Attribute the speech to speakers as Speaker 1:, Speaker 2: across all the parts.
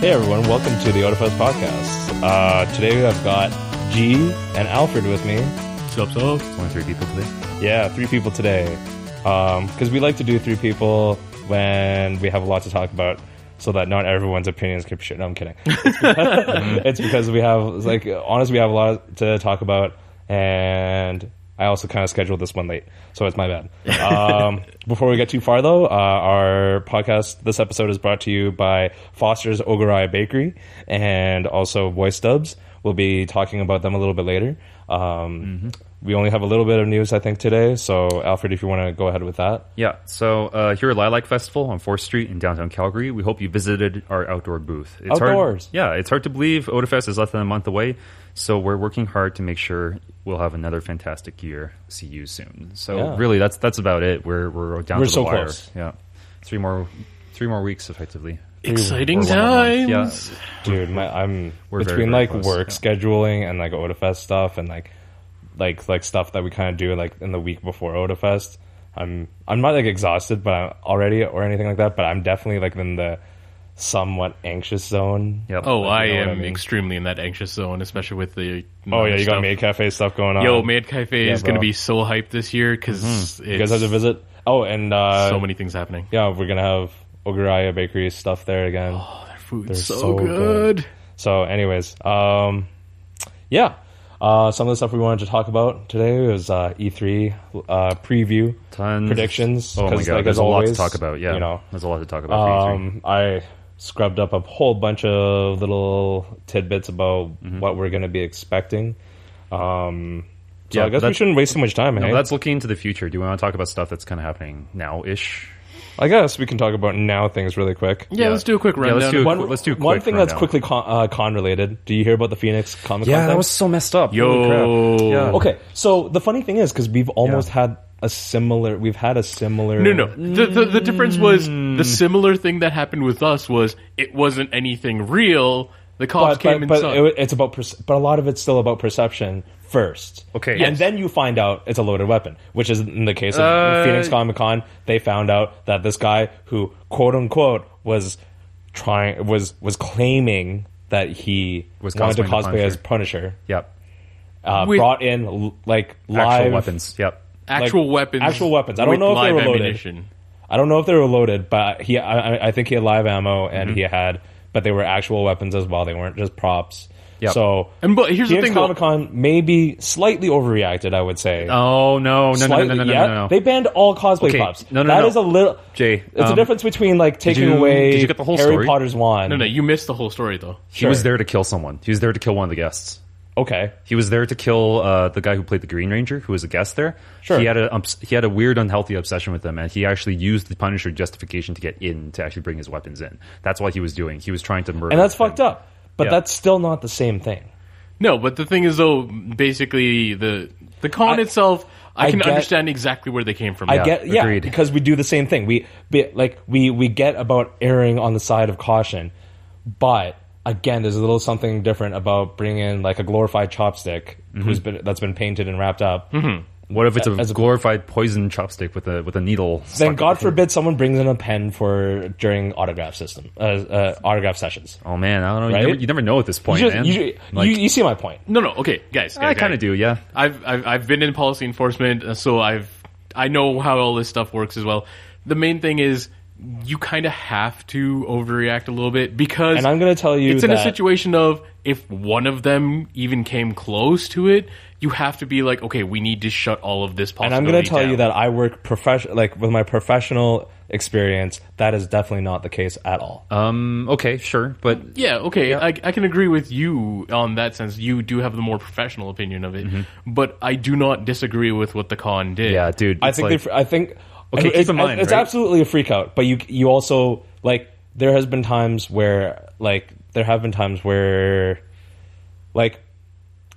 Speaker 1: Hey everyone, welcome to the Otafest podcast. Uh, today I've got G and Alfred with me.
Speaker 2: Sup, sup?
Speaker 3: Only three people today.
Speaker 1: Yeah, three people today. Because we like to do three people when we have a lot to talk about so that not everyone's opinions can be shared. No, I'm kidding. It's because, it's because we have, it's like, honestly, we have a lot to talk about and I also kind of scheduled this one late, so it's my bad. Um, before we get too far, though, uh, our podcast, this episode is brought to you by Foster's Ogariya Bakery and also Voice Dubs. We'll be talking about them a little bit later. Um, We only have a little bit of news, I think, today. So, Alfred, if you want to go ahead with that.
Speaker 3: Yeah, so uh, here at Lilac Festival on 4th Street in downtown Calgary, we hope you visited our outdoor booth. It's
Speaker 1: Outdoors.
Speaker 3: Hard, yeah, it's hard to believe OdaFest is less than a month away, so we're working hard to make sure we'll have another fantastic year. See you soon. So
Speaker 1: Yeah.
Speaker 3: really, that's that's about it. We're we're down
Speaker 1: We're
Speaker 3: to the
Speaker 1: so
Speaker 3: wire.
Speaker 1: close.
Speaker 3: Yeah, three more three more weeks effectively.
Speaker 2: Exciting
Speaker 3: Or one more month.
Speaker 2: times.
Speaker 3: Yeah,
Speaker 1: Dude, my, I'm
Speaker 3: We're very,
Speaker 1: between
Speaker 3: very
Speaker 1: like
Speaker 3: close,
Speaker 1: work
Speaker 3: yeah.
Speaker 1: scheduling and like OdaFest stuff and like like like stuff that we kind of do like in the week before OdaFest. I'm I'm not like exhausted, but I'm already or anything like that. But I'm definitely like in the somewhat anxious zone.
Speaker 3: Yep.
Speaker 2: Oh, I
Speaker 1: know what
Speaker 2: am
Speaker 1: I mean.
Speaker 2: extremely in that anxious zone, especially with the.
Speaker 1: Oh yeah, you got
Speaker 2: stuff.
Speaker 1: Maid Cafe stuff going on.
Speaker 2: Yo, Mad Cafe
Speaker 1: Yeah,
Speaker 2: is going to
Speaker 1: bro. Mm-hmm.
Speaker 2: be so hyped this year because
Speaker 1: you guys have to visit. Oh, and uh,
Speaker 2: so many things happening.
Speaker 1: yeah, we're gonna have Oguraya Bakery stuff there again.
Speaker 2: Oh, their food's
Speaker 1: They're
Speaker 2: so,
Speaker 1: so
Speaker 2: good.
Speaker 1: So, anyways, um, yeah, uh, some of the stuff we wanted to talk about today was uh, E3 uh, preview
Speaker 3: Tons.
Speaker 1: predictions.
Speaker 3: Oh my
Speaker 1: 'cause,
Speaker 3: god,
Speaker 1: like,
Speaker 3: there's
Speaker 1: as
Speaker 3: a
Speaker 1: always,
Speaker 3: lot to talk about. Yeah, E
Speaker 1: you know,
Speaker 3: there's a lot to talk about. for E3.
Speaker 1: um, I scrubbed up a whole bunch of little tidbits about
Speaker 3: Mm-hmm.
Speaker 1: what we're going to be expecting. Um, so
Speaker 3: Yeah,
Speaker 1: I guess we
Speaker 3: that's-
Speaker 1: shouldn't waste too much time. eh?
Speaker 3: No,
Speaker 1: hey?
Speaker 3: but that's looking into the future. Do you want to talk about stuff that's kind of happening now ish?
Speaker 1: I guess we can talk about now things really quick.
Speaker 2: Yeah,
Speaker 3: Yeah.
Speaker 2: let's do a quick
Speaker 3: Yeah, let's
Speaker 2: rundown.
Speaker 3: do a
Speaker 2: One-
Speaker 3: quick- let's do a
Speaker 1: one
Speaker 3: quick
Speaker 1: thing that's
Speaker 3: rundown.
Speaker 1: quickly con, uh, con related. Do you hear about the Phoenix Comic Con? thing?
Speaker 3: so messed up.
Speaker 2: Holy crap. Yeah.
Speaker 1: Okay, so the funny thing is because we've almost had a similar, we've had a similar.
Speaker 2: no, no. The, the, the difference was
Speaker 1: Mm.
Speaker 2: the similar thing that happened with us was it wasn't anything real. The cops
Speaker 1: but,
Speaker 2: came
Speaker 1: but,
Speaker 2: and
Speaker 1: but
Speaker 2: saw.
Speaker 1: it- it's about, perce- but a lot of it's still about perception first.
Speaker 3: Okay.
Speaker 1: and
Speaker 3: Yes.
Speaker 1: then you find out it's a loaded weapon, which is in the case of
Speaker 3: Uh,
Speaker 1: Phoenix Comic Con, they found out that this guy who quote unquote was trying was was claiming that he
Speaker 3: Was
Speaker 1: wanted to
Speaker 3: cosplaying the
Speaker 1: cosplay
Speaker 3: Punisher.
Speaker 1: as Punisher,
Speaker 3: Yep.
Speaker 1: uh,
Speaker 2: With-
Speaker 1: brought in l- like
Speaker 3: Actual
Speaker 1: live
Speaker 3: weapons. Yep.
Speaker 1: like,
Speaker 2: actual weapons.
Speaker 1: actual weapons. I don't
Speaker 2: with
Speaker 1: know if they
Speaker 2: live
Speaker 1: were loaded.
Speaker 2: ammunition.
Speaker 1: I don't know if they were loaded, but he I, I- I think he had live ammo and he
Speaker 3: Mm-hmm.
Speaker 1: had, but they were actual weapons as well. They weren't just props.
Speaker 3: Yep.
Speaker 1: So
Speaker 2: And but here's the
Speaker 1: Phoenix
Speaker 2: thing, though.
Speaker 1: Comic Con maybe slightly overreacted. I would say.
Speaker 3: Oh no no no no
Speaker 1: Slightly-
Speaker 3: no no no,
Speaker 1: yeah,
Speaker 3: no, no.
Speaker 1: They banned all cosplay
Speaker 3: Okay,
Speaker 1: props.
Speaker 3: no, no,
Speaker 1: That
Speaker 3: no.
Speaker 1: is a little.
Speaker 3: Jay,
Speaker 1: it's the
Speaker 3: um,
Speaker 1: difference between like taking
Speaker 3: you-
Speaker 1: away
Speaker 3: did you get the whole
Speaker 1: Harry
Speaker 3: story?
Speaker 1: Potter's wand.
Speaker 2: No, no, you missed the whole story though.
Speaker 3: He was there to kill someone. He was there to kill one of the guests.
Speaker 1: Okay.
Speaker 3: He was there to kill uh, the guy who played the Green Ranger, who was a guest there.
Speaker 1: Sure.
Speaker 3: He had a um, he had a weird, unhealthy obsession with them, and he actually used the Punisher justification to get in to actually bring his weapons in. That's what he was doing. He was trying to murder.
Speaker 1: And that's
Speaker 3: him.
Speaker 1: fucked up. But
Speaker 3: Yeah.
Speaker 1: that's still not the same thing.
Speaker 2: No, but the thing is, though, basically the the con itself, I,
Speaker 1: I
Speaker 2: can
Speaker 1: get-
Speaker 2: understand exactly where they came from.
Speaker 1: I
Speaker 2: Yeah.
Speaker 1: get yeah
Speaker 3: agreed.
Speaker 1: because we do the same thing. We be, like we we get about erring on the side of caution, but again, there's a little something different about bringing in like a glorified chopstick who's been that's been painted and wrapped up.
Speaker 3: What if it's a
Speaker 1: As a-
Speaker 3: glorified poison chopstick with a with a needle?
Speaker 1: Then God forbid someone brings in a pen for during autograph system uh, uh, autograph sessions.
Speaker 3: Oh man, I don't know.
Speaker 1: Right?
Speaker 3: You, never, you never know at this point,
Speaker 1: You, just-
Speaker 3: man.
Speaker 1: you,
Speaker 3: Like,
Speaker 1: you, you see my point.
Speaker 2: No, no, okay, guys.
Speaker 3: I
Speaker 2: guys,
Speaker 3: kind
Speaker 2: guys.
Speaker 3: of do, yeah.
Speaker 2: I've, I've I've been in policy enforcement, uh, so I've I know how all this stuff works as well. The main thing is you kind of have to overreact a little bit because
Speaker 1: And I'm going to tell you
Speaker 2: it's in a
Speaker 1: that-
Speaker 2: situation of if one of them even came close to it, you have to be like, okay, we need to shut all of this.
Speaker 1: And I'm going to tell you that I work profession like with my professional experience. That is definitely not the case at all.
Speaker 3: Um, okay, sure, but
Speaker 2: Yeah, okay, I, I can agree with you on that sense. You do have the more professional opinion of it,
Speaker 1: Mm-hmm.
Speaker 2: but I do not disagree with what the con did.
Speaker 3: yeah, dude.
Speaker 1: I
Speaker 3: it's
Speaker 1: think
Speaker 3: like-
Speaker 1: they. I think.
Speaker 3: Okay,
Speaker 1: it's,
Speaker 3: keep in mind,
Speaker 1: It's
Speaker 3: right?
Speaker 1: absolutely a freak out, but you you also like there has been times where like there have been times where like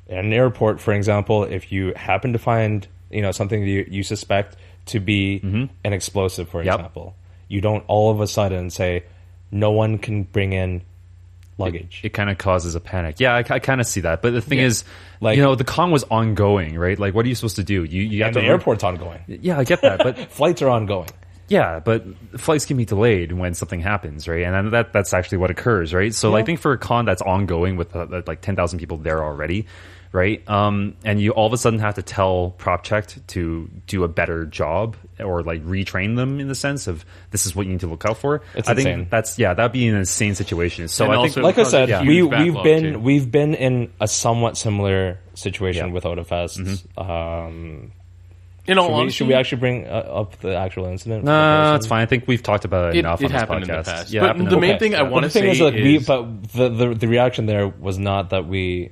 Speaker 1: in an airport, for example, if you happen to find you know something that you, you suspect to be an explosive, for
Speaker 3: Mm-hmm. Yep.
Speaker 1: example, you don't all of a sudden say no one can bring in luggage.
Speaker 3: it kind of causes a panic. Yeah, I, kind of see that. But the thing is,
Speaker 1: Like-
Speaker 3: like you know, the con was ongoing, right? Like, what are you supposed to do? You you have
Speaker 1: and
Speaker 3: to
Speaker 1: the
Speaker 3: learn-
Speaker 1: airport's ongoing.
Speaker 3: Yeah, I get that, but
Speaker 1: Flights are ongoing.
Speaker 3: Yeah, but flights can be delayed when something happens, right? And then that that's actually what occurs, right? So I think for a con that's ongoing with uh, like ten thousand people there already, right? Um, and you all of a sudden have to tell PropChecked to do a better job or like retrain them in the sense of this is what you need to look out for.
Speaker 1: It's
Speaker 3: I think
Speaker 1: insane.
Speaker 3: that's yeah, that'd be an insane situation. So
Speaker 2: And
Speaker 3: I think
Speaker 2: also-
Speaker 1: like I
Speaker 2: Because
Speaker 1: said,
Speaker 2: of
Speaker 1: we we've
Speaker 2: huge backlog,
Speaker 1: been
Speaker 2: too.
Speaker 1: we've been in a somewhat similar situation
Speaker 3: Yeah.
Speaker 1: with Odafest. Um,
Speaker 2: In all
Speaker 1: should, we,
Speaker 2: honesty,
Speaker 1: should we actually bring uh, up the actual incident? for
Speaker 2: Oh,
Speaker 1: the
Speaker 3: no,
Speaker 1: person?
Speaker 3: it's fine. I think we've talked about it,
Speaker 2: It-
Speaker 3: enough
Speaker 2: it
Speaker 3: on this
Speaker 2: happened in the
Speaker 3: podcast.
Speaker 2: past.
Speaker 3: Yeah,
Speaker 2: But
Speaker 3: happened in
Speaker 2: the
Speaker 3: the
Speaker 2: main
Speaker 3: past,
Speaker 2: thing I
Speaker 3: yeah.
Speaker 2: want-
Speaker 1: But
Speaker 2: wanna
Speaker 1: the thing is,
Speaker 2: say
Speaker 1: like, we
Speaker 2: is-
Speaker 1: but the, the the reaction there was not that we,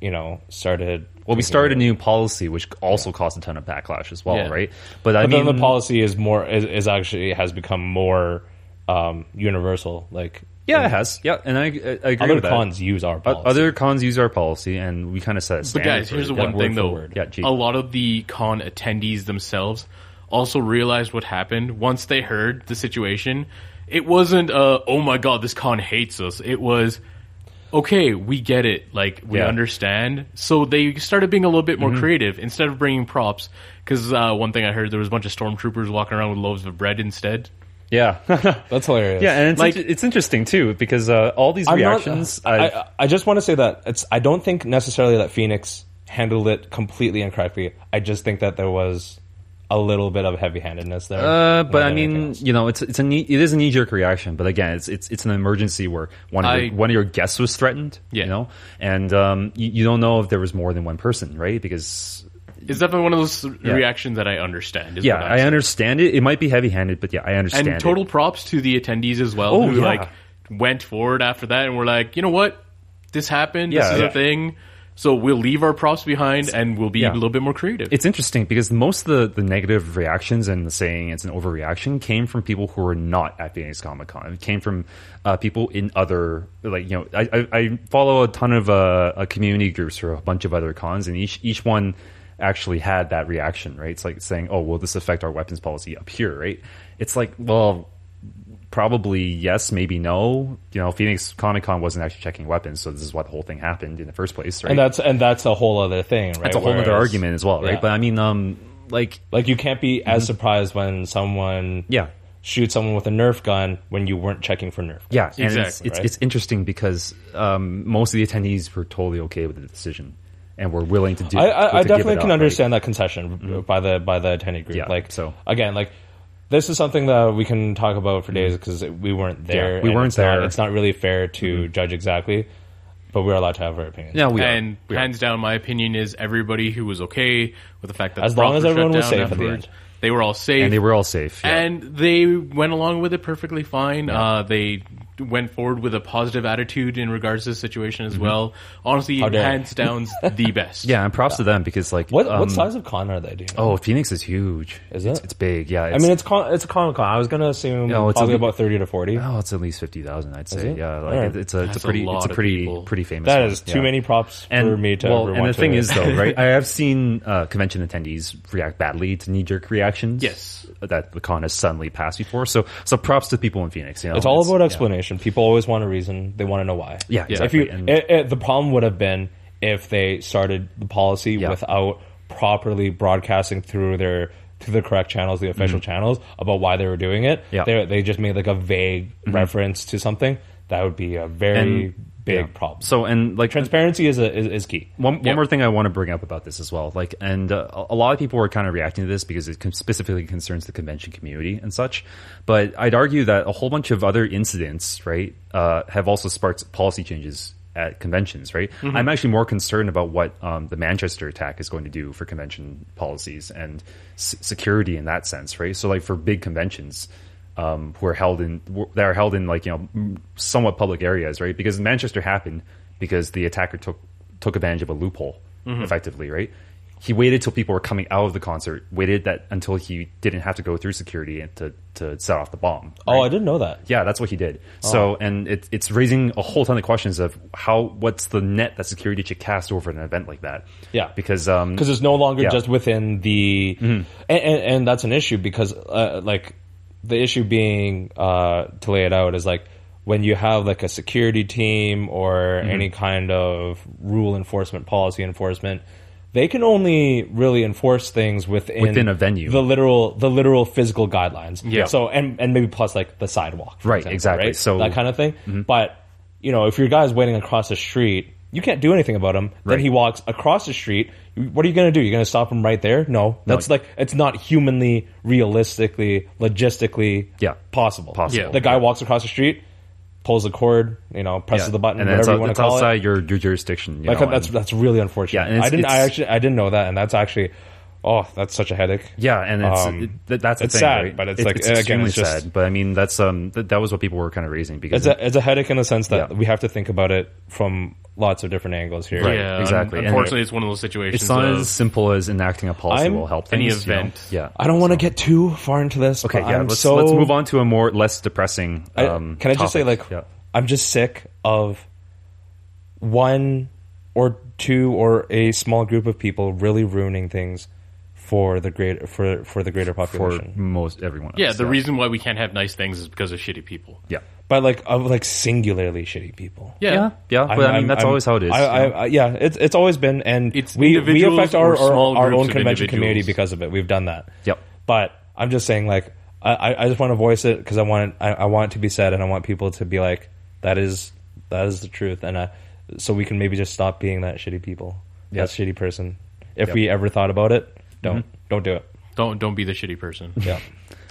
Speaker 1: you know, started.
Speaker 3: Well,
Speaker 1: thinking-
Speaker 3: we started a new policy, which also caused a ton of backlash as well,
Speaker 2: Yeah.
Speaker 3: right? But I
Speaker 1: But
Speaker 3: mean,
Speaker 1: then the policy is more is, is actually has become more um, universal. Like
Speaker 3: yeah, it has. Yeah, and I, I agree
Speaker 1: other
Speaker 3: with that.
Speaker 1: cons use our
Speaker 3: O-
Speaker 1: policy.
Speaker 3: Other cons use our policy, and we kind of set. a
Speaker 2: But
Speaker 3: standard
Speaker 2: guys,
Speaker 3: for
Speaker 2: here's the
Speaker 3: it.
Speaker 2: one
Speaker 3: Yeah.
Speaker 2: thing
Speaker 1: for
Speaker 2: though.
Speaker 1: word.
Speaker 3: Yeah, gee.
Speaker 2: a lot of the con attendees themselves also realized what happened once they heard the situation. It wasn't uh oh my god, this con hates us. It was okay, we get it. Like we
Speaker 3: Yeah. Mm-hmm.
Speaker 2: understand. So they started being a little bit more creative instead of bringing props. Because uh, one thing I heard, there was a bunch of stormtroopers walking around with loaves of bread instead.
Speaker 3: Yeah,
Speaker 1: That's hilarious.
Speaker 3: yeah, and it's
Speaker 2: Like-
Speaker 3: int- it's interesting too because uh, all these
Speaker 1: I'm not-
Speaker 3: reactions.
Speaker 1: I,
Speaker 3: uh,
Speaker 1: I, I just want to say that it's. I don't think necessarily that Phoenix handled it completely incorrectly. I just think that there was a little bit of heavy handedness there.
Speaker 3: uh, but
Speaker 1: more
Speaker 3: I
Speaker 1: than anything
Speaker 3: mean,
Speaker 1: else.
Speaker 3: you know, it's it's a knee, it is a knee jerk reaction. But again, it's it's it's an emergency where one of your,
Speaker 2: I-
Speaker 3: one of your guests was threatened.
Speaker 2: Yeah.
Speaker 3: you know, and um, you, you don't know if there was more than one person, right? Because
Speaker 2: It's definitely one of those reactions that I understand. Is
Speaker 3: yeah,
Speaker 2: what
Speaker 3: I understand
Speaker 2: understand.
Speaker 3: it. It might be heavy handed, but yeah, I understand.
Speaker 2: and total
Speaker 3: it.
Speaker 2: props to the attendees as well
Speaker 3: Oh,
Speaker 2: who
Speaker 3: yeah.
Speaker 2: like went forward after that and were like you know what this happened this
Speaker 3: Yeah.
Speaker 2: is
Speaker 3: Yeah.
Speaker 2: a thing so we'll leave our props behind and we'll be
Speaker 3: yeah.
Speaker 2: a little bit more creative
Speaker 3: It's interesting because most of the, the negative reactions and the saying it's an overreaction came from people who were not at Phoenix Comic Con. It came from uh, people in other, like, you know, I, I, I follow a ton of uh, uh, community groups for a bunch of other cons, and each, each one actually had that reaction, right? It's like saying, oh, will this affect our weapons policy up here, right? It's like, well, probably yes, maybe no. You know, Phoenix Comic Con wasn't actually checking weapons, so this is why the whole thing happened in the first place, right?
Speaker 1: and that's and that's a whole other thing. Right?
Speaker 3: That's a whole other
Speaker 1: Whereas-
Speaker 3: argument as well, right?
Speaker 1: Yeah.
Speaker 3: But I mean, um, like,
Speaker 1: Like you can't be as surprised when someone
Speaker 3: Yeah.
Speaker 1: shoots someone with a Nerf gun when you weren't checking for Nerf.
Speaker 3: Yeah, and it's,
Speaker 2: Exactly,
Speaker 3: it's,
Speaker 1: right?
Speaker 3: it's interesting because um, most of the attendees were totally okay with the decision and were willing to do.
Speaker 1: I, I, I
Speaker 3: to give
Speaker 1: definitely can
Speaker 3: it up, Mm-hmm.
Speaker 1: understand that concession by the by the attendee group.
Speaker 3: Yeah,
Speaker 1: like
Speaker 3: so.
Speaker 1: again, like this is something that we can talk about for days because we weren't there.
Speaker 3: Mm-hmm. Yeah, we
Speaker 1: and
Speaker 3: weren't
Speaker 1: it's not-
Speaker 3: there.
Speaker 1: it's not really fair to judge exactly, but we're allowed to have our opinions.
Speaker 3: Right? Yeah, we are.
Speaker 2: and
Speaker 3: We are.
Speaker 2: hands down my opinion is everybody who was okay with the fact that
Speaker 1: As
Speaker 2: the
Speaker 1: long
Speaker 2: props
Speaker 1: as
Speaker 2: were
Speaker 1: everyone
Speaker 2: shut
Speaker 1: was
Speaker 2: down
Speaker 1: safe at the
Speaker 2: afterwards,
Speaker 1: end.
Speaker 2: they were all safe
Speaker 3: and they were all safe. Yeah.
Speaker 2: and they went along with it perfectly fine. Uh, they went forward with a positive attitude in regards to the situation as well. Honestly,
Speaker 1: dare you.
Speaker 2: hands down's the best.
Speaker 3: Mm-hmm. yeah, and props to them because like
Speaker 1: What
Speaker 3: um,
Speaker 1: what size of con are they? Do you know?
Speaker 3: Oh, Phoenix is huge.
Speaker 1: Is
Speaker 3: it's,
Speaker 1: it?
Speaker 3: It's big. Yeah,
Speaker 1: I
Speaker 3: it's,
Speaker 1: mean, it's con, it's a con con. I was gonna assume
Speaker 3: oh, No, it's
Speaker 1: probably
Speaker 3: a-
Speaker 1: about thirty to forty.
Speaker 3: oh, it's at least fifty thousand. I'd say.
Speaker 1: it?
Speaker 3: Yeah, like
Speaker 1: Alright.
Speaker 3: it- it's a it's a
Speaker 2: That's a
Speaker 3: pretty it's
Speaker 2: lot
Speaker 3: a
Speaker 2: of
Speaker 3: pretty
Speaker 2: people.
Speaker 3: pretty famous.
Speaker 1: that
Speaker 3: one.
Speaker 1: is
Speaker 3: Yeah.
Speaker 1: too many props for me to
Speaker 3: well,
Speaker 1: ever
Speaker 3: and the
Speaker 1: want
Speaker 3: thing
Speaker 1: to-
Speaker 3: is though right i have seen uh, convention attendees react badly to knee-jerk reactions
Speaker 2: Yes.
Speaker 3: that the con has suddenly passed before so so props to people in phoenix you know
Speaker 1: It's all about
Speaker 3: yeah.
Speaker 1: explanation. People always want a reason. They want to know why.
Speaker 3: Yeah,
Speaker 1: If
Speaker 3: exactly.
Speaker 1: you,
Speaker 3: And-
Speaker 1: it, it- the problem would have been if they started the policy without properly broadcasting through their through the correct channels, the official channels, about why they were doing it.
Speaker 3: Mm-hmm. Yeah. Mm-hmm.
Speaker 1: They they just made like a vague reference to something. That would be a very
Speaker 3: And-
Speaker 1: big
Speaker 3: yeah.
Speaker 1: problem.
Speaker 3: so and like
Speaker 1: Transparency is a, is, is key.
Speaker 3: one, one
Speaker 2: Yep.
Speaker 3: more thing I want to bring up about this as well, like, and uh, a- a lot of people were kind of reacting to this because it con- specifically concerns the convention community and such. But I'd argue that a whole bunch of other incidents, right, uh, have also sparked policy changes at conventions, right? I'm actually more concerned about what um, the Manchester attack is going to do for convention policies and s- security in that sense, right? So, like, for big conventions, um, who are held in that are held in like you know m- somewhat public areas, right? Because Manchester happened because the attacker took took advantage of a loophole,
Speaker 1: Mm-hmm.
Speaker 3: effectively, right? He waited till people were coming out of the concert, waited that until he didn't have to go through security and to to set off the bomb.
Speaker 1: Oh, I didn't know that.
Speaker 3: Yeah, that's what he did. So, and it, it's raising a whole ton of questions of how what's the net that security should cast over an event like that?
Speaker 1: Yeah.
Speaker 3: because um,
Speaker 1: because it's no longer
Speaker 3: Yeah. Mm-hmm.
Speaker 1: just within the and, and, and that's an issue because uh, like the issue being uh, to lay it out is like when you have like a
Speaker 3: Mm-hmm.
Speaker 1: security team or any kind of rule enforcement policy enforcement they can only really enforce things within
Speaker 3: Within a venue.
Speaker 1: the literal the literal physical guidelines.
Speaker 2: Yeah.
Speaker 1: So and and maybe plus like the sidewalk, for
Speaker 3: Right,
Speaker 1: example,
Speaker 3: exactly.
Speaker 1: right?
Speaker 3: So-
Speaker 1: that kind of thing.
Speaker 3: Mm-hmm.
Speaker 1: But you know, if your guy's waiting across the street. You can't do anything about him.
Speaker 3: Right.
Speaker 1: Then he walks across the street. What are you going to do? You're going to stop him right there? No, that's like it's not humanly, realistically, logistically,
Speaker 3: Yeah.
Speaker 1: possible.
Speaker 3: Possible.
Speaker 2: Yeah.
Speaker 1: The guy walks across the street, pulls the cord, you know, presses
Speaker 3: Yeah.
Speaker 1: the button,
Speaker 3: and then
Speaker 1: whatever
Speaker 3: it's,
Speaker 1: you want
Speaker 3: it's
Speaker 1: to call it.
Speaker 3: outside your, your jurisdiction. you
Speaker 1: Like,
Speaker 3: know,
Speaker 1: that's
Speaker 3: and-
Speaker 1: that's really unfortunate.
Speaker 3: Yeah, and it's-
Speaker 1: I didn't. I
Speaker 3: it's-
Speaker 1: actually I didn't know that, and that's actually, oh, that's such a headache.
Speaker 3: Yeah, and it's
Speaker 1: Um,
Speaker 3: it, th- that's the
Speaker 1: it's
Speaker 3: thing,
Speaker 1: sad,
Speaker 3: right?
Speaker 1: but it's
Speaker 3: It-
Speaker 1: like, again,
Speaker 3: extremely
Speaker 1: it's just-
Speaker 3: sad. But I mean, that's um th- that was what people were kind of raising because
Speaker 1: It's a it's a headache in the sense that
Speaker 3: Yeah.
Speaker 1: we have to think about it from lots of different angles here.
Speaker 3: Right.
Speaker 2: Yeah,
Speaker 3: exactly. And
Speaker 2: Unfortunately, it's one of those situations.
Speaker 3: it's not
Speaker 2: of-
Speaker 3: as simple as enacting a policy
Speaker 1: uh, I'm-
Speaker 3: will help
Speaker 2: any
Speaker 3: things, you know?
Speaker 2: event.
Speaker 3: Yeah.
Speaker 1: I don't want to get too far into this.
Speaker 3: Okay,
Speaker 1: but
Speaker 3: yeah.
Speaker 1: I'm
Speaker 3: Let's
Speaker 1: so,
Speaker 3: let's move on to a more less depressing.
Speaker 1: I-
Speaker 3: Um,
Speaker 1: can I just say,
Speaker 3: topic.
Speaker 1: like,
Speaker 3: Yeah.
Speaker 1: I'm just sick of one or two or a small group of people really ruining things for the great for for the greater
Speaker 3: for
Speaker 1: population.
Speaker 3: most everyone? Else,
Speaker 2: yeah, the reason why we can't have nice things is because of shitty people.
Speaker 3: Yeah.
Speaker 1: by like of like singularly shitty people.
Speaker 2: Yeah.
Speaker 3: Yeah, yeah, but i mean
Speaker 1: I'm-
Speaker 3: that's
Speaker 1: I'm-
Speaker 3: always how it is.
Speaker 1: I,
Speaker 3: you
Speaker 1: I,
Speaker 3: know?
Speaker 1: I, yeah, it's it's always been, and
Speaker 2: It's
Speaker 1: we we
Speaker 2: individuals
Speaker 1: affect our our,
Speaker 2: or small
Speaker 1: our
Speaker 2: groups
Speaker 1: own
Speaker 2: of
Speaker 1: convention community
Speaker 2: individuals.
Speaker 1: because of it. We've done that.
Speaker 3: Yep.
Speaker 1: But I'm just saying, like, I- I, I just want to voice it because I want it, I, I want it to be said, and I want people to be like, that is that is the truth, and I, so we can maybe just stop being that shitty people,
Speaker 3: Yep. Mm-hmm.
Speaker 1: that shitty person. If we ever thought about it, don't don't do it.
Speaker 2: Don't don't be the shitty person.
Speaker 1: Yeah,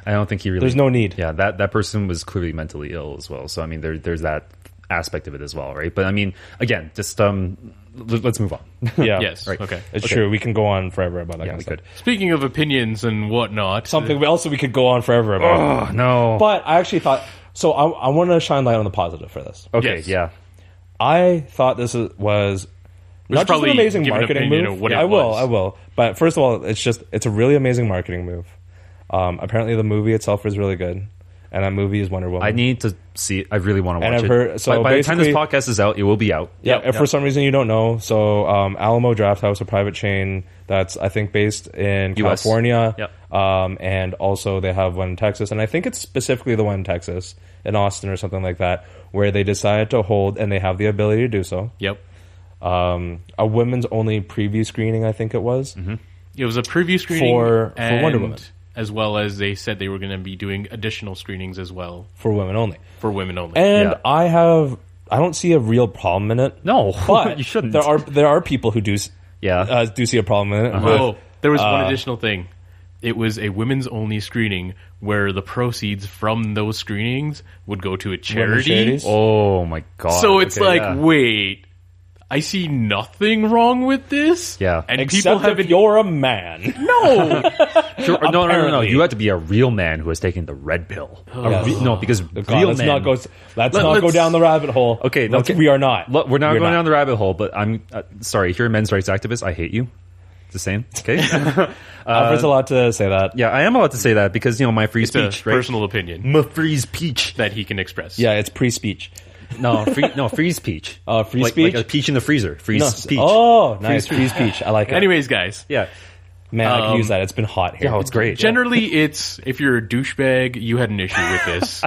Speaker 3: I don't think he really.
Speaker 1: there's no need.
Speaker 3: Yeah, that that person was clearly mentally ill as well. So I mean, there there's that aspect of it as well, right? But I mean, again, just um, l- let's move on.
Speaker 1: Yeah.
Speaker 2: Yes. Okay.
Speaker 1: It's true. We can go on forever about that.
Speaker 3: Yeah,
Speaker 1: kind
Speaker 3: we
Speaker 1: of stuff.
Speaker 3: could.
Speaker 2: Speaking of opinions and whatnot,
Speaker 1: Something else that we could go on forever about.
Speaker 3: Oh no.
Speaker 1: But I actually thought so. I, I want to shine light on the positive for this.
Speaker 3: okay.
Speaker 2: Yes.
Speaker 3: Yeah.
Speaker 1: I thought this was- was not just an
Speaker 2: probably
Speaker 1: amazing
Speaker 2: give an
Speaker 1: marketing
Speaker 2: opinion
Speaker 1: move.
Speaker 2: of what
Speaker 1: Yeah,
Speaker 2: it
Speaker 1: I will,
Speaker 2: was.
Speaker 1: I will. But first of all, it's just it's a really amazing marketing move. Um, apparently, the movie itself is really good, and that movie is Wonder Woman.
Speaker 3: I need to see. I really want to
Speaker 1: And
Speaker 3: watch
Speaker 1: I've
Speaker 3: it.
Speaker 1: heard- so
Speaker 3: by, by the time this
Speaker 1: basically-
Speaker 3: podcast is out, it will be out.
Speaker 1: yeah, if for some reason you don't know, so um, Alamo Draft House, a private chain that's I think based in
Speaker 3: US.
Speaker 1: California,
Speaker 3: Yep.
Speaker 1: um, and also they have one in Texas, and I think it's specifically the one in Texas, in Austin or something like that, where they decided to hold and they have the ability to do so.
Speaker 2: Yep.
Speaker 1: um, a women's only preview screening, I think it was.
Speaker 3: Mm-hmm.
Speaker 2: It was a preview screening
Speaker 1: For- for
Speaker 2: and-
Speaker 1: Wonder Woman.
Speaker 2: as well as they said they were going to be doing additional screenings as well
Speaker 1: for women only.
Speaker 2: for women only.
Speaker 1: And
Speaker 3: Yeah.
Speaker 1: I have, I don't see a real problem in it.
Speaker 3: No,
Speaker 1: but
Speaker 3: you shouldn't.
Speaker 1: There are there are people who do s-
Speaker 3: Yeah. Uh-huh.
Speaker 1: uh, do see a problem in it. with-
Speaker 2: oh, there was one
Speaker 1: uh,
Speaker 2: additional thing. It was a women's only screening where the proceeds from those screenings would go to a charity.
Speaker 1: charities?
Speaker 3: Oh my god.
Speaker 2: So it's
Speaker 3: Okay,
Speaker 2: like,
Speaker 3: yeah.
Speaker 2: wait, I see nothing wrong with this.
Speaker 3: Yeah.
Speaker 2: and
Speaker 1: Except
Speaker 2: people
Speaker 1: if
Speaker 2: haven't.
Speaker 1: you're a man.
Speaker 2: No,
Speaker 3: Sure, no, no, no, no, no.
Speaker 1: apparently.
Speaker 3: You have to be a real man who has taken the red pill. A
Speaker 2: Oh.
Speaker 1: Yes.
Speaker 3: re- no, because
Speaker 1: God,
Speaker 3: real
Speaker 1: let's
Speaker 3: men.
Speaker 1: not go. s- Let's
Speaker 2: Let-
Speaker 1: not go
Speaker 2: let's-
Speaker 1: down the rabbit hole.
Speaker 3: Okay,
Speaker 1: Let's-
Speaker 3: okay.
Speaker 1: we are not.
Speaker 3: Look, we're not
Speaker 1: We're
Speaker 3: going
Speaker 1: not.
Speaker 3: down the rabbit hole, but I'm uh, sorry. If you're a men's rights activist, I hate you. It's the same. Okay.
Speaker 1: Alfred's allowed to say that.
Speaker 3: yeah, I am allowed to say that because you know my free
Speaker 2: it's a
Speaker 3: speech, right?
Speaker 2: personal opinion
Speaker 3: my free speech.
Speaker 2: that he can express.
Speaker 1: Yeah, it's free speech.
Speaker 3: No, free, no, freeze peach.
Speaker 1: Uh, free
Speaker 3: like,
Speaker 1: speech?
Speaker 3: like a peach in the freezer. Freeze
Speaker 1: No,
Speaker 3: peach.
Speaker 1: Oh, nice free speech. I like it.
Speaker 2: Anyways, guys.
Speaker 3: yeah.
Speaker 1: man, I
Speaker 2: um,
Speaker 1: can use that. It's been hot here.
Speaker 3: Oh, it's great.
Speaker 2: Generally, it's if you're a douchebag, you had an issue with this.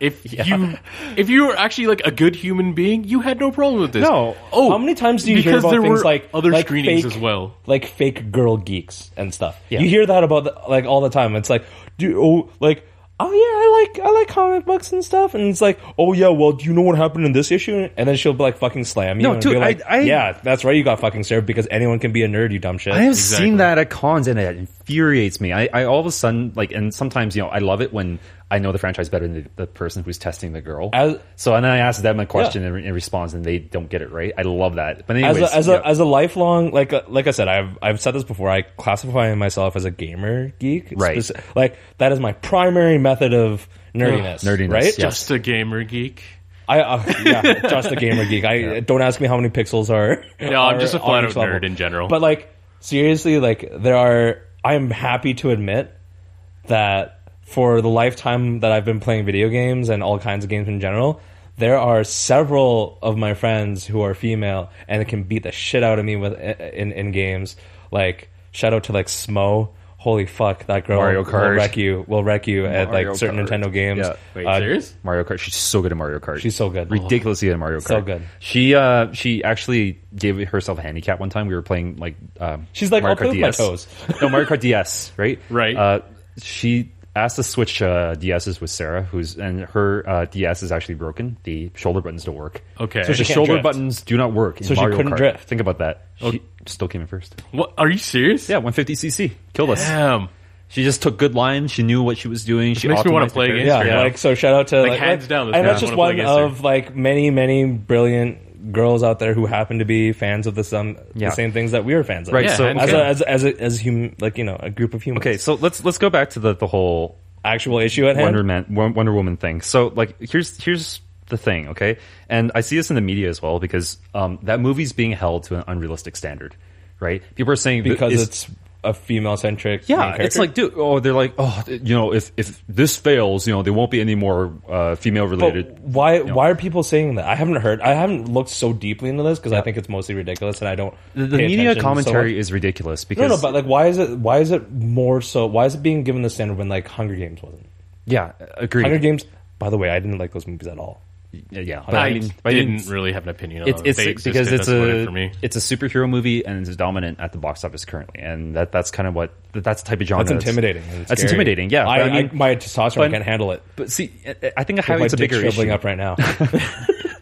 Speaker 2: if you if you were actually like a good human being, you had no problem with this.
Speaker 3: No.
Speaker 2: Oh,
Speaker 1: How many times do you hear
Speaker 2: because
Speaker 1: about
Speaker 2: there
Speaker 1: things
Speaker 2: were
Speaker 1: like
Speaker 2: other
Speaker 1: like
Speaker 2: screenings
Speaker 1: fake-
Speaker 2: as well?
Speaker 1: like fake girl geeks and stuff?
Speaker 3: Yeah.
Speaker 1: You hear that about the, like all the time. It's like, do oh like oh yeah, I like I like comic books and stuff, and it's like, oh yeah, well, do you know what happened in this issue? And then she'll be like fucking slam you.
Speaker 3: No,
Speaker 1: and
Speaker 3: dude,
Speaker 1: be like,
Speaker 3: I- I-
Speaker 1: yeah, that's right, you got fucking served because anyone can be a nerd, you dumb shit.
Speaker 3: I have
Speaker 2: Exactly.
Speaker 3: seen that at cons and it infuriates me. I, I all of a sudden like, and sometimes you know I love it when I know the franchise better than the, the person who's testing the girl.
Speaker 1: As-
Speaker 3: so and then I ask them a question and in response and they don't get it right. I love that. But
Speaker 1: as
Speaker 3: anyways,
Speaker 1: a, as,
Speaker 3: yeah.
Speaker 1: a, as a lifelong like uh, like I said I've I've said this before I classify myself as a gamer geek
Speaker 3: Right.
Speaker 1: Speci- like that is my primary method of nerdiness
Speaker 3: Ugh, nerdiness,
Speaker 1: right
Speaker 3: yeah.
Speaker 2: Just a gamer geek.
Speaker 1: I uh, yeah, just a gamer geek. I don't ask me how many pixels are.
Speaker 2: No, I'm just a
Speaker 1: are
Speaker 2: flat
Speaker 1: on
Speaker 2: out
Speaker 1: each level.
Speaker 2: nerd in general.
Speaker 1: But like seriously, like there are. I am happy to admit that for the lifetime that I've been playing video games and all kinds of games in general, there are several of my friends who are female and can beat the shit out of me with in in games. Like shout out to like Smo. holy fuck, that girl
Speaker 3: Mario
Speaker 1: will
Speaker 3: Kart.
Speaker 1: wreck you, will wreck you at
Speaker 3: Mario
Speaker 1: like certain
Speaker 3: Kart.
Speaker 1: Nintendo games.
Speaker 3: Yeah.
Speaker 2: Wait,
Speaker 1: Uh,
Speaker 2: serious?
Speaker 3: Mario Kart. She's so good at Mario Kart.
Speaker 1: She's so good.
Speaker 3: ridiculously good at Mario Kart.
Speaker 1: Oh. So good.
Speaker 3: She uh she actually gave herself a handicap one time. We were playing like um,
Speaker 1: She's like, "I'll play with my toes.
Speaker 3: no Mario Kart DS, right?
Speaker 2: Right.
Speaker 3: Uh, she asked to switch uh, DSs with Sarah, who's and her uh, DS is actually broken. The shoulder buttons don't work.
Speaker 2: Okay.
Speaker 3: so
Speaker 2: She
Speaker 3: the
Speaker 1: can't
Speaker 3: shoulder
Speaker 1: drift.
Speaker 3: buttons do not work. In
Speaker 1: So she
Speaker 3: Mario
Speaker 1: couldn't
Speaker 3: Kart.
Speaker 1: drift.
Speaker 3: Think about that.
Speaker 2: Oh.
Speaker 3: She still came in first.
Speaker 2: What? Are you serious?
Speaker 3: Yeah, 150cc killed us.
Speaker 2: Damn.
Speaker 3: She just took good lines. She knew what she was doing. She
Speaker 2: makes me wanna
Speaker 3: optimized her
Speaker 2: play
Speaker 3: parries.
Speaker 2: against
Speaker 1: yeah,
Speaker 2: her. Yeah.
Speaker 1: like so. Shout out to
Speaker 2: Like, hands down, this
Speaker 1: and
Speaker 2: guy
Speaker 1: that's
Speaker 2: I
Speaker 1: just one
Speaker 2: wanna play against
Speaker 1: of like many, many brilliant girls out there who happen to be fans of the some
Speaker 3: Yeah.
Speaker 1: the same things that we were fans of.
Speaker 3: Right,
Speaker 2: Yeah,
Speaker 3: so
Speaker 2: hands
Speaker 1: as
Speaker 2: down.
Speaker 1: a, as a, as a, as hum, like you know a group of humans.
Speaker 3: okay, so let's let's go back to the the whole
Speaker 1: actual issue at hand.
Speaker 3: Wonder Man, Won- Wonder Woman thing. So like, here's here's the thing, okay? And I see this in the media as well because um, that movie's being held to an unrealistic standard, right? People are saying that
Speaker 1: because it's a female centric.
Speaker 3: yeah, it's like dude, oh, they're like, oh, th- you know, if if this fails, you know, there won't be any more uh, female related.
Speaker 1: But why why are people saying that? I haven't heard. I haven't looked so deeply into this because I think it's mostly ridiculous, and I don't.
Speaker 3: The, the
Speaker 1: pay
Speaker 3: media
Speaker 1: attention so much.
Speaker 3: commentary is ridiculous
Speaker 1: no,
Speaker 3: because
Speaker 1: no, but like, why is it? Why is it more so? Why is it being given the standard when like Hunger Games wasn't?
Speaker 3: yeah, agreed.
Speaker 1: Hunger Games. By the way, I didn't like those movies at all.
Speaker 3: yeah, yeah, but
Speaker 2: I,
Speaker 3: but
Speaker 2: didn't really have an opinion on
Speaker 3: it's,
Speaker 2: it.
Speaker 3: it's
Speaker 2: They
Speaker 3: because
Speaker 2: existed,
Speaker 3: it's
Speaker 2: that's what it for
Speaker 3: a
Speaker 2: me.
Speaker 3: it's a superhero movie and it's dominant at the box office currently, and that that's kind of what that's the type of genre.
Speaker 1: That's intimidating. and
Speaker 3: That's
Speaker 1: scary.
Speaker 3: intimidating. Yeah,
Speaker 1: I,
Speaker 3: but I
Speaker 1: I
Speaker 3: mean-
Speaker 1: my testosterone
Speaker 3: but-
Speaker 1: can't handle it.
Speaker 3: But see, I- I think
Speaker 1: My
Speaker 3: highlight's a
Speaker 1: dick's
Speaker 3: bigger
Speaker 1: shriveling
Speaker 3: issue.
Speaker 1: up right now.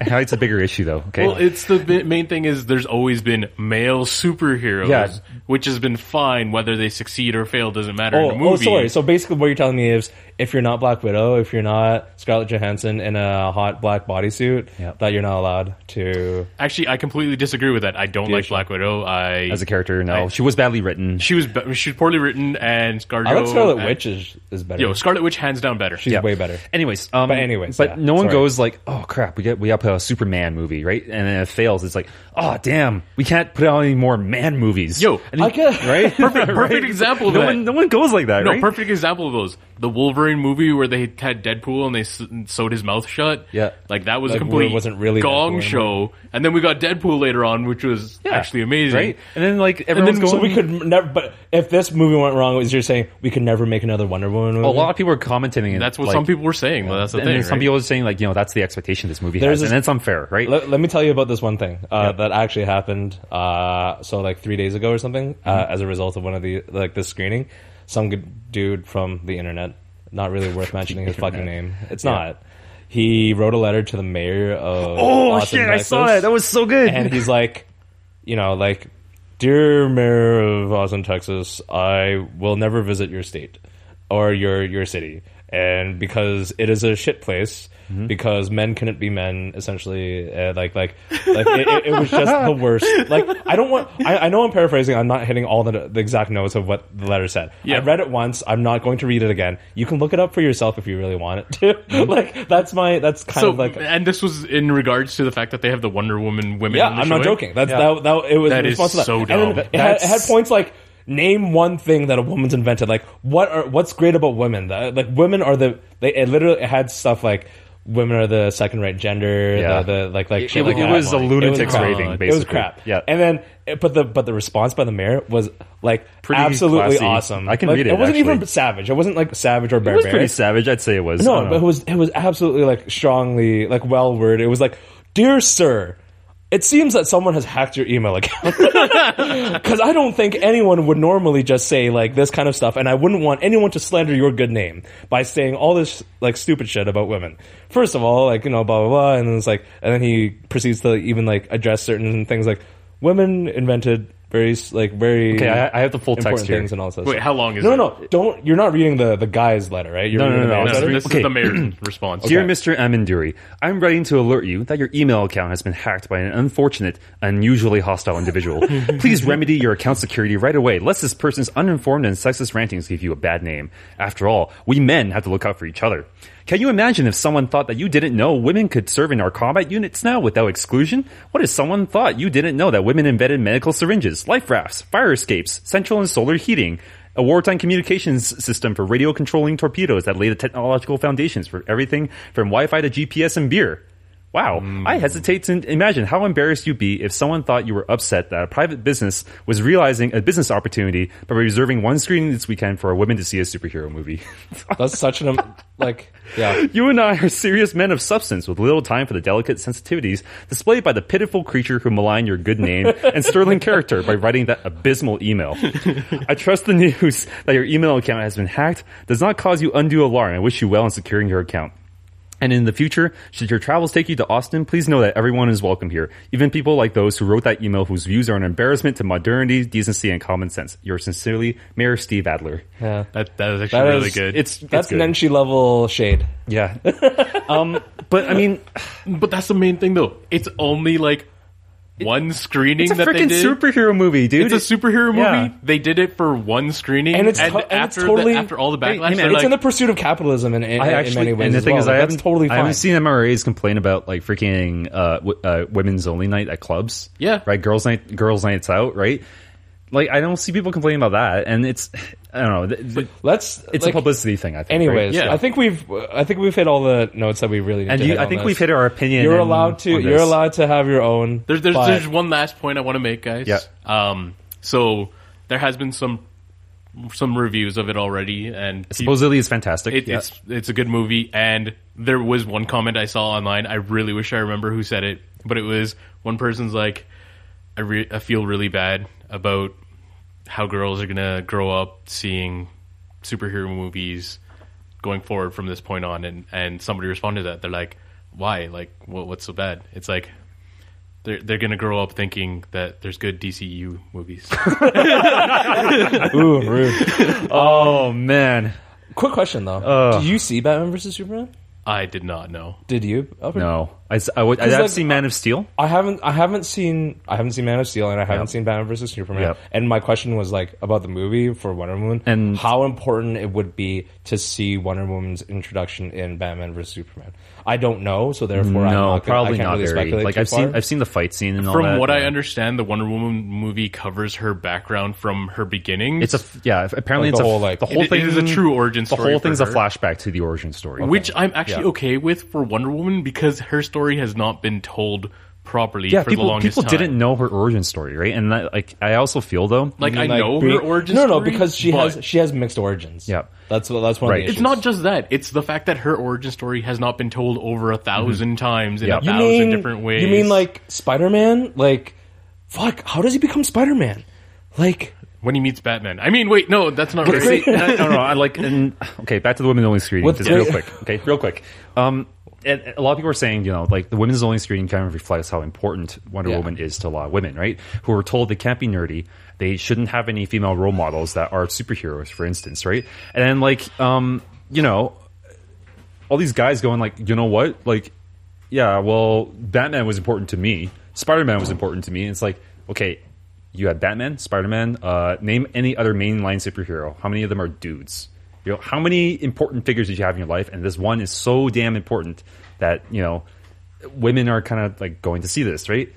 Speaker 3: highlight's a bigger issue though. Okay,
Speaker 2: Well, it's the bi- main thing is there's always been male superheroes,
Speaker 3: Yeah.
Speaker 2: which has been fine whether they succeed or fail doesn't matter in
Speaker 1: oh,
Speaker 2: a
Speaker 1: oh,
Speaker 2: movie.
Speaker 1: sorry. So basically, what you're telling me is, if you're not Black Widow, if you're not Scarlett Johansson in a hot black bodysuit,
Speaker 3: Yep.
Speaker 1: that you're not allowed to.
Speaker 2: Actually, I completely disagree with that. I don't like Black Widow. I
Speaker 3: as a character, no, she was badly written.
Speaker 2: she was ba- she's poorly written and Scarlet.
Speaker 1: I like Scarlet
Speaker 2: uh,
Speaker 1: Witch is, is better.
Speaker 2: Yo, Scarlet Witch hands down better.
Speaker 1: She's way better.
Speaker 3: Anyways, um,
Speaker 1: But anyways,
Speaker 3: but
Speaker 1: yeah,
Speaker 3: no one
Speaker 1: sorry.
Speaker 3: goes like, "Oh crap, we get we got to put out a Superman movie, right?" And then it fails. It's like, "Oh damn, we can't put out any more man movies."
Speaker 2: Yo,
Speaker 3: And you-
Speaker 1: I get-
Speaker 3: right?
Speaker 2: Perfect- perfect example of
Speaker 3: no
Speaker 2: that.
Speaker 3: One, no one goes like that,
Speaker 2: No,
Speaker 3: right?
Speaker 2: perfect example of those. The Wolverine movie where they had Deadpool and they s- sewed his mouth shut.
Speaker 3: Yeah.
Speaker 2: like that was
Speaker 1: Like,
Speaker 2: a complete
Speaker 1: it wasn't really
Speaker 2: gong
Speaker 1: Deadpool
Speaker 2: show. And then we got Deadpool later on, which was actually amazing.
Speaker 3: right? And then like everyone's
Speaker 2: then-
Speaker 3: going.
Speaker 1: So we could never. But if this movie went wrong, as you're saying, we could never make another Wonder Woman movie.
Speaker 3: a lot of people are commenting, and
Speaker 2: That's what
Speaker 3: like,
Speaker 2: some people were saying. Well, that's the
Speaker 3: And
Speaker 2: thing.
Speaker 3: then some
Speaker 2: right?
Speaker 3: people are saying like, you know, that's the expectation this movie
Speaker 1: There's
Speaker 3: has,
Speaker 1: this-
Speaker 3: and it's unfair, right?
Speaker 1: Let, let me tell you about this one thing uh, that actually happened. Uh, so like three days ago or something, uh, as a result of one of the like this screening, some good dude from the internet, not really worth mentioning his fucking name. It's not. He wrote a letter to the mayor of.
Speaker 2: Oh,
Speaker 3: Oh,
Speaker 1: Austin, Texas,
Speaker 3: was so good.
Speaker 1: and he's like, you know, like, dear mayor of Austin, Texas, I will never visit your state or your your city, and because it is a shit place.
Speaker 2: Mm-hmm.
Speaker 1: Because men couldn't be men, essentially, uh, like like like it, it, it was just the worst. Like I don't want. I, I know I'm paraphrasing. I'm not hitting all the, the exact notes of what the letter said.
Speaker 2: Yeah.
Speaker 1: I read it once. I'm not going to read it again. You can look it up for yourself if you really want it to. like that's my that's kind
Speaker 2: Mm-hmm. So,
Speaker 1: of like
Speaker 2: and this was in regards to the fact that they have the Wonder Woman women.
Speaker 1: Yeah,
Speaker 2: in the
Speaker 1: I'm not
Speaker 2: show, eh?
Speaker 1: joking. That's that, that. It was
Speaker 2: That
Speaker 1: in
Speaker 2: is
Speaker 1: response to that.
Speaker 2: so
Speaker 1: And then
Speaker 2: dumb.
Speaker 1: It, had, it had
Speaker 3: That's-
Speaker 1: points like name one thing that a woman's invented. Like what are what's great about women? That- Like women are the they. It literally it had stuff like women are the second rate gender.
Speaker 3: Yeah.
Speaker 1: The, the like like shit
Speaker 3: it,
Speaker 1: like
Speaker 3: it
Speaker 1: that.
Speaker 3: was a
Speaker 1: It
Speaker 3: lunatic's
Speaker 1: crap.
Speaker 3: raving, basically.
Speaker 1: It was crap.
Speaker 3: Yeah.
Speaker 1: And then, it- but the but the response by the mayor was like
Speaker 3: Pretty
Speaker 1: absolutely
Speaker 3: classy.
Speaker 1: awesome.
Speaker 3: I can
Speaker 1: Like,
Speaker 3: read it,
Speaker 1: It wasn't even
Speaker 3: actually.
Speaker 1: savage. It wasn't like savage or
Speaker 3: it was
Speaker 1: barbaric.
Speaker 3: pretty savage, I'd say it was. I
Speaker 1: No,
Speaker 3: don't
Speaker 1: but it
Speaker 3: know.
Speaker 1: was it was absolutely like strongly like well worded. It was like, dear sir, it seems that someone has hacked your email account because I don't think anyone would normally just say like this kind of stuff, and I wouldn't want anyone to slander your good name by saying all this like stupid shit about women. First of all, like you know, blah blah blah, and then it's like, and then he proceeds to even like address certain things like women invented very like very
Speaker 3: okay, I, I have the full
Speaker 1: important
Speaker 3: text here.
Speaker 1: things and all this other
Speaker 2: Wait,
Speaker 1: stuff.
Speaker 2: how long is
Speaker 1: no,
Speaker 2: it?
Speaker 1: no, no, don't. You're not reading the the guy's letter, right? You're
Speaker 3: No,
Speaker 1: reading
Speaker 3: no,
Speaker 1: the
Speaker 3: no,
Speaker 1: man's
Speaker 2: No,
Speaker 1: letter?
Speaker 2: this
Speaker 3: Okay.
Speaker 2: is the mayor's response.
Speaker 3: Dear
Speaker 2: Okay.
Speaker 3: Mr. Amenduri, I'm writing to alert you that your email account has been hacked by an unfortunate, unusually hostile individual. Please remedy your account security right away, lest this person's uninformed and sexist rantings give you a bad name. After all, we men have to look out for each other. Can you imagine if someone thought that you didn't know women could serve in our combat units now without exclusion? What if someone thought you didn't know that women invented medical syringes, life rafts, fire escapes, central and solar heating? a wartime communications system for radio controlling torpedoes that lay the technological foundations for everything from Wi-Fi to GPS and beer. Wow. I hesitate to imagine how embarrassed you'd be if someone thought you were upset that a private business was realizing a business opportunity by reserving one screening this weekend for a woman to see a superhero movie.
Speaker 1: That's such an um, like yeah.
Speaker 3: You and I are serious men of substance with little time for the delicate sensitivities displayed by the pitiful creature who malign your good name and sterling character by writing that abysmal email. I trust the news that your email account has been hacked does not cause you undue alarm. I wish you well in securing your account. And in the future, should your travels take you to Austin, please know that everyone is welcome here. Even people like those who wrote that email whose views are an embarrassment to modernity, decency, and common sense. Yours sincerely, Mayor Steve Adler.
Speaker 1: yeah.
Speaker 2: That that is actually
Speaker 1: That
Speaker 2: really
Speaker 1: is-
Speaker 2: good.
Speaker 3: It's, it's
Speaker 1: That's
Speaker 3: good.
Speaker 1: an entry level shade.
Speaker 3: yeah. um, but I mean,
Speaker 2: but that's the main thing though. It's only like one screening
Speaker 3: it's a
Speaker 2: that they
Speaker 3: freaking
Speaker 2: did.
Speaker 3: superhero movie, dude.
Speaker 2: it's a superhero movie.
Speaker 3: Yeah.
Speaker 2: They did it for one screening,
Speaker 1: And
Speaker 2: and,
Speaker 1: it's to- and it's
Speaker 2: after
Speaker 1: totally-
Speaker 2: the, after all the
Speaker 3: Hey, hey,
Speaker 2: backlash,
Speaker 3: man,
Speaker 2: they're
Speaker 3: it's
Speaker 2: like,
Speaker 1: it's in the pursuit of capitalism in, in,
Speaker 3: I
Speaker 1: in
Speaker 3: actually,
Speaker 1: many ways.
Speaker 3: and the
Speaker 1: as
Speaker 3: thing
Speaker 1: well.
Speaker 3: is,
Speaker 1: Like,
Speaker 3: I
Speaker 1: that's
Speaker 3: haven't,
Speaker 1: totally
Speaker 3: I
Speaker 1: fine.
Speaker 3: haven't seen MRAs complain about like freaking uh, w- uh, women's only night at clubs.
Speaker 2: Yeah.
Speaker 3: right. Girls' night, girls' nights out. Right. Like I don't see people complaining about that, and it's I don't know. th- th-
Speaker 1: Let's.
Speaker 3: it's
Speaker 1: like,
Speaker 3: a publicity thing. I think. right?
Speaker 1: Anyways,
Speaker 2: Yeah.
Speaker 1: I think we've I think we've hit all the notes that we really need
Speaker 3: and
Speaker 1: to
Speaker 3: you,
Speaker 1: hit
Speaker 3: I
Speaker 1: on
Speaker 3: think
Speaker 1: this.
Speaker 3: we've hit our opinion.
Speaker 1: You're
Speaker 3: in-
Speaker 1: allowed to
Speaker 3: on
Speaker 1: you're
Speaker 3: this.
Speaker 1: allowed to have your own.
Speaker 2: There's there's,
Speaker 1: but-
Speaker 2: there's one last point I want to make, guys.
Speaker 3: Yeah.
Speaker 2: Um. So there has been some some reviews of it already, and peop-
Speaker 3: Supposedly, it's fantastic.
Speaker 2: it,
Speaker 3: yeah.
Speaker 2: it's it's a good movie. And there was one comment I saw online. I really wish I remember who said it, but it was one person's like, I re- I feel really bad about how girls are gonna grow up seeing superhero movies going forward from this point on. And and somebody responded to that. They're like, why? Like, what, what's so bad? It's like. They're, they're gonna grow up thinking that there's good DCU movies.
Speaker 1: Ooh, rude.
Speaker 3: oh man,
Speaker 1: Quick question though. Do you see Batman versus Superman?
Speaker 2: I did not know.
Speaker 1: Did you? Albert?
Speaker 3: no. I, s- I would. I
Speaker 1: Because,
Speaker 3: have
Speaker 1: like,
Speaker 3: seen Man of Steel.
Speaker 1: I haven't I haven't seen I haven't seen Man of Steel and I haven't seen Batman versus Superman.
Speaker 3: Yep.
Speaker 1: And my question was like about the movie for Wonder Woman
Speaker 3: And-
Speaker 1: how important it would be to see Wonder Woman's introduction in Batman versus Superman. I don't know, so therefore I'm
Speaker 3: No,
Speaker 1: not gonna,
Speaker 3: probably
Speaker 1: I can't
Speaker 3: not
Speaker 1: really
Speaker 3: very.
Speaker 1: speculate
Speaker 3: Like
Speaker 1: too
Speaker 3: I've seen,
Speaker 1: far.
Speaker 3: I've seen the fight scene and all
Speaker 2: From
Speaker 3: that,
Speaker 2: what I
Speaker 3: yeah.
Speaker 2: understand, the Wonder Woman movie covers her background from her beginning.
Speaker 3: It's a f- yeah. Apparently,
Speaker 1: Like
Speaker 3: it's
Speaker 1: the
Speaker 3: a f-
Speaker 1: whole, like-
Speaker 3: the whole
Speaker 2: It- it
Speaker 3: thing
Speaker 2: is a true origin
Speaker 3: The
Speaker 2: story
Speaker 3: whole
Speaker 2: for
Speaker 3: thing's a
Speaker 2: her.
Speaker 3: flashback to the origin story,
Speaker 2: which I'm actually
Speaker 1: Yeah.
Speaker 2: okay with for Wonder Woman because her story has not been told properly
Speaker 3: yeah,
Speaker 2: for
Speaker 3: people
Speaker 2: the longest
Speaker 3: people
Speaker 2: time.
Speaker 3: didn't know her origin story, right? And that, like, I also feel though,
Speaker 2: like I
Speaker 1: like,
Speaker 2: know
Speaker 1: be-
Speaker 2: her origin.
Speaker 1: No, no,
Speaker 2: story,
Speaker 1: because she
Speaker 2: but
Speaker 1: has she has mixed origins.
Speaker 3: Yep.
Speaker 1: that's what that's one. Of
Speaker 3: Right.
Speaker 1: the
Speaker 3: It's
Speaker 2: It's
Speaker 1: issues.
Speaker 2: not just that; it's the fact that her origin story has not been told over a 1000 times in
Speaker 3: Yeah.
Speaker 2: a
Speaker 3: You
Speaker 2: thousand different ways.
Speaker 1: You Mm-hmm. mean like Spider Man? Like, fuck, how does he become Spider Man? Like,
Speaker 2: when he meets Batman? I mean, wait, no, that's not right.
Speaker 3: See, I, no, no, I like. And, okay, back to the women's only screening,
Speaker 1: With
Speaker 3: just
Speaker 1: the-
Speaker 3: real quick. Okay, real quick. Um, and and a lot of people are saying, you know, like the women's only screening kind of reflects how important Wonder
Speaker 1: Yeah.
Speaker 3: Woman is to a lot of women, right? Who are told they can't be nerdy, they shouldn't have any female role models that are superheroes, for instance, right? And then, like, um, you know, all these guys going like, you know what, like, yeah, well, Batman was important to me, Spider
Speaker 1: Mm-hmm.
Speaker 3: Man was important to me, and it's like, okay, you had Batman, Spider Man, uh, name any other mainline superhero. How many of them are dudes? You know, how many important figures did you have in your life? And this one is so damn important that you know, women are kind of like going to see this, right?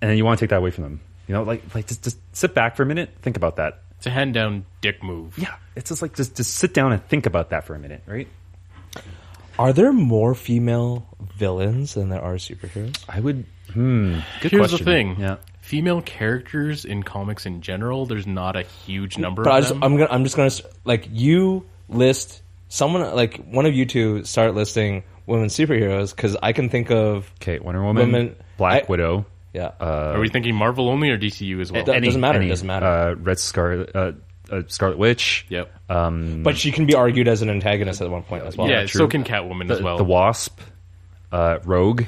Speaker 3: And then you want to take that away from them. You know, like, like just, just sit back for a minute, think about that.
Speaker 2: it's a hand down dick move.
Speaker 3: Yeah, it's just like just just sit down and think about that for a minute, right?
Speaker 1: are there more female villains than there are superheroes?
Speaker 3: I would. Hmm. Good
Speaker 2: Here's
Speaker 3: question.
Speaker 2: the thing:
Speaker 3: Yeah.
Speaker 2: female characters in comics in general, there's not a huge number.
Speaker 1: But
Speaker 2: of
Speaker 1: I just,
Speaker 2: them.
Speaker 1: I'm gonna, I'm just gonna s- like you list someone like one of you two start listing women superheroes because I can think of
Speaker 3: Okay, Wonder Woman,
Speaker 1: Women-
Speaker 3: Black
Speaker 1: I-
Speaker 3: Widow,
Speaker 1: yeah.
Speaker 3: Um,
Speaker 2: Are we thinking Marvel only or DCU as well?
Speaker 1: It doesn't matter, it doesn't matter.
Speaker 3: Uh, Red Scarlet, uh, uh, Scarlet Witch.
Speaker 2: Yep.
Speaker 3: Um,
Speaker 1: but she can be argued as an antagonist at one point as well.
Speaker 2: Uh, yeah,
Speaker 3: true.
Speaker 2: so can Catwoman
Speaker 3: the,
Speaker 2: as well.
Speaker 3: the Wasp, uh, Rogue,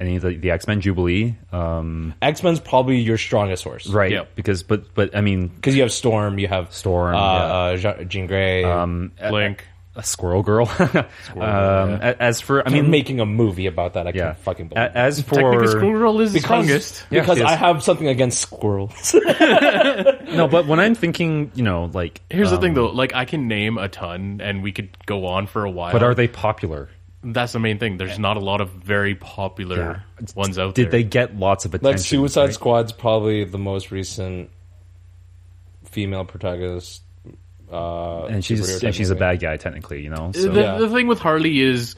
Speaker 3: any of the, the X Men Jubilee. Um,
Speaker 1: X Men's probably your strongest horse,
Speaker 3: right.
Speaker 2: Yep.
Speaker 3: Because, but, but I mean,
Speaker 1: Because you have Storm, you have
Speaker 3: Storm,
Speaker 1: uh,
Speaker 3: yeah.
Speaker 1: uh, Je- Jean Grey.
Speaker 3: um, a,
Speaker 2: Blink.
Speaker 3: a Squirrel Girl. um,
Speaker 2: yeah.
Speaker 3: a- As for, I
Speaker 1: I mean,
Speaker 3: mean,
Speaker 1: making a movie about that, I
Speaker 3: yeah.
Speaker 1: can't fucking believe.
Speaker 3: A- As
Speaker 2: Technically,
Speaker 3: for
Speaker 2: Squirrel is the
Speaker 1: because,
Speaker 2: strongest.
Speaker 3: Yeah,
Speaker 1: because
Speaker 3: she is.
Speaker 1: I have something against squirrels.
Speaker 3: no, but when I'm thinking, you know, like,
Speaker 2: Here's the thing, though. Like, I can name a ton, and we could go on for a while.
Speaker 3: but are they popular?
Speaker 2: that's the main thing. There's not a lot of very popular ones out
Speaker 3: Did
Speaker 2: there.
Speaker 3: they get lots of attention?
Speaker 1: like Suicide
Speaker 3: right?
Speaker 1: Squad's probably the most recent female protagonist. Uh,
Speaker 3: and she's
Speaker 1: superhero
Speaker 3: and she's a
Speaker 1: type movie.
Speaker 3: bad guy technically, you know.
Speaker 2: The,
Speaker 3: So
Speaker 2: the thing with Harley is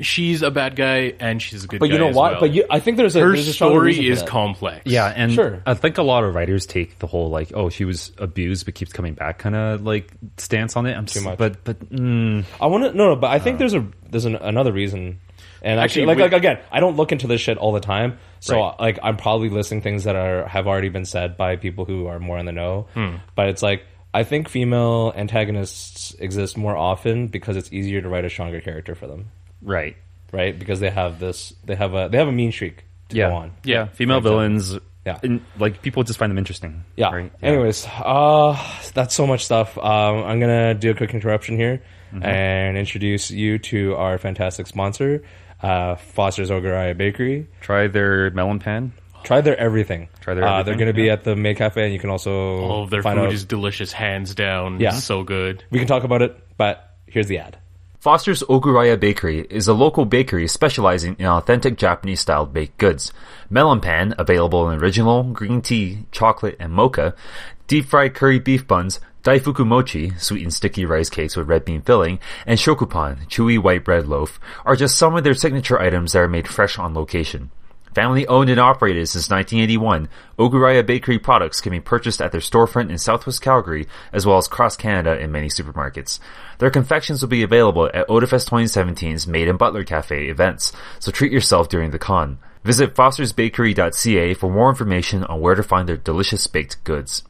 Speaker 2: she's a bad guy and she's a good
Speaker 1: But
Speaker 2: guy.
Speaker 1: you know
Speaker 2: as
Speaker 1: what?
Speaker 2: well.
Speaker 1: But you, I think there's a
Speaker 2: her
Speaker 1: there's a solid reason
Speaker 2: story
Speaker 1: for
Speaker 2: is
Speaker 1: that.
Speaker 2: complex.
Speaker 3: Yeah, and
Speaker 1: Sure.
Speaker 3: I think a lot of writers take the whole like, oh, she was abused but keeps coming back kind of like stance on it. I'm Too
Speaker 1: much.
Speaker 3: but but mm,
Speaker 1: I want to no, no, but I think there's a there's an, another reason. And actually,
Speaker 2: Uh. Actually,
Speaker 1: like,
Speaker 2: we-
Speaker 1: like again, I don't look into this shit all the time, so
Speaker 3: Right.
Speaker 1: like I'm probably listing things that are have already been said by people who are more in the know.
Speaker 2: Hmm.
Speaker 1: But it's like I think female antagonists exist more often because it's easier to write a stronger character for them,
Speaker 3: right,
Speaker 1: right? Because they have this, they have a they have a mean streak to
Speaker 3: yeah,
Speaker 1: go on.
Speaker 3: yeah, female villains,
Speaker 1: Yeah.
Speaker 3: and, like people just find them interesting.
Speaker 1: Yeah.
Speaker 3: right?
Speaker 1: Anyways, uh, that's so much stuff. Um, I'm gonna do a quick interruption here
Speaker 2: Mm-hmm.
Speaker 1: and introduce you to our fantastic sponsor, uh, Foster's Ogariya Bakery.
Speaker 3: Try their melon pan.
Speaker 1: Try their everything.
Speaker 3: Try their
Speaker 1: Uh, they're
Speaker 3: everything,
Speaker 1: gonna be
Speaker 3: yeah.
Speaker 1: at the May Cafe, and you can also
Speaker 2: All of their
Speaker 1: find
Speaker 2: food
Speaker 1: out-
Speaker 2: is delicious, hands down.
Speaker 1: Yeah.
Speaker 2: so good.
Speaker 1: we can talk about it, but here's the ad.
Speaker 4: Foster's Oguraya Bakery is a local bakery specializing in authentic Japanese style baked goods. Melon pan, available in original, green tea, chocolate, and mocha, deep fried curry beef buns, daifuku mochi, sweet and sticky rice cakes with red bean filling, and shokupan, chewy white bread loaf, are just some of their signature items that are made fresh on location. Family owned and operated since 1981, Oguraya Bakery products can be purchased at their storefront in Southwest Calgary, as well as across Canada in many supermarkets. Their confections will be available at Odafest 2017's Made in Butler Cafe events, so treat yourself during the con. Visit fostersbakery.ca for more information on where to find their delicious baked goods.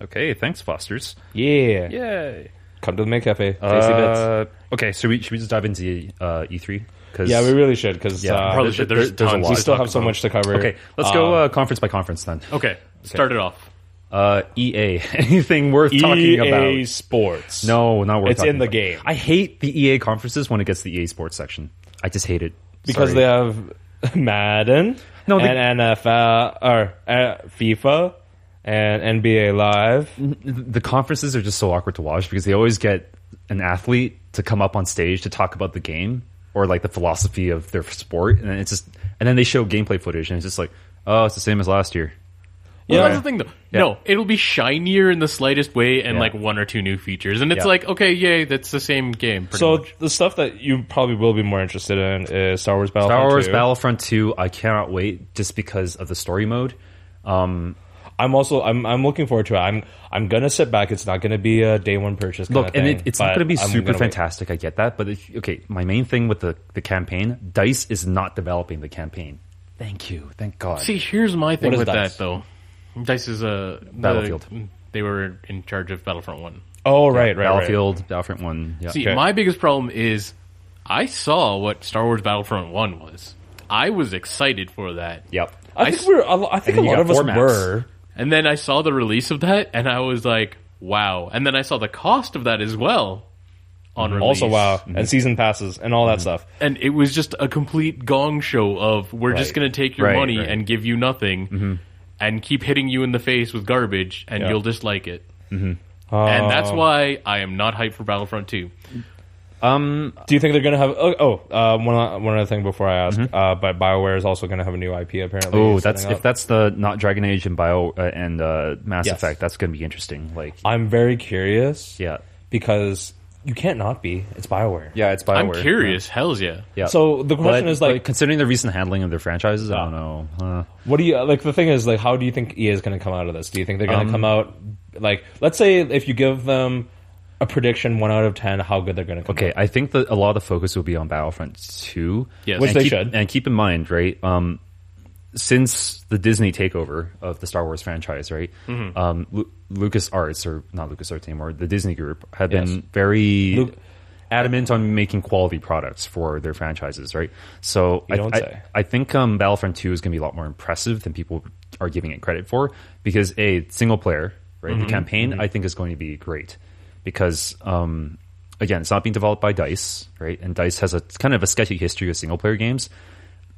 Speaker 3: Okay, thanks, Foster's.
Speaker 1: Yeah.
Speaker 3: Yay.
Speaker 1: Come to the May Cafe. Tasty bits.
Speaker 3: Uh, okay, so we should we just dive into the, uh, E3? Cause,
Speaker 1: Yeah, we really should because
Speaker 3: Yeah,
Speaker 1: uh,
Speaker 2: Probably
Speaker 3: there-
Speaker 2: should.
Speaker 3: there-
Speaker 2: There's,
Speaker 3: there's a
Speaker 2: tons
Speaker 3: lot
Speaker 1: we
Speaker 2: to
Speaker 3: to
Speaker 1: still
Speaker 2: talk
Speaker 1: have so
Speaker 2: about.
Speaker 1: much to cover.
Speaker 3: okay, let's go uh, conference by conference then.
Speaker 2: Okay, start it off.
Speaker 3: Uh, EA, anything worth talking
Speaker 1: EA
Speaker 3: about?
Speaker 1: E Sports.
Speaker 3: No, not worth.
Speaker 1: It's in
Speaker 3: talking
Speaker 1: the
Speaker 3: about.
Speaker 1: game.
Speaker 3: I hate the EA conferences when it gets to the EA Sports section. I just hate it
Speaker 1: because they
Speaker 3: Sorry.
Speaker 1: have Madden,
Speaker 3: No, they-
Speaker 1: and NFL or uh, FIFA and NBA Live.
Speaker 3: the conferences are just so awkward to watch because they always get an athlete to come up on stage to talk about the game or like the philosophy of their sport, and then it's just and then they show gameplay footage, and it's just like, oh, it's the same as last year.
Speaker 2: Well,
Speaker 1: Yeah.
Speaker 2: that's the thing, though. No, it'll be shinier in the slightest way, and like one or two new features, and it's
Speaker 3: Yeah.
Speaker 2: like, okay, yay, that's the same game. Pretty
Speaker 1: So
Speaker 2: much.
Speaker 1: the stuff that you probably will be more interested in is Star Wars Battlefront.
Speaker 3: Star Wars
Speaker 1: 2.
Speaker 3: Battlefront Two, I cannot wait just because of the story mode. Um,
Speaker 1: I'm also I'm I'm looking forward to it. I'm I'm gonna sit back. It's not gonna be a day one purchase.
Speaker 3: look,
Speaker 1: kinda
Speaker 3: and it,
Speaker 1: thing,
Speaker 3: it's not
Speaker 1: but
Speaker 3: going to be
Speaker 1: I'm
Speaker 3: super
Speaker 1: gonna wait.
Speaker 3: fantastic. I get that, but it, okay, my main thing with the the campaign, Dice is not developing the campaign. Thank you, thank God.
Speaker 2: see, here's my thing
Speaker 1: is
Speaker 2: with
Speaker 1: DICE?
Speaker 2: that, though. Dice is a the-
Speaker 3: Battlefield.
Speaker 2: they were in charge of Battlefront One.
Speaker 1: Oh right, right, right.
Speaker 3: Battlefield, Battlefront One. Yeah.
Speaker 2: See,
Speaker 1: Okay.
Speaker 2: my biggest problem is I saw what Star Wars Battlefront One was. I was excited for that.
Speaker 3: yep.
Speaker 1: I think we're. a lo- I think a
Speaker 3: then
Speaker 1: lot
Speaker 3: you got
Speaker 1: of us
Speaker 3: four maps.
Speaker 1: were.
Speaker 2: And then I saw the release of that, and I was like, wow. And then I saw the cost of that as well on release.
Speaker 1: Also, wow, and season passes and
Speaker 3: Mm-hmm.
Speaker 1: all that stuff.
Speaker 2: And it was just a complete gong show of we're just
Speaker 3: Right.
Speaker 2: going to take your
Speaker 3: Right,
Speaker 2: money
Speaker 3: right. Mm-hmm.
Speaker 2: and give you nothing and keep hitting you in the face with garbage, and
Speaker 1: Yeah.
Speaker 2: you'll dislike it. And that's
Speaker 3: Um,
Speaker 2: why I am not hyped for Battlefront 2.
Speaker 1: Do you think they're gonna have? Oh, oh uh, one one other thing before I ask. Uh, but Bioware is also gonna have a new IP apparently.
Speaker 3: Oh, Mm-hmm. that's
Speaker 1: setting up.
Speaker 3: if that's the not Dragon Age and Bio uh, and uh, Mass
Speaker 1: Yes.
Speaker 3: Effect. That's going to be interesting. Like,
Speaker 1: I'm very curious.
Speaker 3: yeah,
Speaker 1: Because you can't not be. It's Bioware.
Speaker 3: yeah, it's Bioware.
Speaker 2: I'm curious. Hells yeah.
Speaker 3: Yeah.
Speaker 1: So the
Speaker 3: But,
Speaker 1: question is like,
Speaker 3: considering the recent handling of their franchises, I don't know. Uh,
Speaker 1: what do you like? The thing is like, how do you think EA is going to come out of this? Do you think they're going
Speaker 3: Um,
Speaker 1: to come out like, let's say if you give them a prediction one out of ten, how good they're going to come?
Speaker 3: okay, I think that a lot of the focus will be on Battlefront Two.
Speaker 2: Yes.
Speaker 1: Which
Speaker 3: and
Speaker 1: they
Speaker 3: keep,
Speaker 1: should.
Speaker 3: And keep in mind, right? Um, since the Disney takeover of the Star Wars franchise, right?
Speaker 1: Mm-hmm.
Speaker 3: Um, Lu- Lucas Arts or not Lucas Arts anymore, the Disney Group have
Speaker 1: Yes.
Speaker 3: been very
Speaker 1: Lu-
Speaker 3: adamant on making quality products for their franchises, right? So I,
Speaker 1: don't
Speaker 3: I,
Speaker 1: say.
Speaker 3: I think um, Battlefront Two is going to be a lot more impressive than people are giving it credit for because a it's single player, right?
Speaker 1: Mm-hmm.
Speaker 3: The campaign I think is going to be great because um, again, it's not being developed by Dice, right? And Dice has a kind of a sketchy history of single player games.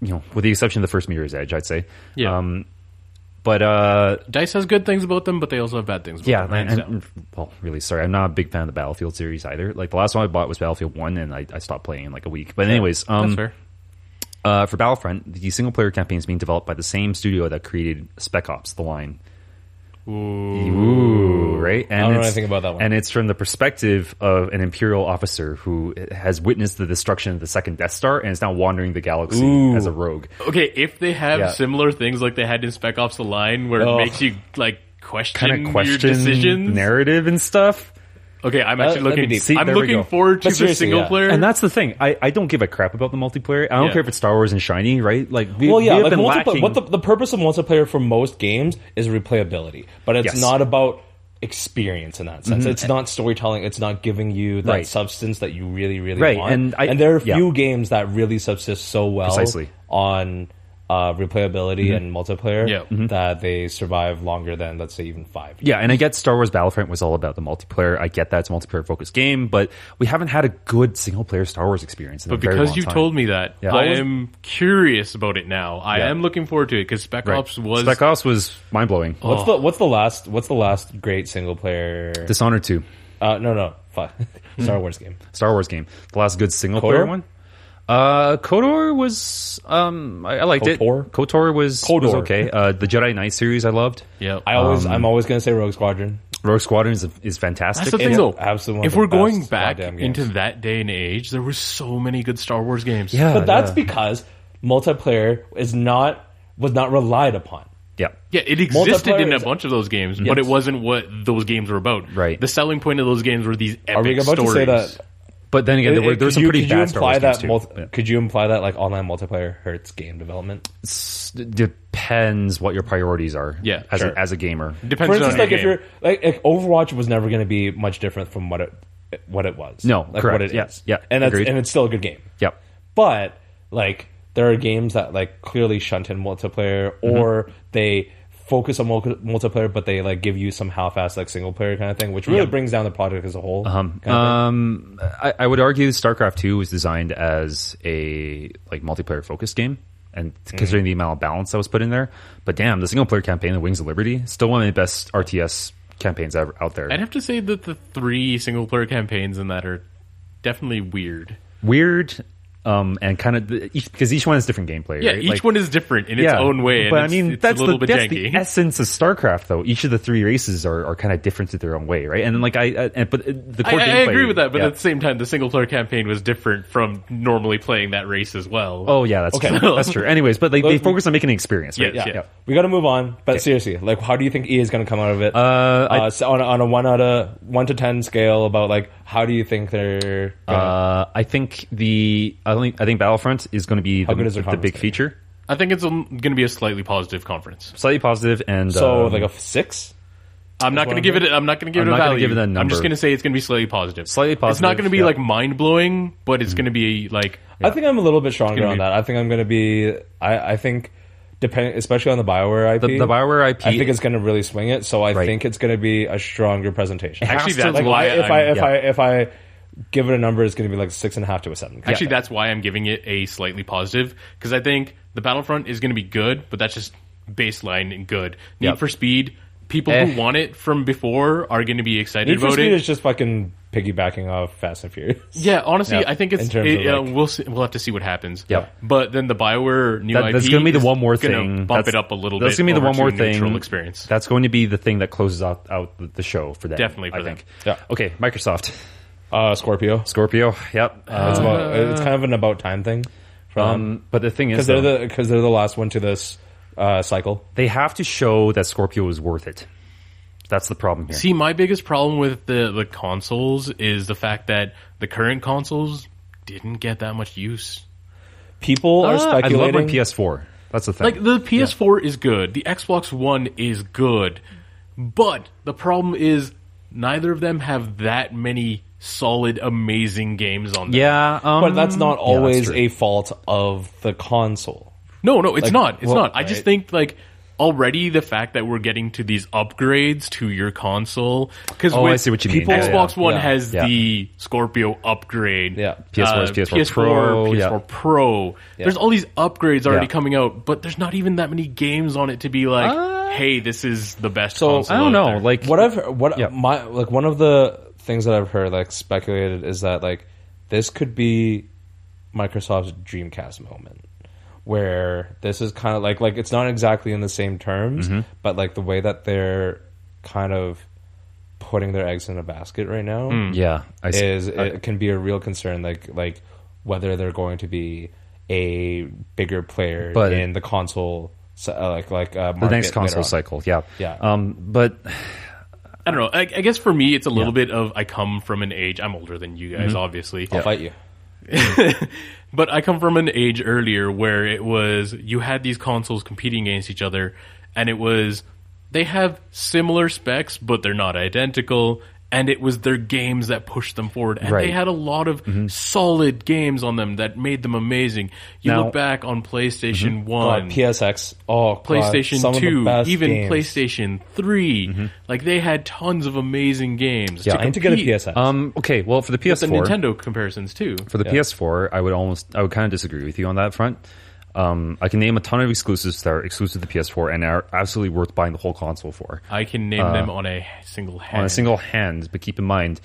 Speaker 3: You know, with the exception of the first Mirror's Edge, I'd say.
Speaker 2: Yeah.
Speaker 3: Um, but uh,
Speaker 2: Dice has good things about them, but they also have bad things about
Speaker 3: yeah,
Speaker 2: them. hands
Speaker 3: and,
Speaker 2: down.
Speaker 3: and- well, really sorry. I'm not a big fan of the Battlefield series either. Like the last one I bought was Battlefield One, and I, I stopped playing in like a week. But anyways,
Speaker 2: That's
Speaker 3: um,
Speaker 2: fair.
Speaker 3: uh, for Battlefront, the single player campaign is being developed by the same studio that created Spec Ops: The Line, Ooh, right? And
Speaker 1: I don't know
Speaker 3: it's-
Speaker 1: anything about that one.
Speaker 3: And it's from the perspective of an Imperial officer who has witnessed the destruction of the second Death Star and is now wandering the galaxy
Speaker 1: Ooh.
Speaker 3: as a rogue.
Speaker 2: Okay, if they have
Speaker 3: Yeah.
Speaker 2: similar things like they had in Spec Ops: The Line, where it
Speaker 1: Ugh.
Speaker 2: makes you like question,
Speaker 3: Kind of
Speaker 2: your
Speaker 3: question Uh,
Speaker 2: decisions.
Speaker 3: narrative and stuff.
Speaker 2: okay, I'm
Speaker 1: that'd
Speaker 2: actually
Speaker 1: be
Speaker 2: looking.
Speaker 1: deep.
Speaker 3: See,
Speaker 2: I'm
Speaker 3: there we go.
Speaker 2: looking forward to
Speaker 1: But
Speaker 2: the
Speaker 1: seriously,
Speaker 2: single
Speaker 1: yeah.
Speaker 2: player.
Speaker 3: And that's the thing. I, I don't give a crap about the multiplayer. I don't
Speaker 2: Yeah.
Speaker 3: care if it's Star Wars and Shiny, right? Like, we,
Speaker 1: Well, yeah,
Speaker 3: we have
Speaker 1: like
Speaker 3: been
Speaker 1: multiple-
Speaker 3: lacking.
Speaker 1: what the, the purpose of multiplayer for most games is replayability, but it's
Speaker 3: Yes. Mm-hmm.
Speaker 1: not about experience in that sense. It's not storytelling. It's not giving you that
Speaker 3: Right.
Speaker 1: substance that you really, really
Speaker 3: Right,
Speaker 1: want.
Speaker 3: and I-
Speaker 1: and there are
Speaker 3: yeah.
Speaker 1: few games that really subsist so well
Speaker 3: Precisely. Mm-hmm.
Speaker 1: on uh, replayability and multiplayer
Speaker 2: Yeah.
Speaker 1: that they survive longer than, let's say, even five. years.
Speaker 3: Yeah, and I get Star Wars Battlefront was all about the multiplayer. I get that it's a multiplayer focused game, but we haven't had a good single player Star Wars experience. In
Speaker 2: but because you told me that,
Speaker 3: Yeah.
Speaker 2: I
Speaker 3: I was-
Speaker 2: am curious about it now. I
Speaker 3: Yeah.
Speaker 2: am looking forward to it because Spec Ops was Oh.
Speaker 3: Spec Ops was mind blowing.
Speaker 1: What's the what's the last what's the last great single player?
Speaker 3: Dishonored two,
Speaker 1: Uh, no, no, fuck,
Speaker 3: Hmm.
Speaker 1: Star Wars game.
Speaker 3: Star Wars game, the last good single player
Speaker 1: KOTOR?
Speaker 3: one. Uh, Kotor was um, I, I liked
Speaker 1: KOTOR?
Speaker 3: it. Kotor was was
Speaker 1: KOTOR.
Speaker 3: okay. Uh, the Jedi Knight series I loved.
Speaker 2: yeah.
Speaker 1: I always
Speaker 3: Um,
Speaker 1: I'm always gonna say Rogue Squadron.
Speaker 3: Rogue Squadron is, is fantastic.
Speaker 2: That's the thing,
Speaker 1: It's
Speaker 2: though.
Speaker 1: absolutely one of
Speaker 2: if
Speaker 1: the
Speaker 2: we're going
Speaker 1: best
Speaker 2: back
Speaker 1: goddamn games.
Speaker 2: into that day and age, there were so many good Star Wars games.
Speaker 3: yeah,
Speaker 1: but that's
Speaker 3: Ah, yeah.
Speaker 1: because multiplayer is not was not relied upon.
Speaker 3: yeah.
Speaker 2: Yeah, it existed
Speaker 1: Multiplayer
Speaker 2: in a
Speaker 1: is-
Speaker 2: bunch of those games, but it wasn't what those games were about.
Speaker 3: Right.
Speaker 2: The selling point of those games were these epic
Speaker 1: Are we about
Speaker 2: stories.
Speaker 1: to say that?
Speaker 3: But then again, there were, there were
Speaker 1: could
Speaker 3: some
Speaker 1: you-
Speaker 3: pretty
Speaker 1: could you
Speaker 3: bad Star Wars
Speaker 1: imply
Speaker 3: games
Speaker 1: that
Speaker 3: too.
Speaker 1: multi-
Speaker 3: Yeah.
Speaker 1: Could you imply that like online multiplayer hurts game development?
Speaker 3: S- depends what your priorities are.
Speaker 2: Yeah,
Speaker 3: as
Speaker 2: sure.
Speaker 3: a, as a gamer.
Speaker 1: For
Speaker 2: Depends
Speaker 1: instance,
Speaker 2: on your
Speaker 1: like if
Speaker 2: game.
Speaker 1: you're like, like Overwatch was never going to be much different from what it what it was.
Speaker 3: No,
Speaker 1: like
Speaker 3: correct.
Speaker 1: what it is.
Speaker 3: Yeah, yeah,
Speaker 1: and that's,
Speaker 3: agreed.
Speaker 1: and it's still a good game.
Speaker 3: Yep.
Speaker 1: but like there are games that like clearly shunt in multiplayer
Speaker 3: Mm-hmm.
Speaker 1: or they focus on mul- multiplayer but they like give you some half-ass like single player kind of thing which really brings down the product as a whole
Speaker 3: Uh-huh.
Speaker 1: um,
Speaker 3: Um, I, I would argue StarCraft Two was designed as a like multiplayer focused game, and
Speaker 2: Mm.
Speaker 3: considering the amount of balance that was put in there, but damn, the single player campaign, The Wings of Liberty, still one of the best RTS campaigns ever out there.
Speaker 2: I'd have to say that the three single player campaigns in that are definitely weird.
Speaker 3: Weird, um, and kind of each because each one has different gameplay.
Speaker 2: Yeah,
Speaker 3: right?
Speaker 2: each
Speaker 3: Like-
Speaker 2: one is different in its own way. And
Speaker 3: But
Speaker 2: it's,
Speaker 3: I mean,
Speaker 2: it's
Speaker 3: that's
Speaker 2: a little
Speaker 3: the
Speaker 2: bit
Speaker 3: that's
Speaker 2: janky.
Speaker 3: the essence of StarCraft, though. Each of the three races are, are kind of different in their own way, right? And like I, I and, but uh, the
Speaker 2: I,
Speaker 3: core
Speaker 2: I
Speaker 3: gameplay,
Speaker 2: agree with that, but
Speaker 3: yeah.
Speaker 2: at the same time, the single player campaign was different from normally playing that race as well.
Speaker 3: oh yeah, that's true. That's true. Anyways, but like, they focus on making an experience, right?
Speaker 2: Yeah,
Speaker 1: yeah. we got to move on but seriously like how do you think EA is going to come out of it uh, so on, a- on a 1 out of 1 to 10 scale about like how do you think they're gonna,
Speaker 3: Uh, I think the I think I think Battlefront is going to be the,
Speaker 1: good is their
Speaker 3: the big
Speaker 1: conference
Speaker 3: feature.
Speaker 2: I think it's going to be a slightly positive conference.
Speaker 3: Slightly positive, and
Speaker 1: so
Speaker 3: um,
Speaker 1: like a 6
Speaker 2: I'm not
Speaker 1: what
Speaker 2: going to
Speaker 1: I'm
Speaker 2: give it. A, I'm not going to give
Speaker 3: I'm
Speaker 2: it a
Speaker 3: not gonna
Speaker 2: value.
Speaker 3: give it a
Speaker 2: I'm just
Speaker 3: number.
Speaker 2: going to say it's going to be slightly positive.
Speaker 3: Slightly
Speaker 2: It's not
Speaker 3: positive,
Speaker 2: going to be
Speaker 3: yeah. Mm-hmm.
Speaker 2: like mind blowing, but it's going to be like
Speaker 1: I think I'm a little bit stronger
Speaker 2: gonna
Speaker 1: on
Speaker 2: be-
Speaker 1: that I think I'm going to be I, I think depending especially on the BioWare IP
Speaker 3: the, the Bioware IP.
Speaker 1: I think it's going to really swing it. So I
Speaker 3: Right.
Speaker 1: think it's going to be a stronger presentation.
Speaker 3: has
Speaker 2: actually
Speaker 3: to,
Speaker 2: that's
Speaker 1: like
Speaker 2: why
Speaker 1: I, if I
Speaker 2: I'm-
Speaker 1: if
Speaker 3: yeah.
Speaker 1: I if I give it a number, it's going to be like six and a half to a seven.
Speaker 2: actually that's why I'm giving it a slightly positive because I think the Battlefront is going to be good, but that's just baseline and good. Need
Speaker 3: Yep.
Speaker 2: for Speed, people
Speaker 3: Eh.
Speaker 2: who want it from before are going to be excited
Speaker 1: Need for
Speaker 2: about
Speaker 1: Speed
Speaker 2: it.
Speaker 1: is just fucking piggybacking off Fast and Furious.
Speaker 2: Yeah, honestly,
Speaker 1: Yeah,
Speaker 2: I think it's
Speaker 1: in terms
Speaker 2: it,
Speaker 1: of,
Speaker 2: uh,
Speaker 1: like-
Speaker 2: we'll see, we'll have to see what happens.
Speaker 3: Yeah.
Speaker 2: but then the Bioware new
Speaker 3: That-
Speaker 2: IP
Speaker 3: that's going to be the
Speaker 2: is
Speaker 3: one more
Speaker 2: gonna
Speaker 3: thing.
Speaker 2: bump
Speaker 3: that's,
Speaker 2: it up a little.
Speaker 3: That's
Speaker 2: bit
Speaker 3: gonna be the
Speaker 2: over
Speaker 3: one
Speaker 2: to
Speaker 3: more
Speaker 2: a neutral
Speaker 3: thing.
Speaker 2: experience.
Speaker 3: That's going to be the thing that closes out, out the- the show for them.
Speaker 2: Definitely for
Speaker 3: I
Speaker 2: them.
Speaker 3: think.
Speaker 1: Yeah.
Speaker 3: Okay, Microsoft,
Speaker 1: Uh, Scorpio.
Speaker 3: Scorpio. Yep.
Speaker 1: It's,
Speaker 3: Uh,
Speaker 1: about, it's kind of an about time thing. From
Speaker 3: um, but the thing is,
Speaker 1: because they're
Speaker 3: though,
Speaker 1: the because they're the last one to this uh, cycle.
Speaker 3: they have to show that Scorpio is worth it. That's the problem here.
Speaker 2: See, my biggest problem with the, the consoles is the fact that the current consoles didn't get that much use.
Speaker 1: People are
Speaker 3: Ah, I love my
Speaker 1: speculating.
Speaker 3: PS4. That's the thing.
Speaker 2: Like the PS4 is good, the Xbox One is good, but the problem is neither of them have that many solid, amazing games on them.
Speaker 3: yeah, um,
Speaker 1: but that's not
Speaker 3: yeah, that's
Speaker 1: always
Speaker 3: true.
Speaker 1: a fault of the console.
Speaker 2: No, no, it's not. It's
Speaker 1: well,
Speaker 2: not. I just
Speaker 1: right.
Speaker 2: think like already the fact that we're getting to these upgrades to your console because
Speaker 3: Oh, I see what you mean. Yeah,
Speaker 2: Xbox
Speaker 1: yeah,
Speaker 2: One
Speaker 1: yeah,
Speaker 2: has
Speaker 3: yeah.
Speaker 2: the Scorpio upgrade. Uh,
Speaker 1: Yeah.
Speaker 3: PS4 is PS4 Pro,
Speaker 2: PS4
Speaker 3: yeah.
Speaker 2: Pro. There's all these upgrades already
Speaker 3: Yeah.
Speaker 2: coming out, but there's not even that many games on it to be like, hey, this is the best.
Speaker 1: so,
Speaker 2: console
Speaker 3: Uh, I don't
Speaker 2: out
Speaker 3: know.
Speaker 2: there.
Speaker 3: Like
Speaker 1: what I've heard- what
Speaker 3: Yeah.
Speaker 1: my like one of the things that I've heard like speculated is that like this could be Microsoft's Dreamcast moment
Speaker 3: Mm-hmm.
Speaker 1: where this is kind of like like it's not exactly in the same terms but like the way that they're kind of putting their eggs in a basket right now
Speaker 3: Yeah, Mm. I see.
Speaker 1: is it can be a real concern like like whether they're going to be a bigger player
Speaker 3: But-
Speaker 1: in the console s- uh, like like uh,
Speaker 3: the
Speaker 1: market
Speaker 3: next
Speaker 1: later
Speaker 3: console
Speaker 1: on.
Speaker 3: cycle. Yeah,
Speaker 1: Yeah.
Speaker 3: Um, but
Speaker 2: I don't know. I, I guess for me, it's a little bit of I come from an age. I'm older than you
Speaker 3: Mm-hmm.
Speaker 2: guys, obviously.
Speaker 1: I'll fight you.
Speaker 2: But I come from an age earlier where it was you had these consoles competing against each other, and it was they have similar specs, but they're not identical. And it was their games that pushed them forward, and
Speaker 3: Right.
Speaker 2: they had a lot of
Speaker 1: Mm-hmm.
Speaker 2: solid games on them that made them amazing. You
Speaker 3: Now-
Speaker 2: look back on
Speaker 1: God,
Speaker 2: PlayStation One,
Speaker 1: PSX, oh God,
Speaker 2: PlayStation
Speaker 1: some of the best
Speaker 2: Two, even
Speaker 1: games. Mm-hmm.
Speaker 2: PlayStation 3 Like they had tons of amazing games.
Speaker 1: Yeah, I need to get a
Speaker 2: compete
Speaker 1: PSX.
Speaker 3: um, okay. Well, for the
Speaker 2: with The
Speaker 3: PS4,
Speaker 2: Nintendo comparisons too.
Speaker 3: for the PS4, I would almost, I would kind of disagree with you on that front. Um, I can name a ton of exclusives that are exclusive to PS4 and are absolutely worth buying the whole console for.
Speaker 2: I can
Speaker 1: Uh,
Speaker 2: name them on a single hand.
Speaker 3: on a single hand. But keep in mind,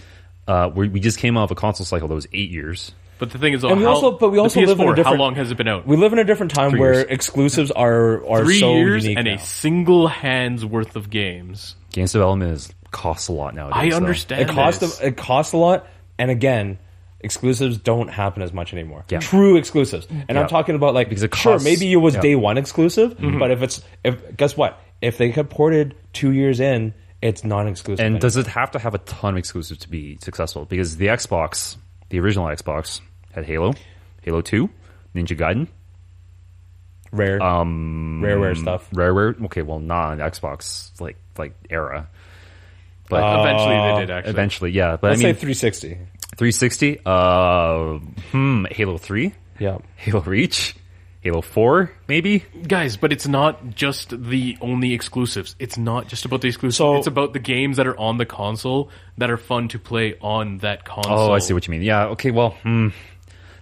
Speaker 3: uh, we, we just came out of a console cycle that was eight years.
Speaker 2: But the thing is,
Speaker 1: And we
Speaker 2: how,
Speaker 1: also- but we
Speaker 2: the
Speaker 1: also
Speaker 2: PS4,
Speaker 1: live in a
Speaker 2: how
Speaker 1: different-
Speaker 2: long has it been out?
Speaker 1: we live in a different time where
Speaker 3: years.
Speaker 1: exclusives are are
Speaker 2: Three
Speaker 1: so
Speaker 2: years
Speaker 1: unique
Speaker 2: and
Speaker 1: now.
Speaker 2: a single hand's worth of games.
Speaker 3: Games development is, costs a lot nowadays.
Speaker 2: I
Speaker 3: though.
Speaker 2: understand.
Speaker 1: it costs
Speaker 2: this.
Speaker 1: a, it costs a lot and again exclusives don't happen as much anymore true exclusives and i'm talking about like
Speaker 3: it
Speaker 1: sure
Speaker 3: costs-
Speaker 1: maybe it was
Speaker 3: yeah.
Speaker 1: day one exclusive
Speaker 2: Mm-hmm.
Speaker 1: but if it's if guess what if they get ported two years in it's non-exclusive
Speaker 3: And
Speaker 1: anymore.
Speaker 3: does it have to have a ton of exclusives to be successful? Because the Xbox, the original Xbox, had Halo, Halo Two, Ninja Gaiden,
Speaker 1: rare um rare rare stuff
Speaker 3: Rareware. Okay, well, not on Xbox like like era. But
Speaker 2: Eventually,
Speaker 1: Uh,
Speaker 2: they did actually.
Speaker 3: eventually, yeah. But
Speaker 1: let's
Speaker 3: I mean,
Speaker 1: say 360
Speaker 3: 360. Uh, hmm. Halo Three,
Speaker 1: yeah
Speaker 3: Halo Reach, Halo Four, maybe.
Speaker 2: Guys, but it's not just the only exclusives. It's not just about the exclusives.
Speaker 1: So-
Speaker 2: it's about the games that are on the console that are fun to play on that console.
Speaker 3: Oh, I see what you mean. Yeah. Okay. Well, hmm.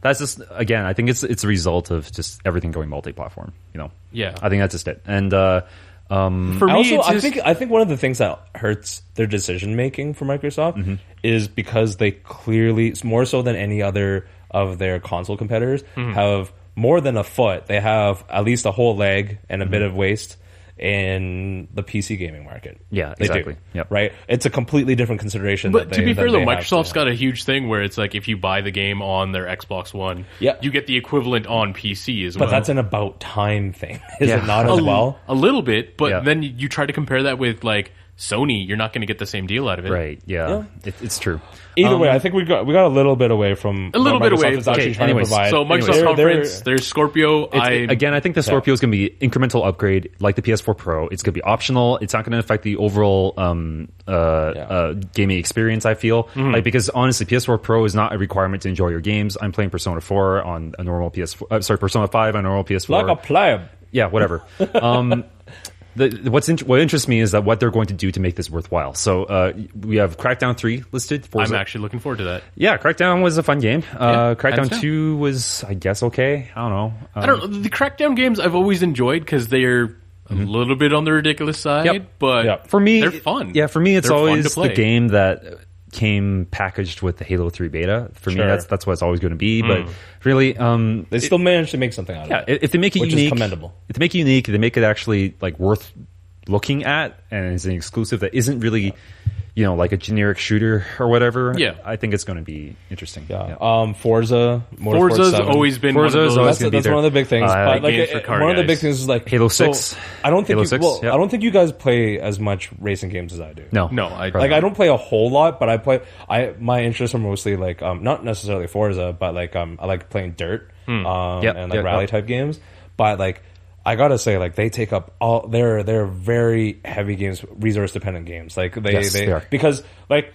Speaker 3: that's just again. I think it's it's a result of just everything going multi-platform. You know.
Speaker 2: Yeah.
Speaker 3: I think that's just it. And uh, um,
Speaker 2: For me,
Speaker 1: I also
Speaker 2: it's
Speaker 1: I
Speaker 2: just-
Speaker 1: think I think one of the things that hurts their decision making for Microsoft
Speaker 2: Mm-hmm.
Speaker 1: is because they clearly more so than any other of their console competitors
Speaker 2: Mm-hmm.
Speaker 1: have more than a foot. They have at least a whole leg and a bit
Speaker 2: Mm-hmm.
Speaker 1: of waist in the PC gaming market.
Speaker 3: Yeah,
Speaker 1: They do,
Speaker 3: exactly. Yep.
Speaker 1: Right? It's a completely different consideration.
Speaker 2: But
Speaker 1: that
Speaker 2: to
Speaker 1: they-
Speaker 2: be
Speaker 1: that
Speaker 2: fair, though,
Speaker 1: they have,
Speaker 2: Microsoft's
Speaker 1: yeah.
Speaker 2: got a huge thing where it's like if you buy the game on their Xbox One,
Speaker 1: Yeah.
Speaker 2: you get the equivalent on PC as
Speaker 1: But
Speaker 2: well.
Speaker 1: that's an about time thing, is
Speaker 3: Yeah.
Speaker 1: it not
Speaker 2: a,
Speaker 1: as well?
Speaker 2: a little bit, but
Speaker 3: Yeah.
Speaker 2: then you try to compare that with like Sony, you're not going to get the same deal out of it.
Speaker 3: right. Yeah. It, it's true.
Speaker 1: Either way, I think we got we got a little bit away from
Speaker 2: um, A little
Speaker 1: what
Speaker 2: bit away.
Speaker 1: Microsoft is actually
Speaker 3: Okay,
Speaker 1: trying
Speaker 3: anyways,
Speaker 1: to provide.
Speaker 2: So Microsoft
Speaker 1: They're- they're-
Speaker 2: conference, there's Scorpio.
Speaker 3: It's,
Speaker 2: I
Speaker 3: again, I think the Scorpio is going to be incremental upgrade, like the PS4 Pro. It's going to be optional. It's not going to affect the overall um, uh, uh, gaming experience. I feel
Speaker 2: Mm-hmm.
Speaker 3: like because honestly, PS4 Pro is not a requirement to enjoy your games. I'm playing Persona 4 on a normal PS4. Uh, sorry, Persona 5 on a normal PS4.
Speaker 1: like a pleb.
Speaker 3: yeah, whatever. Um, the, the- what's int- what interests me is that what they're going to do to make this worthwhile. So uh, we have Crackdown three listed.
Speaker 2: I'm
Speaker 3: Forza-
Speaker 2: actually looking forward to that.
Speaker 3: yeah, Crackdown was a fun game. Uh,
Speaker 2: Yeah, hands
Speaker 3: Crackdown
Speaker 2: down.
Speaker 3: two was, I guess, okay. I don't know. Um,
Speaker 2: I don't know. The Crackdown games I've always enjoyed because they're a little bit on the ridiculous side,
Speaker 3: Mm-hmm. Yep.
Speaker 2: but
Speaker 1: Yep.
Speaker 3: for me,
Speaker 2: they're fun.
Speaker 3: Yeah, for me, it's
Speaker 2: They're fun to
Speaker 3: always the
Speaker 2: play.
Speaker 3: game that came packaged with the Halo three beta. For me,
Speaker 1: Sure.
Speaker 3: that's that's what it's always going to be.
Speaker 2: Mm.
Speaker 3: But really, um,
Speaker 1: They still managed to make something out of
Speaker 3: yeah,
Speaker 1: it.
Speaker 3: i- if they make it
Speaker 1: Which is
Speaker 3: unique,
Speaker 1: commendable.
Speaker 3: If they make it unique, they make it actually like worth looking at, and it's an exclusive that isn't really, you know, like a generic shooter or whatever.
Speaker 2: Yeah.
Speaker 3: I think it's going to be interesting.
Speaker 1: Yeah. Um, Forza, Motorsport
Speaker 2: Forza's
Speaker 1: 7.
Speaker 2: always been one of
Speaker 3: Forza's
Speaker 2: those.
Speaker 3: always
Speaker 1: That's,
Speaker 3: gonna be
Speaker 1: that's
Speaker 3: there.
Speaker 1: one of the big things.
Speaker 3: Uh,
Speaker 1: but like,
Speaker 2: games for
Speaker 1: it-
Speaker 2: car
Speaker 1: one of the
Speaker 2: guys.
Speaker 1: big things is like
Speaker 3: Halo
Speaker 1: so,
Speaker 3: 6.
Speaker 1: I don't think
Speaker 3: Halo
Speaker 1: you,
Speaker 3: 6,
Speaker 1: well,
Speaker 3: yeah.
Speaker 1: I don't think you guys play as much racing games as I do.
Speaker 3: No,
Speaker 2: No, I-
Speaker 1: Like I don't play a whole lot, but I play. I my interests are mostly like um not necessarily Forza, but like um I like playing dirt, um
Speaker 3: Hmm. Yep,
Speaker 1: and like
Speaker 3: yep,
Speaker 1: rally
Speaker 3: yep.
Speaker 1: type games. But like I gotta say, like they take up all they're they're very heavy games, resource dependent games. Like they
Speaker 3: Yes,
Speaker 1: they,
Speaker 3: they are.
Speaker 1: because like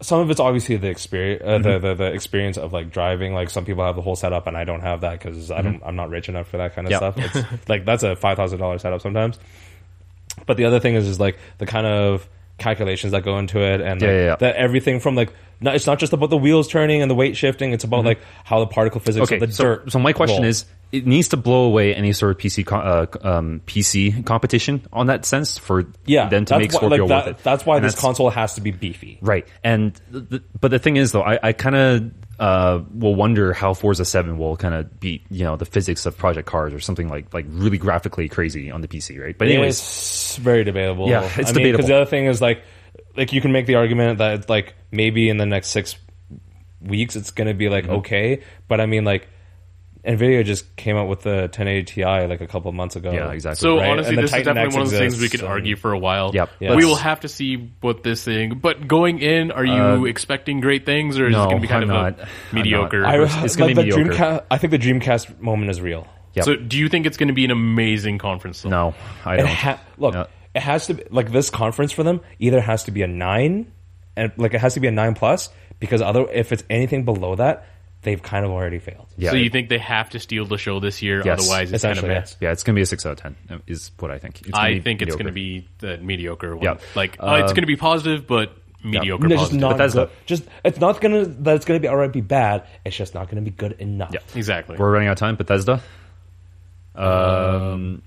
Speaker 1: some of it's obviously the experience uh, the,
Speaker 3: Mm-hmm.
Speaker 1: the the experience of like driving. Like some people have the whole setup, and I don't have that because I
Speaker 3: Mm-hmm.
Speaker 1: don't I'm not rich enough for that kind of
Speaker 3: Yeah.
Speaker 1: stuff. It's like that's a five thousand dollar setup sometimes. But the other thing is, is like the kind of calculations that go into it, and like,
Speaker 3: Yeah, yeah, yeah.
Speaker 1: that everything from like not, it's not just about the wheels turning and the weight shifting. It's about like how the particle physics
Speaker 3: Mm-hmm. okay,
Speaker 1: of the
Speaker 3: so,
Speaker 1: dirt.
Speaker 3: So my question
Speaker 1: roll.
Speaker 3: is, it needs to blow away any sort of PC co- uh, um, PC competition on that sense for
Speaker 1: yeah,
Speaker 3: them to
Speaker 1: that's
Speaker 3: make
Speaker 1: why-
Speaker 3: Scorpio
Speaker 1: like, that-
Speaker 3: worth it.
Speaker 1: That's why
Speaker 3: And
Speaker 1: this
Speaker 3: that's-
Speaker 1: console has to be beefy.
Speaker 3: right? And th- th- but the thing is, though, I, I kind of uh, will wonder how Forza Seven will kind of beat you know the physics of Project Cars or something like like really graphically crazy on the PC, right? But anyways,
Speaker 1: it's very debatable.
Speaker 3: Yeah, it's debatable.
Speaker 1: Because the other thing is like, like you can make the argument that like maybe in the next six weeks it's going to be
Speaker 3: Mm-hmm.
Speaker 1: like okay, but I mean like, Nvidia just came out with the 1080 Ti like a couple of months ago.
Speaker 3: yeah, exactly.
Speaker 2: So
Speaker 1: Right,
Speaker 2: honestly,
Speaker 1: and the
Speaker 2: this is
Speaker 1: Titan
Speaker 2: definitely
Speaker 1: X
Speaker 2: one of the things we
Speaker 1: exists,
Speaker 2: could
Speaker 1: and-
Speaker 2: argue for a while.
Speaker 3: Yep.
Speaker 1: Yeah.
Speaker 2: We
Speaker 1: Let's-
Speaker 2: will have to see what this thing. But going in, are you expecting great things, or is
Speaker 3: Uh, No,
Speaker 2: it going to be kind
Speaker 3: I'm
Speaker 2: of
Speaker 3: not. I'm
Speaker 2: a mediocre?
Speaker 1: I,
Speaker 3: It's gonna
Speaker 1: like,
Speaker 3: be
Speaker 1: the
Speaker 3: mediocre.
Speaker 1: Dreamcast, I think the Dreamcast moment is real.
Speaker 3: Yep.
Speaker 2: So do you think it's going to be an amazing conference? though?
Speaker 3: no,
Speaker 1: It
Speaker 3: I don't.
Speaker 1: ha- look,
Speaker 3: Yeah.
Speaker 1: it has to be, like this conference for them either has to be a nine, and like it has to be a nine plus because other if it's anything below that, they've kind of already failed.
Speaker 3: yeah,
Speaker 2: so you think they have to steal the show this year?
Speaker 3: Yes.
Speaker 2: Otherwise, it's kind of
Speaker 1: Essentially,
Speaker 2: a,
Speaker 1: yes.
Speaker 3: yeah, it's gonna be a six out of ten is what I think. It's gonna
Speaker 2: I
Speaker 3: be
Speaker 2: think it's
Speaker 3: mediocre.
Speaker 2: going to be the mediocre one.
Speaker 3: Yeah. Um,
Speaker 2: Like uh, it's going to be positive, but mediocre.
Speaker 1: No, just
Speaker 2: positive.
Speaker 1: not
Speaker 3: Bethesda.
Speaker 1: good. Just it's not gonna that it's gonna be already be bad. It's just not gonna be good enough.
Speaker 3: Yeah.
Speaker 2: exactly.
Speaker 3: We're running out of time. Bethesda. Um,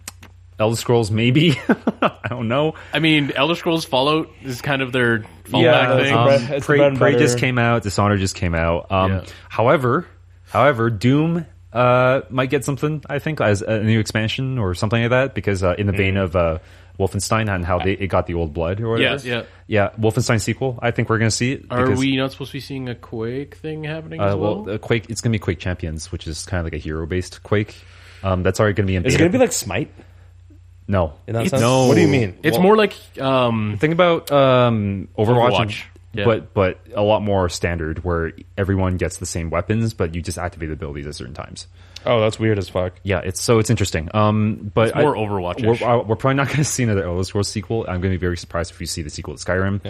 Speaker 3: Elder Scrolls, maybe. I don't know.
Speaker 2: I mean, Elder Scrolls Fallout is kind of their fallback
Speaker 1: Yeah,
Speaker 2: thing.
Speaker 1: it's- bread- the bread
Speaker 3: Prey,
Speaker 1: and
Speaker 3: Prey just
Speaker 1: butter.
Speaker 3: came out. Dishonor just came out. Um,
Speaker 2: Yeah.
Speaker 3: However, however, Doom uh, might get something. I think as a new expansion or something like that, because uh, in the vein of uh, Wolfenstein and how they, it got the old blood or
Speaker 2: Yeah,
Speaker 3: whatever.
Speaker 2: yeah.
Speaker 3: yeah. Wolfenstein sequel. I think we're gonna see it.
Speaker 2: Are
Speaker 3: Um, because,
Speaker 2: we not supposed to be seeing a Quake thing happening
Speaker 3: Uh,
Speaker 2: as well?
Speaker 3: well, uh, Quake. It's gonna be Quake Champions, which is kind of like a hero based Quake. Um, that's already gonna be in.
Speaker 1: Is it
Speaker 3: beta.
Speaker 1: gonna be like Smite?
Speaker 3: no?
Speaker 1: In that sense?
Speaker 3: no.
Speaker 1: What do you mean?
Speaker 2: it's
Speaker 3: well-
Speaker 2: more like um,
Speaker 3: Think about um, Overwatch, and-
Speaker 2: Overwatch, yeah.
Speaker 3: but but a lot more standard where everyone gets the same weapons, but you just activate the abilities at certain times.
Speaker 1: Oh, that's weird as fuck.
Speaker 3: Yeah, it's so it's interesting. Um, but
Speaker 2: more Overwatch-ish.
Speaker 3: We're, I- we're probably not going to see another Elder Scrolls sequel. I'm going to be very surprised if we see the sequel to Skyrim.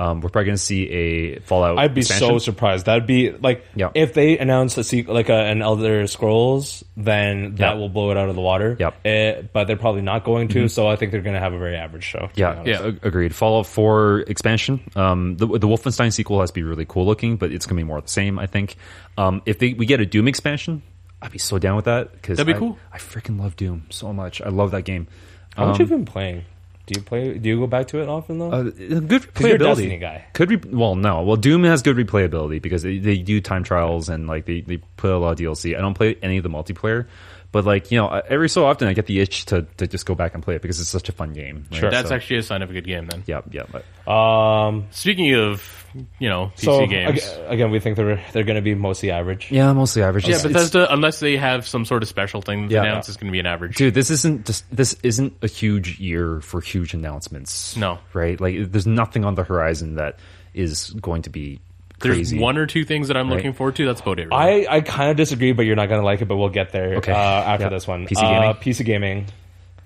Speaker 3: Um, we're probably going to see a Fallout.
Speaker 1: I'd be so
Speaker 3: expansion.
Speaker 1: surprised. That'd be like
Speaker 3: Yeah.
Speaker 1: if they announce a sequel, like a, an Elder Scrolls, then that
Speaker 3: Yeah.
Speaker 1: will blow it out of the water.
Speaker 3: Yep. Mm-hmm.
Speaker 1: Eh, but they're probably not going to, so I think they're going to have a very average show. to be
Speaker 3: Yeah,
Speaker 1: honest.
Speaker 3: yeah, ag- agreed. Fallout 4 expansion. Um, the, the Wolfenstein sequel has to be really cool looking, but it's gonna be more of the same, I think. Um, if they, we get a Doom expansion, I'd be so down with that because
Speaker 2: That'd be
Speaker 3: I,
Speaker 2: cool.
Speaker 3: I freaking love Doom so much. I love that game.
Speaker 1: How
Speaker 3: Um,
Speaker 1: much have you been playing? Do you play? Do you go back to it often though?
Speaker 3: Uh, good
Speaker 1: you're a
Speaker 3: replayability.
Speaker 1: Destiny guy.
Speaker 3: Could re- well no. Well, Doom has good replayability because they, they do time trials and like they, they put a lot of DLC. I don't play any of the multiplayer, but like you know, I- every so often I get the itch to, to just go back and play it because it's such a fun game. right?
Speaker 1: Sure.
Speaker 2: that's
Speaker 3: So-
Speaker 2: actually a sign of a good game. Then
Speaker 3: yeah, yeah. but-
Speaker 1: um,
Speaker 2: speaking of you know PC
Speaker 1: so
Speaker 2: games,
Speaker 1: ag- again, we think they're they're going to be mostly average.
Speaker 3: yeah, mostly average.
Speaker 2: yeah,
Speaker 3: It's- it's-
Speaker 2: Bethesda, unless they have some sort of special thing that's
Speaker 3: Yeah.
Speaker 2: announced, it's going to be an average.
Speaker 3: dude this isn't just this isn't a huge year for huge announcements
Speaker 2: No.
Speaker 3: right like there's nothing on the horizon that is going to be
Speaker 2: There's
Speaker 3: crazy
Speaker 2: one or two things that I'm looking forward to. That's about it. Really.
Speaker 1: I, I kind of disagree, but you're not going to like it. But we'll get there
Speaker 3: Okay.
Speaker 1: uh, after
Speaker 3: Yeah.
Speaker 1: this one.
Speaker 3: PC
Speaker 1: Uh,
Speaker 3: gaming?
Speaker 1: PC gaming.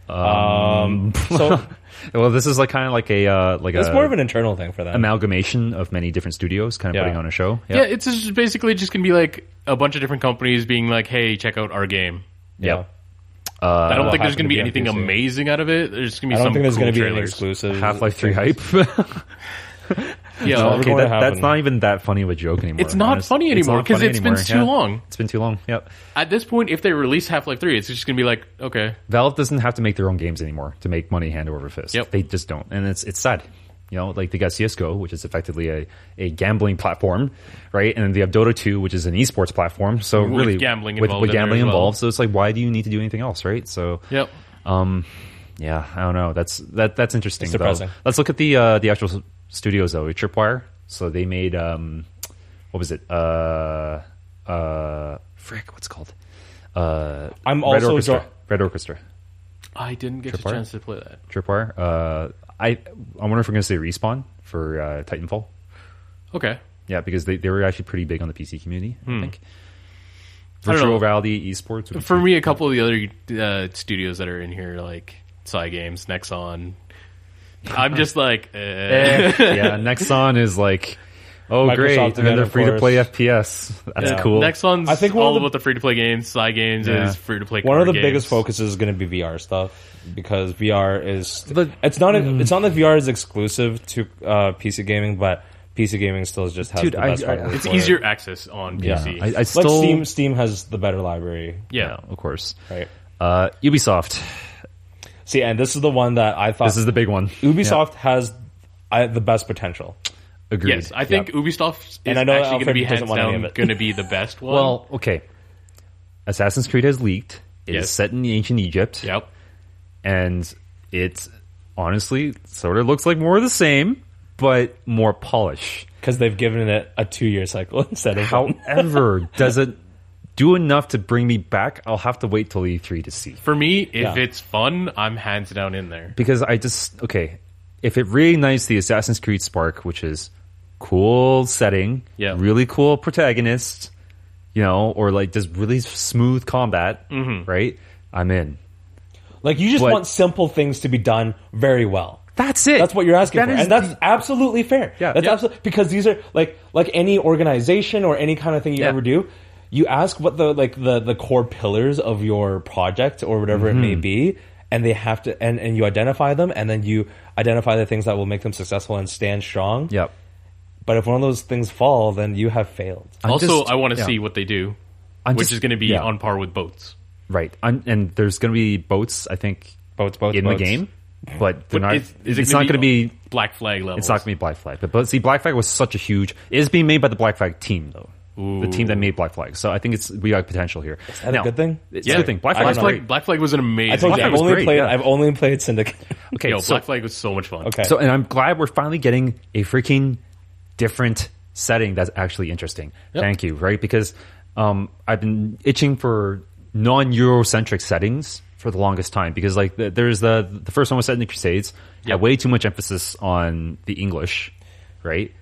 Speaker 1: Um, so
Speaker 3: well this is like kind of like a uh, like
Speaker 1: it's
Speaker 3: a
Speaker 1: more of an internal thing for them.
Speaker 3: amalgamation of many different studios kind of
Speaker 1: Yeah.
Speaker 3: putting on a show
Speaker 2: yeah, it's just basically just going to be like a bunch of different companies being like, "Hey, check out our game."
Speaker 3: yeah.
Speaker 2: I don't think
Speaker 1: Uh, happen
Speaker 2: there's
Speaker 1: to
Speaker 2: going to
Speaker 1: be
Speaker 2: be
Speaker 1: on
Speaker 2: anything
Speaker 1: PC.
Speaker 2: amazing out of it. There's going to be
Speaker 1: I don't
Speaker 2: some
Speaker 1: think there's
Speaker 2: cool
Speaker 1: going to be any
Speaker 2: trailers.
Speaker 1: exclusive
Speaker 3: half-life 3 hype
Speaker 2: Yeah,
Speaker 1: No,
Speaker 3: okay
Speaker 1: going to
Speaker 3: that, that's
Speaker 1: happen.
Speaker 3: not even that funny of a joke anymore
Speaker 2: It's not funny
Speaker 3: It's
Speaker 2: anymore,
Speaker 3: not
Speaker 2: 'cause
Speaker 3: funny
Speaker 2: it's been
Speaker 3: anymore,
Speaker 2: too
Speaker 3: yeah.
Speaker 2: long.
Speaker 3: it's been too long yep
Speaker 2: at this point, if they release Half Life Three, it's just going to be like, okay,
Speaker 3: Valve doesn't have to make their own games anymore to make money hand over fist.
Speaker 2: Yep.
Speaker 3: They just don't. And it's it's sad. You know, like they got CSGO, which is effectively a, a gambling platform, right? And then they have Dota 2, which is an esports platform. So
Speaker 2: With
Speaker 3: really
Speaker 2: gambling
Speaker 3: with,
Speaker 2: involved
Speaker 3: with
Speaker 2: in there
Speaker 3: gambling
Speaker 2: as well.
Speaker 3: involved. So it's like why do you need to do anything else, right? So
Speaker 2: yep.
Speaker 3: um yeah, I don't know. That's that that's interesting.
Speaker 1: It's
Speaker 3: though.
Speaker 1: depressing.
Speaker 3: Let's look at the uh, the actual s- studios though. Tripwire. So they made um what was it? Uh uh frick, what's it called? Uh
Speaker 1: I'm
Speaker 3: Red
Speaker 1: also
Speaker 3: Orchestra.
Speaker 1: jo-
Speaker 3: Red Orchestra.
Speaker 2: I didn't get
Speaker 3: Tripwire?
Speaker 2: a chance to play that.
Speaker 3: Tripwire. Uh, I I wonder if we're going to say respawn for uh, Titanfall.
Speaker 2: Okay,
Speaker 3: Yeah, because they, they were actually pretty big on the PC community. I think
Speaker 2: Hmm. I don't
Speaker 3: virtual
Speaker 2: know.
Speaker 3: reality esports. would be-
Speaker 2: for me, a couple of the other uh, studios that are in here, like Psy Games, Nexon, I'm just like, eh.
Speaker 3: yeah, Nexon is like, oh
Speaker 1: Microsoft
Speaker 3: great,
Speaker 1: again,
Speaker 3: another
Speaker 1: of
Speaker 3: free to play
Speaker 1: course.
Speaker 3: FPS. That's
Speaker 1: Yeah.
Speaker 3: cool.
Speaker 2: Nexon's
Speaker 1: I think one
Speaker 2: all
Speaker 1: of the-
Speaker 2: about the free to play games. Psy Games
Speaker 3: Yeah.
Speaker 2: is free to play.
Speaker 1: One of the biggest focuses is going to be VR stuff because VR is
Speaker 3: But-
Speaker 1: it's not
Speaker 3: mm.
Speaker 1: it's not that VR is exclusive to uh, PC gaming, but PC gaming still just has
Speaker 3: Dude,
Speaker 1: the
Speaker 3: I-
Speaker 1: best.
Speaker 3: I-
Speaker 1: hardware
Speaker 2: It's
Speaker 1: for it.
Speaker 2: easier access on PC.
Speaker 3: I, I
Speaker 1: Like
Speaker 3: still
Speaker 1: Steam, Steam has the better library,
Speaker 2: yeah.
Speaker 3: of course.
Speaker 1: right?
Speaker 3: Uh, Ubisoft.
Speaker 1: See, and this is the one that I thought
Speaker 3: This is the big one.
Speaker 1: Ubisoft has I, the best potential.
Speaker 3: Agreed.
Speaker 2: Yes, I think
Speaker 3: Yep.
Speaker 2: Ubisoft is
Speaker 1: And I know
Speaker 2: actually going to
Speaker 1: Alfred
Speaker 2: be hands
Speaker 1: doesn't want any
Speaker 2: down
Speaker 1: of it.
Speaker 2: going to be the best one.
Speaker 3: Well, okay. Assassin's Creed has leaked. It is
Speaker 2: Yes.
Speaker 3: set in ancient Egypt.
Speaker 2: yep.
Speaker 3: and it honestly sort of looks like more of the same, but more polish.
Speaker 1: because they've given it a two-year cycle instead of one.
Speaker 3: However, does it do enough to bring me back? I'll have to wait till E3 to see.
Speaker 2: For me, if
Speaker 1: Yeah.
Speaker 2: it's fun, I'm hands down in there.
Speaker 3: Because I just okay, if it reignites the Assassin's Creed spark, which is cool setting,
Speaker 2: Yeah.
Speaker 3: really cool protagonist, you know, or like just really smooth combat,
Speaker 2: Mm-hmm.
Speaker 3: right? I'm in.
Speaker 1: Like you just
Speaker 3: What-
Speaker 1: want simple things to be done very well.
Speaker 3: That's it.
Speaker 1: That's what you're asking
Speaker 3: That
Speaker 1: for,
Speaker 3: is
Speaker 1: and that's absolutely fair.
Speaker 3: Yeah.
Speaker 1: that's
Speaker 3: Yeah.
Speaker 1: absolutely because these are like like any organization or any kind of thing you
Speaker 3: Yeah.
Speaker 1: ever do. You ask what the like the the core pillars of your project or whatever it
Speaker 3: Mm-hmm.
Speaker 1: may be, and they have to and and you identify them, and then you identify the things that will make them successful and stand strong.
Speaker 3: Yep.
Speaker 1: But if one of those things fall, then you have failed.
Speaker 3: I'm
Speaker 2: also,
Speaker 3: just-
Speaker 2: I want to
Speaker 3: yeah.
Speaker 2: see what they do,
Speaker 3: I'm
Speaker 2: which
Speaker 3: just-
Speaker 2: is going to be
Speaker 3: yeah.
Speaker 2: on par with boats.
Speaker 3: Right. i and there's going to be boats, I think,
Speaker 1: Boats, boats,
Speaker 3: in
Speaker 1: boats.
Speaker 3: the game, but they're
Speaker 2: But
Speaker 3: not,
Speaker 2: is- is it
Speaker 3: it's
Speaker 2: gonna
Speaker 3: not going to be.
Speaker 2: Black Flag level.
Speaker 3: It's not going to be Black Flag, but, but see, Black Flag was such a huge. It is being made by the Black Flag team, though. The team that made Black Flag, so I think it's we got potential here. Is
Speaker 1: that a good thing?
Speaker 3: It's
Speaker 2: Yeah,
Speaker 3: a good thing. Black
Speaker 1: I
Speaker 3: Flag's
Speaker 1: don't know.
Speaker 3: great.
Speaker 2: Flag, Black Flag was an amazing.
Speaker 1: I told you,
Speaker 3: Black
Speaker 2: game.
Speaker 1: I've
Speaker 3: was
Speaker 1: only
Speaker 3: great,
Speaker 1: played.
Speaker 3: yeah.
Speaker 1: I've only played Syndicate.
Speaker 3: Okay,
Speaker 2: Yo,
Speaker 3: so
Speaker 2: Black Flag was so much fun.
Speaker 1: Okay.
Speaker 3: So, and I'm glad we're finally getting a freaking different setting that's actually interesting. Thank you, right? Because um, I've been itching for non Eurocentric settings for the longest time because, like, the, there's the the first one was set in the Crusades, had way too much emphasis on the English, right?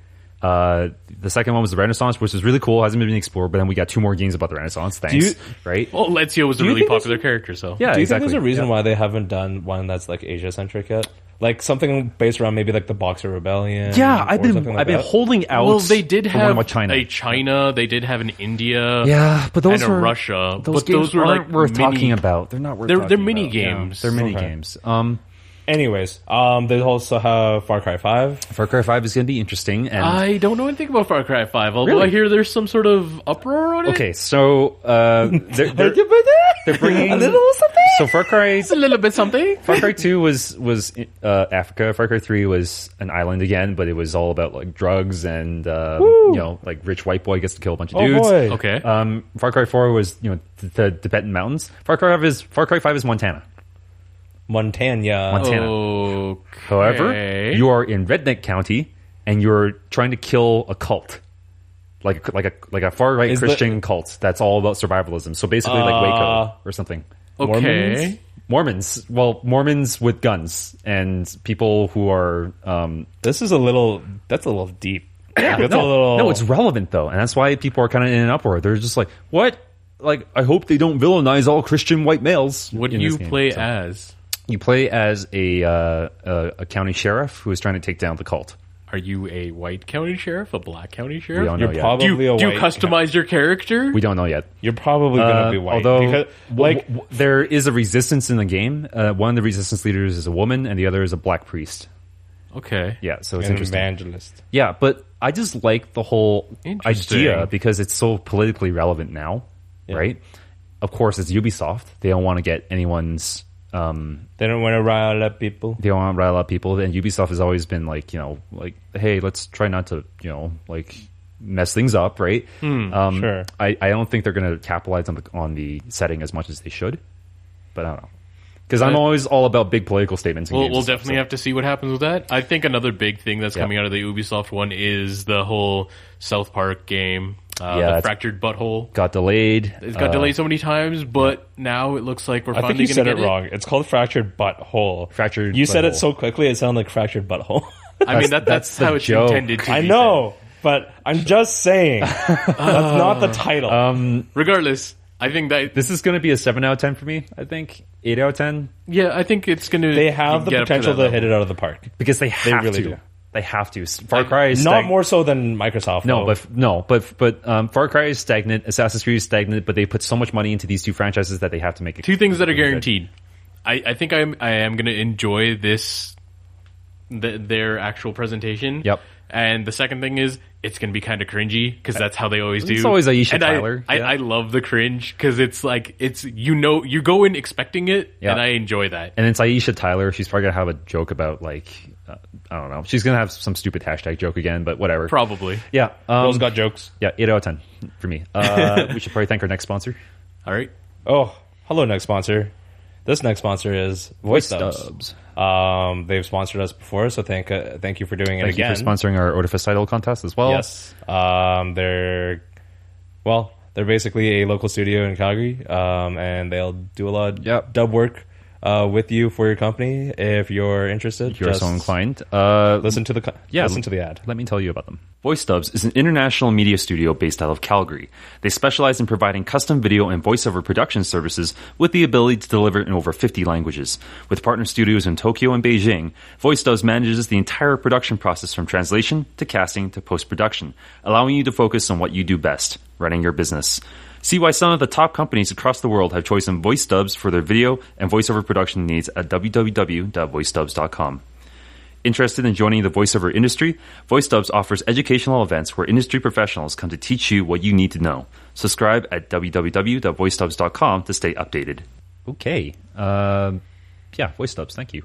Speaker 3: Uh, the second one was the Renaissance, which is really cool, hasn't been explored, but then we got two more games about the Renaissance. Thanks,
Speaker 1: you-
Speaker 3: right?
Speaker 2: Well, Ezio was a
Speaker 1: you
Speaker 2: really
Speaker 1: think there's-
Speaker 2: popular character, so
Speaker 3: yeah,
Speaker 1: Do you
Speaker 3: exactly.
Speaker 1: think there's a reason
Speaker 3: Yeah.
Speaker 1: why they haven't done one that's like Asia centric yet? Like something based around maybe like the Boxer Rebellion.
Speaker 3: Yeah,
Speaker 1: or
Speaker 3: I've been
Speaker 1: something like
Speaker 3: I've been
Speaker 1: that.
Speaker 3: holding out.
Speaker 2: Well, they did
Speaker 3: for one
Speaker 2: have
Speaker 3: about China.
Speaker 2: a China. They did have an India.
Speaker 3: Yeah, but those
Speaker 2: and a
Speaker 3: were
Speaker 2: Russia.
Speaker 3: Those games
Speaker 2: but those were
Speaker 3: aren't
Speaker 2: like
Speaker 3: worth
Speaker 2: mini-
Speaker 3: talking about. They're not worth.
Speaker 2: They're-
Speaker 3: talking
Speaker 2: they're mini
Speaker 3: about. Yeah,
Speaker 2: games.
Speaker 3: they're mini
Speaker 1: Okay.
Speaker 3: games. Um,
Speaker 1: Anyways, um, they also have Far Cry Five.
Speaker 3: Far Cry Five is going to be interesting. And
Speaker 2: I don't know anything about Far Cry Five, although
Speaker 3: Really?
Speaker 2: I hear there's some sort of uproar on it.
Speaker 3: okay, so uh, they're, they're, they're bringing
Speaker 1: a little something.
Speaker 3: So Far Cry,
Speaker 2: It's a little bit something.
Speaker 3: Far Cry Two was was uh, Africa. Far Cry Three was an island again, but it was all about like drugs and uh, you know like rich white boy gets to kill a bunch of
Speaker 1: Oh,
Speaker 3: dudes.
Speaker 1: boy.
Speaker 2: Okay. Uh,
Speaker 3: Um, Far Cry Four was you know the, the Tibetan mountains. Far Cry Five is Far Cry Five is Montana.
Speaker 1: Montana.
Speaker 3: Montana.
Speaker 2: Oh, okay.
Speaker 3: However, you are in Redneck County and you're trying to kill a cult. Like a, like a like a far right
Speaker 1: Is the-
Speaker 3: Christian cult that's all about survivalism. So basically like Waco or something.
Speaker 2: okay.
Speaker 1: Uh, Mormons?
Speaker 3: Mormons, well, Mormons with guns and people who are um
Speaker 1: Oh, This is a little. That's a little deep. Yeah, that's
Speaker 3: no,
Speaker 1: a little.
Speaker 3: no, it's relevant though, and that's why people are kind of in an uproar. They're just like, "What? Like, I hope they don't villainize all Christian white males."
Speaker 2: What do
Speaker 3: in this
Speaker 2: you
Speaker 3: game.
Speaker 2: play
Speaker 3: So-
Speaker 2: as?
Speaker 3: You play as a, uh, a a county sheriff who is trying to take down the cult.
Speaker 2: Are you a white county sheriff, a black county
Speaker 3: We
Speaker 2: sheriff?
Speaker 3: don't know
Speaker 1: you're
Speaker 3: yet.
Speaker 1: probably
Speaker 2: do you,
Speaker 1: a
Speaker 2: do you
Speaker 1: white
Speaker 2: customize your character?
Speaker 3: we don't know yet.
Speaker 1: You're probably gonna
Speaker 3: Uh,
Speaker 1: be white.
Speaker 3: Although,
Speaker 1: because,
Speaker 3: like,
Speaker 1: like,
Speaker 3: there is a resistance in the game. Uh, one of the resistance leaders is a woman, and the other is a black priest.
Speaker 2: okay.
Speaker 3: Yeah, so it's
Speaker 1: an
Speaker 3: interesting.
Speaker 1: evangelist.
Speaker 3: Yeah, but I just like the whole
Speaker 2: Interesting.
Speaker 3: idea because it's so politically relevant now, right? Of course, it's Ubisoft. They don't want to get anyone's. Um,
Speaker 1: They don't want to rile up people.
Speaker 3: they don't want to rile up people, and Ubisoft has always been like, you know, like, hey, let's try not to, you know, like mess things up, right? um,
Speaker 1: sure.
Speaker 3: I, I don't think they're going to capitalize on the on the setting as much as they should, but I don't know. Because I'm
Speaker 2: Uh,
Speaker 3: always all about big political statements. In
Speaker 2: We'll,
Speaker 3: games
Speaker 2: we'll
Speaker 3: and stuff,
Speaker 2: definitely
Speaker 3: so-
Speaker 2: have to see what happens with that. I think another big thing that's
Speaker 3: Yeah.
Speaker 2: coming out of the Ubisoft one is the whole South Park game, uh,
Speaker 3: Yeah,
Speaker 2: the
Speaker 3: it's-
Speaker 2: Fractured Butthole.
Speaker 3: Got delayed.
Speaker 2: It's got
Speaker 3: uh,
Speaker 2: delayed so many times, but now it looks like we're
Speaker 1: I think
Speaker 2: finally
Speaker 1: you
Speaker 2: going to
Speaker 1: said
Speaker 2: get
Speaker 1: it wrong. It's called fractured butthole.
Speaker 3: Fractured
Speaker 1: You said
Speaker 3: butthole.
Speaker 1: it so quickly. It sounded like fractured butthole.
Speaker 2: I mean, that, that's,
Speaker 3: that's the
Speaker 2: how it's
Speaker 3: joke.
Speaker 2: intended to
Speaker 1: I
Speaker 2: be
Speaker 1: know, but I'm just saying that's not the title.
Speaker 3: Um,
Speaker 2: said. Regardless, I think that
Speaker 3: This is going to be a seven out of ten for me. I think eight out of ten
Speaker 2: yeah, I think it's going to.
Speaker 1: they have the potential to hit it out of the park.
Speaker 3: because they have
Speaker 1: really
Speaker 3: to.
Speaker 1: do.
Speaker 3: They have to. Far Cry is
Speaker 1: Not
Speaker 3: stag-
Speaker 1: more so than Microsoft. though.
Speaker 3: No, but no, but but um, Far Cry is stagnant. Assassin's Creed is stagnant. But they put so much money into these two franchises that they have to make it.
Speaker 2: Two things that are
Speaker 3: good.
Speaker 2: guaranteed. I, I think I'm I am going to enjoy this th- their actual presentation.
Speaker 3: Yep.
Speaker 2: And the second thing is it's going to be kind of cringy because that's how they always do.
Speaker 3: It's always Aisha
Speaker 2: and I-
Speaker 3: Tyler,
Speaker 2: I,
Speaker 3: yeah.
Speaker 2: I, love the cringe because it's like it's you know you go in expecting it
Speaker 3: Yeah.
Speaker 2: and I enjoy that.
Speaker 3: And it's Aisha Tyler. She's probably gonna have a joke about like uh, I don't know. She's gonna have some stupid hashtag joke again, but whatever.
Speaker 2: Probably.
Speaker 3: Yeah. Um,
Speaker 1: Rose got jokes.
Speaker 3: yeah. Eight out of ten for me. Uh, we should probably thank our next sponsor.
Speaker 2: All right.
Speaker 1: Oh, hello, next sponsor. This next sponsor is Voice Dubs.
Speaker 3: Stubs.
Speaker 1: Um, they've sponsored us before, so thank uh, thank you for doing it
Speaker 3: Thank
Speaker 1: again.
Speaker 3: you for sponsoring our Odafice title contest as well.
Speaker 1: Yes. Um, they're well, they're basically a local studio in Calgary, um, and they'll do a lot of
Speaker 3: Yep.
Speaker 1: dub work uh, with you for your company if you're interested.
Speaker 3: If you're
Speaker 1: just
Speaker 3: so inclined, uh,
Speaker 1: Listen to the co-
Speaker 3: yeah,
Speaker 1: listen to the ad.
Speaker 3: Let me tell you about them.
Speaker 4: Voice Dubs is an international media studio based out of Calgary. They specialize in providing custom video and voiceover production services with the ability to deliver in over 50 languages. With partner studios in Tokyo and Beijing, Voice Dubs manages the entire production process from translation to casting to post production, allowing you to focus on what you do best running your business. See why some of the top companies across the world have chosen Voice Dubs for their video and voiceover production needs at www.voicedubs.com. Interested in joining the voiceover industry? VoiceDubs offers educational events where industry professionals come to teach you what you need to know. Subscribe at www.voicedubs.com to stay updated.
Speaker 3: Okay. Um yeah, voice stubs. Thank you.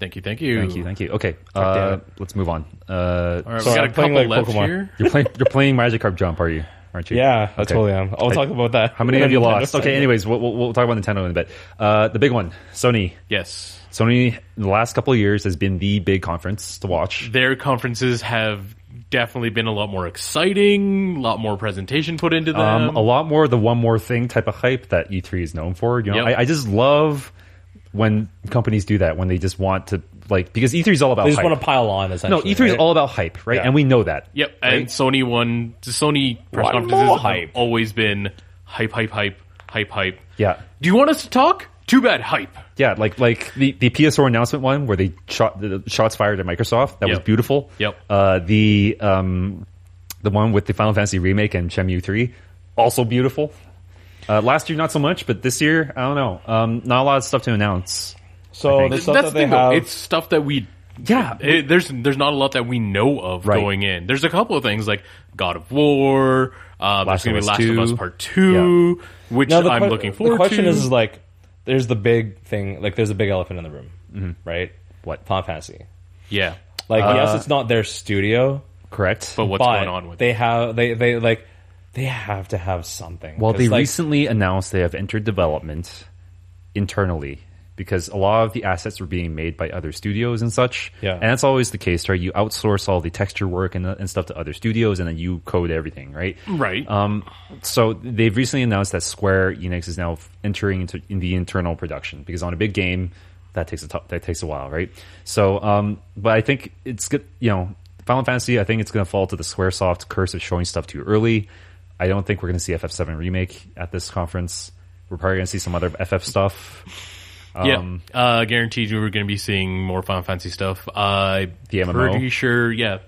Speaker 2: Thank you. Thank you.
Speaker 3: Thank you. Thank you. Okay. Uh,
Speaker 1: damn
Speaker 3: let's move on. Uh,
Speaker 2: All right,
Speaker 1: Sorry,
Speaker 2: we got
Speaker 1: I'm
Speaker 2: a
Speaker 1: playing
Speaker 2: couple
Speaker 1: like
Speaker 2: left
Speaker 1: Pokemon.
Speaker 2: here.
Speaker 3: you're playing. You're playing Magikarp Jump, are you? Aren't you?
Speaker 1: Yeah, I
Speaker 3: Okay.
Speaker 1: totally am. I'll talk about that.
Speaker 3: How many have you lost? Okay.
Speaker 1: anyway.
Speaker 3: Anyways, we'll, we'll, we'll talk about Nintendo in a bit. Uh, the big one, Sony.
Speaker 2: Yes.
Speaker 3: Sony, in the last couple of years has been the big conference to watch.
Speaker 2: Their conferences have definitely been a lot more exciting, a lot more presentation put into them.
Speaker 3: Um, a lot more of the one more thing type of hype that E3 is known for. You know,
Speaker 2: Yep.
Speaker 3: I, I just love when companies do that when they just want to like because E3 is all about
Speaker 1: They just
Speaker 3: hype.
Speaker 1: want to pile on.
Speaker 3: no,
Speaker 1: Essentially,
Speaker 3: E3 is
Speaker 1: right?
Speaker 3: all about hype, right?
Speaker 1: Yeah.
Speaker 3: And we know that.
Speaker 2: Yep, and Sony won. the Sony press
Speaker 1: Why
Speaker 2: conferences
Speaker 1: more
Speaker 2: have
Speaker 1: hype?
Speaker 2: always been hype, hype, hype, hype, hype.
Speaker 3: Yeah.
Speaker 2: Do you want us to talk? Too bad, hype.
Speaker 3: Yeah, like like the, the PS4 announcement one where they shot the the shots fired at Microsoft. That was
Speaker 2: Yep.
Speaker 3: beautiful.
Speaker 2: Yep.
Speaker 3: Uh, the um, the one with the Final Fantasy remake and Shenmue three, also beautiful. Uh, last year not so much, but this year I don't know. Um, not a lot of stuff to announce.
Speaker 1: So the
Speaker 2: That's
Speaker 1: stuff
Speaker 2: the
Speaker 1: that they
Speaker 2: thing,
Speaker 1: have.
Speaker 2: though. It's stuff that we.
Speaker 3: Yeah.
Speaker 2: it- there's there's not a lot that we know of
Speaker 3: Right.
Speaker 2: going in. There's a couple of things like God of War. Uh,
Speaker 3: Last
Speaker 2: there's going to
Speaker 3: of
Speaker 2: be
Speaker 3: Us
Speaker 2: Last of Us
Speaker 3: 2.
Speaker 2: Part Two, which
Speaker 1: Now, the
Speaker 2: I'm
Speaker 1: que-
Speaker 2: looking forward
Speaker 1: The question
Speaker 2: to.
Speaker 1: is, is like, there's the big thing. Like, there's a big elephant in the room, right?
Speaker 3: What?
Speaker 1: Final Fantasy.
Speaker 2: yeah,
Speaker 1: Like, yes, it's not their studio,
Speaker 3: Correct.
Speaker 2: but what's
Speaker 1: but
Speaker 2: going on with
Speaker 1: they
Speaker 2: it?
Speaker 1: have they they like they have to have something.
Speaker 3: Well,
Speaker 1: 'Cause,
Speaker 3: they
Speaker 1: like,
Speaker 3: recently announced they have entered development internally because a lot of the assets were being made by other studios and such.
Speaker 1: Yeah.
Speaker 3: And that's always the case, right? You outsource all the texture work and, uh, and stuff to other studios and then you code everything, right?
Speaker 2: Right.
Speaker 3: Um, so they've recently announced that Square Enix is now f- entering into in the internal production because on a big game that takes a t- that takes a while, right? So, um, but I think it's good. You know, Final Fantasy. I think it's going to fall to the SquareSoft curse of showing stuff too early. I don't think we're going to see FF7 remake at this conference. We're probably going to see some other FF stuff. um,
Speaker 2: yeah, uh, guaranteed you we're going to be seeing more Final Fantasy stuff. I
Speaker 3: The MMO?
Speaker 2: pretty sure. Yeah,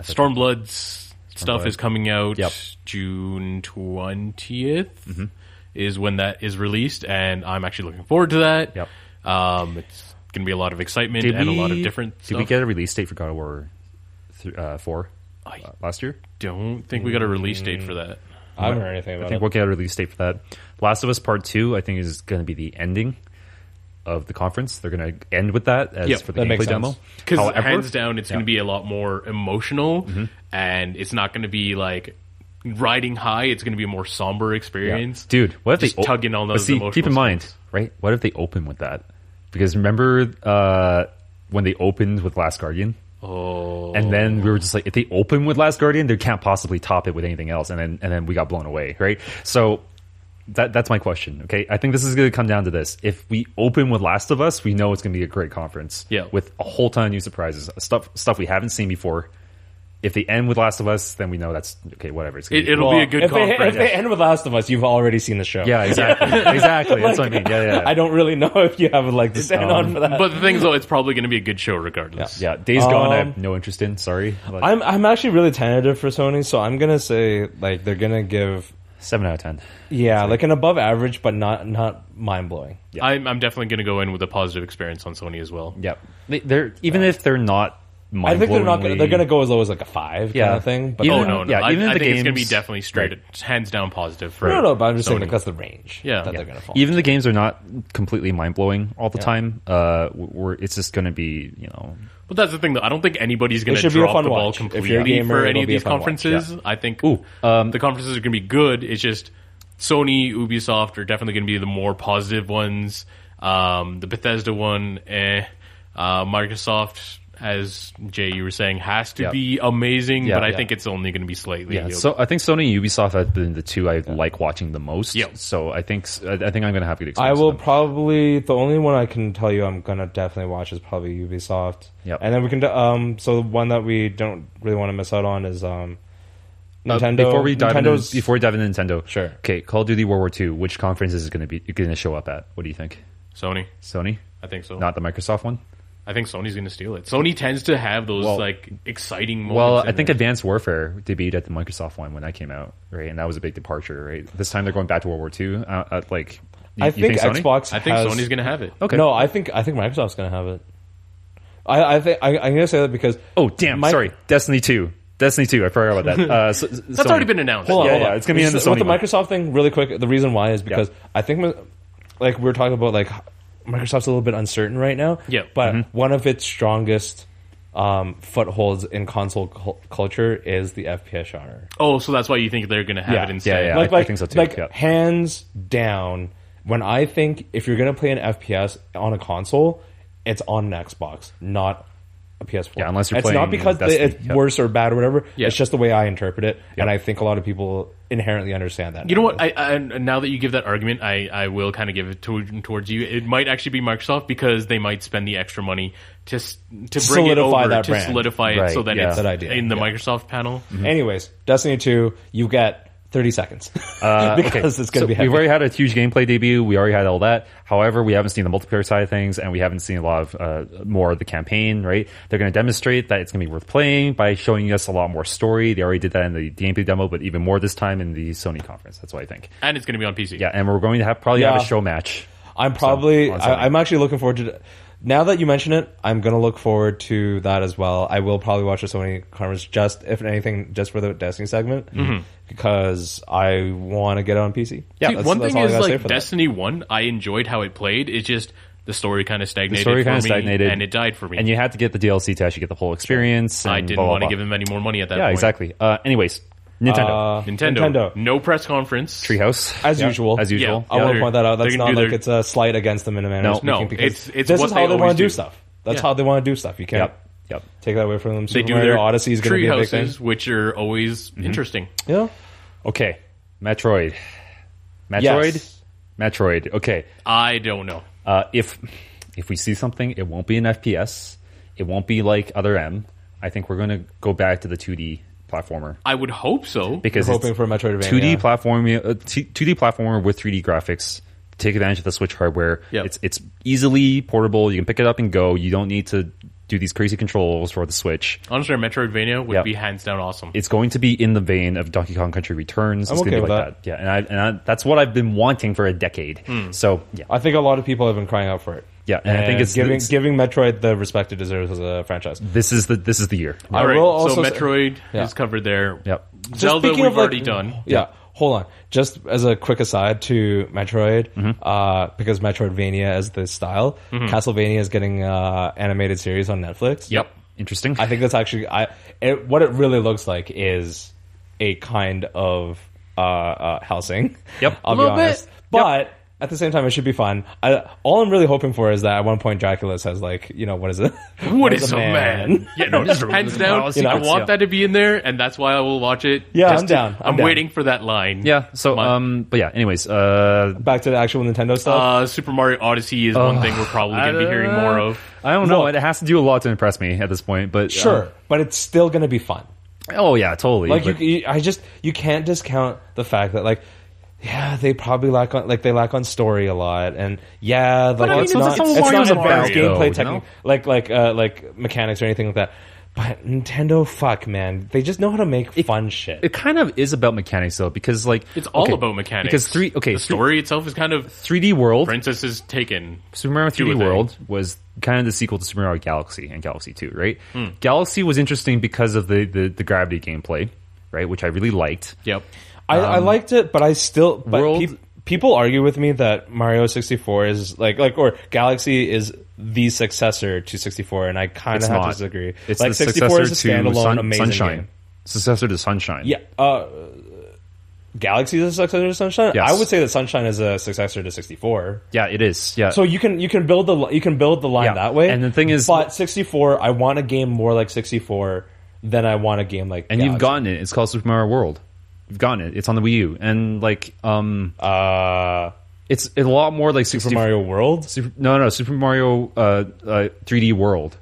Speaker 2: Stormblood's stuff is coming out
Speaker 3: Yep. Mm-hmm.
Speaker 2: June 20th is when that is released, and I'm actually looking forward to that.
Speaker 3: Yep.
Speaker 2: um, it's going to be a lot of excitement
Speaker 3: Did
Speaker 2: and
Speaker 3: we-
Speaker 2: a lot of different.
Speaker 3: Did
Speaker 2: stuff.
Speaker 3: we get a release date for God of War th- uh, Four
Speaker 2: I-
Speaker 3: uh, last year?
Speaker 2: Don't think we got a release date for that.
Speaker 1: I haven't heard anything about
Speaker 3: I think
Speaker 1: it.
Speaker 3: we'll get a release date for that. Last of Us Part Two, I think, is going to be the ending of the conference. They're going to end with that as
Speaker 2: Yep,
Speaker 3: for the
Speaker 1: that makes
Speaker 3: gameplay demo.
Speaker 1: sense.
Speaker 2: Because
Speaker 3: However- Mm-hmm.
Speaker 2: hands down, it's going to be a lot more emotional, and it's not going to be like riding high. It's going to be a more somber experience,
Speaker 3: dude. What if
Speaker 2: Just
Speaker 3: they o-
Speaker 2: tugging on
Speaker 3: but
Speaker 2: those?
Speaker 3: See,
Speaker 2: emotional
Speaker 3: keep in mind, right? What if they open with that? Because remember uh, when they opened with Last Guardian,
Speaker 2: Oh,
Speaker 3: and then we were just like, if they open with Last Guardian, they can't possibly top it with anything else. And then and then we got blown away, right? So. That, that's my question. Okay, I think this is going to come down to this. If we open with Last of Us, we know it's going to be a great conference.
Speaker 2: Yeah.
Speaker 3: with a whole ton of new surprises, stuff stuff we haven't seen before. If they end with Last of Us, then we know that's okay. Whatever. It's gonna
Speaker 2: it, it'll
Speaker 1: Well,
Speaker 2: be a good
Speaker 1: if they,
Speaker 2: conference.
Speaker 1: if they end with Last of Us, you've already seen the show.
Speaker 3: yeah, exactly, exactly. That's what I mean. Yeah, yeah.
Speaker 1: I don't really know if you have like to stand on for that.
Speaker 2: but the thing is, though, it's probably going to be a good show regardless.
Speaker 3: Yeah, Days Gone, I
Speaker 1: Um,
Speaker 3: have no interest in. Sorry. Like,
Speaker 1: I'm I'm actually really tentative for Sony, so I'm gonna say like they're gonna give
Speaker 3: seven out of ten.
Speaker 1: yeah like an above average, but not not mind blowing.
Speaker 2: I'm, I'm definitely going to go in with a positive experience on Sony as well.
Speaker 3: Yeah, they, they're even if they're not
Speaker 1: I
Speaker 3: mind
Speaker 1: think they're not. Gonna, they're going to go as low as like a five
Speaker 3: Yeah.
Speaker 1: kind of thing. But
Speaker 3: You
Speaker 2: Oh
Speaker 3: Yeah,
Speaker 2: no, no.
Speaker 3: yeah,
Speaker 2: I,
Speaker 3: even if
Speaker 2: I
Speaker 3: the
Speaker 2: think it's gonna be
Speaker 3: game's-
Speaker 2: definitely straight, hands down positive for.
Speaker 1: no, no. But I'm just saying
Speaker 2: Sony.
Speaker 1: like that's the range.
Speaker 2: Yeah.
Speaker 1: that
Speaker 2: Yeah.
Speaker 1: they're going to fall.
Speaker 3: even the games are not completely mind blowing all the time. Uh, we're, it's just going to be you know
Speaker 2: But that's the thing, though. I don't think anybody's going
Speaker 1: It
Speaker 2: to
Speaker 1: should be a
Speaker 2: drop
Speaker 1: fun
Speaker 2: the ball
Speaker 1: watch. If you're a
Speaker 2: completely
Speaker 1: gamer,
Speaker 2: for any
Speaker 1: it'll
Speaker 2: of
Speaker 1: be a
Speaker 2: these
Speaker 1: fun watch,
Speaker 2: conferences. I think
Speaker 3: Ooh, um,
Speaker 2: the conferences are going to be good. It's just Sony, Ubisoft are definitely going to be the more positive ones. Um, the Bethesda one, eh. Uh, Microsoft, as Jay you were saying, has to
Speaker 3: Yeah.
Speaker 2: be amazing,
Speaker 3: Yeah,
Speaker 2: but I
Speaker 3: yeah.
Speaker 2: think it's only going to be slightly.
Speaker 3: Yeah,
Speaker 2: mediocre.
Speaker 3: so I think Sony and Ubisoft have been the two I like watching the most.
Speaker 2: Yep.
Speaker 3: So I think I I think I'm gonna have good
Speaker 1: I
Speaker 3: experience.
Speaker 1: will
Speaker 3: with them.
Speaker 1: probably the only one I can tell you I'm gonna definitely watch is probably Ubisoft.
Speaker 3: Yep.
Speaker 1: And then we can do- um so the one that we don't really want to miss out on is um
Speaker 3: Uh,
Speaker 1: Nintendo.
Speaker 3: before we dive into,
Speaker 1: Nintendo's
Speaker 3: before we dive into Nintendo.
Speaker 1: Sure.
Speaker 3: Okay, Call of Duty World War II. Which conference is it gonna be gonna show up at? What do you think?
Speaker 2: Sony,
Speaker 3: Sony,
Speaker 2: I think so.
Speaker 3: not the Microsoft one.
Speaker 2: I think Sony's going to steal it. Sony tends to have those
Speaker 3: Well-
Speaker 2: like exciting moments.
Speaker 3: Well,
Speaker 2: in
Speaker 3: I think
Speaker 2: there.
Speaker 3: Advanced Warfare debuted at the Microsoft one when that came out, right? And that was a big departure, right? This time they're going back to World War II. Uh, uh, like, you,
Speaker 1: I
Speaker 3: you
Speaker 1: think,
Speaker 3: Sony?
Speaker 1: Xbox
Speaker 2: I think
Speaker 1: has-
Speaker 2: Sony's going to have it.
Speaker 3: Okay.
Speaker 1: No, I think I think Microsoft's gonna have it. I, I think I, I'm gonna say that because
Speaker 3: Oh damn!
Speaker 1: Mi-
Speaker 3: sorry, Destiny Two. Destiny Two. I forgot about that. Uh, so,
Speaker 2: That's already been announced.
Speaker 1: Hold on,
Speaker 3: Yeah,
Speaker 1: hold
Speaker 3: yeah,
Speaker 1: on.
Speaker 3: it's gonna be in the
Speaker 1: With
Speaker 3: Sony
Speaker 1: the
Speaker 3: one.
Speaker 1: Microsoft thing, really quick. The reason why is because I think, mi- like we were talking about, like Microsoft's a little bit uncertain right now.
Speaker 2: Yeah.
Speaker 1: but
Speaker 3: Mm-hmm.
Speaker 1: one of its strongest um, footholds in console cul- culture is the FPS genre.
Speaker 2: Oh, so that's why you think they're going to have
Speaker 1: Yeah,
Speaker 2: it
Speaker 1: yeah,
Speaker 2: instead.
Speaker 3: yeah. I-
Speaker 1: like,
Speaker 3: I
Speaker 1: like,
Speaker 3: think so too,
Speaker 1: like,
Speaker 3: yeah.
Speaker 1: hands down. When I think if you're gonna play an FPS on a console, it's on an Xbox, not a PS4.
Speaker 3: Yeah, unless you're
Speaker 1: it's
Speaker 3: playing
Speaker 1: not because they-
Speaker 3: Destiny,
Speaker 1: it's
Speaker 3: yeah.
Speaker 1: worse or bad or whatever.
Speaker 2: Yeah.
Speaker 1: It's just the way I interpret it, and I think a lot of people inherently understand that.
Speaker 2: You know what?
Speaker 1: nowadays.
Speaker 2: I, I and now that you give that argument, I, I will kind of give it to, towards you. It might actually be Microsoft because they might spend the extra money to s- to bring
Speaker 1: Solidify
Speaker 2: it over
Speaker 1: that
Speaker 2: to
Speaker 1: brand.
Speaker 2: solidify it so
Speaker 3: Right,
Speaker 2: that
Speaker 3: yeah.
Speaker 2: it's
Speaker 1: That idea, Mm-hmm.
Speaker 2: in the Microsoft panel.
Speaker 1: Anyways, Destiny Two, you get thirty seconds
Speaker 3: Uh,
Speaker 1: because
Speaker 3: okay.
Speaker 1: it's gonna
Speaker 3: So
Speaker 1: be.
Speaker 3: We've
Speaker 1: Heavy.
Speaker 3: already had a huge gameplay debut. We already had all that. However, we haven't seen the multiplayer side of things, and we haven't seen a lot of uh, more of the campaign. Right? They're going to demonstrate that it's going to be worth playing by showing us a lot more story. They already did that in the gameplay demo, but even more this time in the Sony conference. That's what I think.
Speaker 2: And it's going to be on PC.
Speaker 3: Yeah, and we're going to have probably have
Speaker 1: Yeah.
Speaker 3: a show match.
Speaker 1: I'm probably.
Speaker 3: on Sunday.
Speaker 1: I, I'm actually looking forward to. Now that you mention it, I'm gonna look forward to that as well. I will probably watch the Sony conference just if anything, just for the Destiny segment
Speaker 2: Mm-hmm.
Speaker 1: because I want to get it on PC.
Speaker 2: See,
Speaker 1: That's-
Speaker 2: one
Speaker 1: that's
Speaker 2: thing
Speaker 1: all I
Speaker 2: is
Speaker 1: gotta say
Speaker 2: like
Speaker 1: for that.
Speaker 2: Destiny One. I enjoyed how it played. It's just the story kind of stagnated.
Speaker 3: story
Speaker 2: kind of
Speaker 3: stagnated,
Speaker 2: and it died for me.
Speaker 3: And you had to get the DLC to actually get the whole experience.
Speaker 2: I
Speaker 3: and
Speaker 2: didn't
Speaker 3: blah, blah,
Speaker 2: want to
Speaker 3: blah.
Speaker 2: give them any more money at that.
Speaker 3: Yeah,
Speaker 2: point.
Speaker 3: exactly. Uh, anyways, Nintendo
Speaker 1: Uh,
Speaker 2: Nintendo,
Speaker 1: Nintendo.
Speaker 2: no press conference.
Speaker 3: Treehouse,
Speaker 1: As usual.
Speaker 3: as usual.
Speaker 1: I
Speaker 2: Yeah,
Speaker 1: want to
Speaker 2: they're-
Speaker 1: point that out.
Speaker 2: they're
Speaker 1: That's
Speaker 2: gonna
Speaker 1: not
Speaker 2: do
Speaker 1: like
Speaker 2: their-
Speaker 1: it's a slight against them in a manner.
Speaker 3: No.
Speaker 1: of speaking
Speaker 2: No,
Speaker 1: because
Speaker 2: it's- it's
Speaker 1: this
Speaker 2: what
Speaker 1: is how
Speaker 2: they
Speaker 1: they
Speaker 2: always
Speaker 1: want to do
Speaker 2: do.
Speaker 1: stuff. That's
Speaker 2: Yeah.
Speaker 1: how they want to do stuff. You can't
Speaker 3: Yep. Yep.
Speaker 1: take that away from them.
Speaker 2: They
Speaker 1: Super
Speaker 2: do
Speaker 1: Mario
Speaker 2: their
Speaker 1: Odyssey is going to
Speaker 2: tree
Speaker 1: be a big thing. Mm-hmm.
Speaker 2: houses, which are always interesting.
Speaker 1: Yeah.
Speaker 3: Okay. Metroid. Metroid.
Speaker 1: Yes.
Speaker 3: Metroid. Okay.
Speaker 2: I don't know.
Speaker 3: Uh, if if we see something, it won't be an FPS. It won't be like other M. I think we're going to go back to the 2D platformer
Speaker 2: I would hope so.
Speaker 3: because
Speaker 1: We're
Speaker 3: it's
Speaker 1: hoping for a Metroidvania.
Speaker 3: 2D platform, uh, t- 2D platformer with 3D graphics. Take advantage of the Switch hardware.
Speaker 2: Yep.
Speaker 3: It's it's easily portable. You can pick it up and go. You don't need to do these crazy controls for the Switch.
Speaker 2: Honestly, Metroidvania would
Speaker 3: Yep.
Speaker 2: be hands down awesome.
Speaker 3: it's going to be in the vein of Donkey Kong Country Returns. It's
Speaker 1: I'm
Speaker 3: going to
Speaker 1: okay
Speaker 3: be
Speaker 1: with
Speaker 3: like that. Hmm. Yeah, and, I, and I, that's what I've been wanting for a decade. So yeah,
Speaker 1: I think a lot of people have been crying out for it.
Speaker 3: Yeah, and I think it's-
Speaker 1: giving
Speaker 3: it's-
Speaker 1: giving Metroid the respect it deserves as a franchise.
Speaker 3: this is the this is the year.
Speaker 1: I
Speaker 2: All right,
Speaker 1: will also
Speaker 2: so
Speaker 1: say-
Speaker 2: Metroid
Speaker 1: Yeah.
Speaker 2: is covered there.
Speaker 3: Yep.
Speaker 1: Just
Speaker 2: Zelda we've
Speaker 1: speaking of, like-
Speaker 2: already done.
Speaker 1: Yeah. Hold on. Just as a quick aside to Metroid,
Speaker 2: Mm-hmm.
Speaker 1: uh, because Metroidvania is the style, Castlevania is getting uh, animated series on Netflix.
Speaker 2: Yep.
Speaker 3: Interesting.
Speaker 1: I think that's actually I it, what it really looks like is a kind of uh, uh housing.
Speaker 3: Yep.
Speaker 1: I'll
Speaker 3: A
Speaker 1: be
Speaker 3: little bit.
Speaker 1: honest. But at the same time, it should be fun. I, all I'm really hoping for is that at one point Dracula says like, you know, what is it?
Speaker 2: What is a man? Yeah, no, just hands down.
Speaker 3: You know,
Speaker 2: I
Speaker 3: it's-
Speaker 2: want
Speaker 3: yeah.
Speaker 2: that to be in there, and that's why I will watch it.
Speaker 1: Yeah,
Speaker 2: Just
Speaker 1: I'm
Speaker 2: to-
Speaker 1: down. I'm
Speaker 2: I'm,
Speaker 1: down.
Speaker 2: waiting for that line.
Speaker 3: yeah. So
Speaker 2: My-
Speaker 3: um, but yeah. Anyways, uh,
Speaker 1: Back to the actual Nintendo stuff.
Speaker 2: Uh, Super Mario Odyssey is one thing we're probably going to be hearing more of.
Speaker 3: Uh, I don't know. It has to do a lot to impress me at this point. But uh,
Speaker 1: sure, but it's still gonna be fun.
Speaker 3: oh yeah, totally.
Speaker 1: Like you,
Speaker 3: but-
Speaker 1: you, I just you can't discount the fact that like. Yeah, they probably lack on like they lack on story a lot, and yeah, like
Speaker 2: I mean,
Speaker 1: it's not
Speaker 2: it's- it's
Speaker 1: it's,
Speaker 2: all
Speaker 1: not
Speaker 2: Mario's
Speaker 1: advanced
Speaker 2: about,
Speaker 1: gameplay
Speaker 3: though, you
Speaker 1: technique
Speaker 3: know?
Speaker 1: like like uh, like mechanics or anything like that. But Nintendo, fuck man, they just know how to make fun shit.
Speaker 3: It kind of is about mechanics though, because like
Speaker 2: It's all
Speaker 3: okay,
Speaker 2: about mechanics.
Speaker 3: Because three okay,
Speaker 2: the
Speaker 3: three-
Speaker 2: story itself is kind of
Speaker 3: 3D World,
Speaker 2: Princess is taken.
Speaker 3: Super Mario
Speaker 2: Do a
Speaker 3: 3D
Speaker 2: thing.
Speaker 3: World was kind of the sequel to Super Mario Galaxy and Galaxy 2, right?
Speaker 2: Hmm.
Speaker 3: Galaxy was interesting because of the, the the gravity gameplay, right, which I really liked.
Speaker 2: Yep.
Speaker 1: I, I liked it, but I still but
Speaker 3: um, World-
Speaker 1: peop- people argue with me that Mario 64 is like like or Galaxy is the successor to 64, and I kind
Speaker 3: It's
Speaker 1: of have
Speaker 3: not.
Speaker 1: to disagree.
Speaker 3: It's
Speaker 1: like
Speaker 3: the
Speaker 1: 64
Speaker 3: successor
Speaker 1: is a
Speaker 3: to
Speaker 1: standalone
Speaker 3: Sun-
Speaker 1: amazing
Speaker 3: Sunshine.
Speaker 1: game.
Speaker 3: Successor to Sunshine.
Speaker 1: Yeah, uh, Galaxy is a successor to Sunshine.
Speaker 3: Yes.
Speaker 1: I would say that Sunshine is a successor to 64.
Speaker 3: Yeah, it is. Yeah.
Speaker 1: So you can you can build the li- you can build the line
Speaker 3: Yeah.
Speaker 1: that way.
Speaker 3: And the thing is-
Speaker 1: but 64, I want a game more like 64 than I want a game like.
Speaker 3: and you've
Speaker 1: Galaxy.
Speaker 3: gotten it. It's called Super Mario World. You've gotten it. It's on the Wii U. And like um
Speaker 1: uh,
Speaker 3: it's a lot more like 60
Speaker 1: Super Mario World.
Speaker 3: Super, no, no, Super Mario uh, uh 3D World.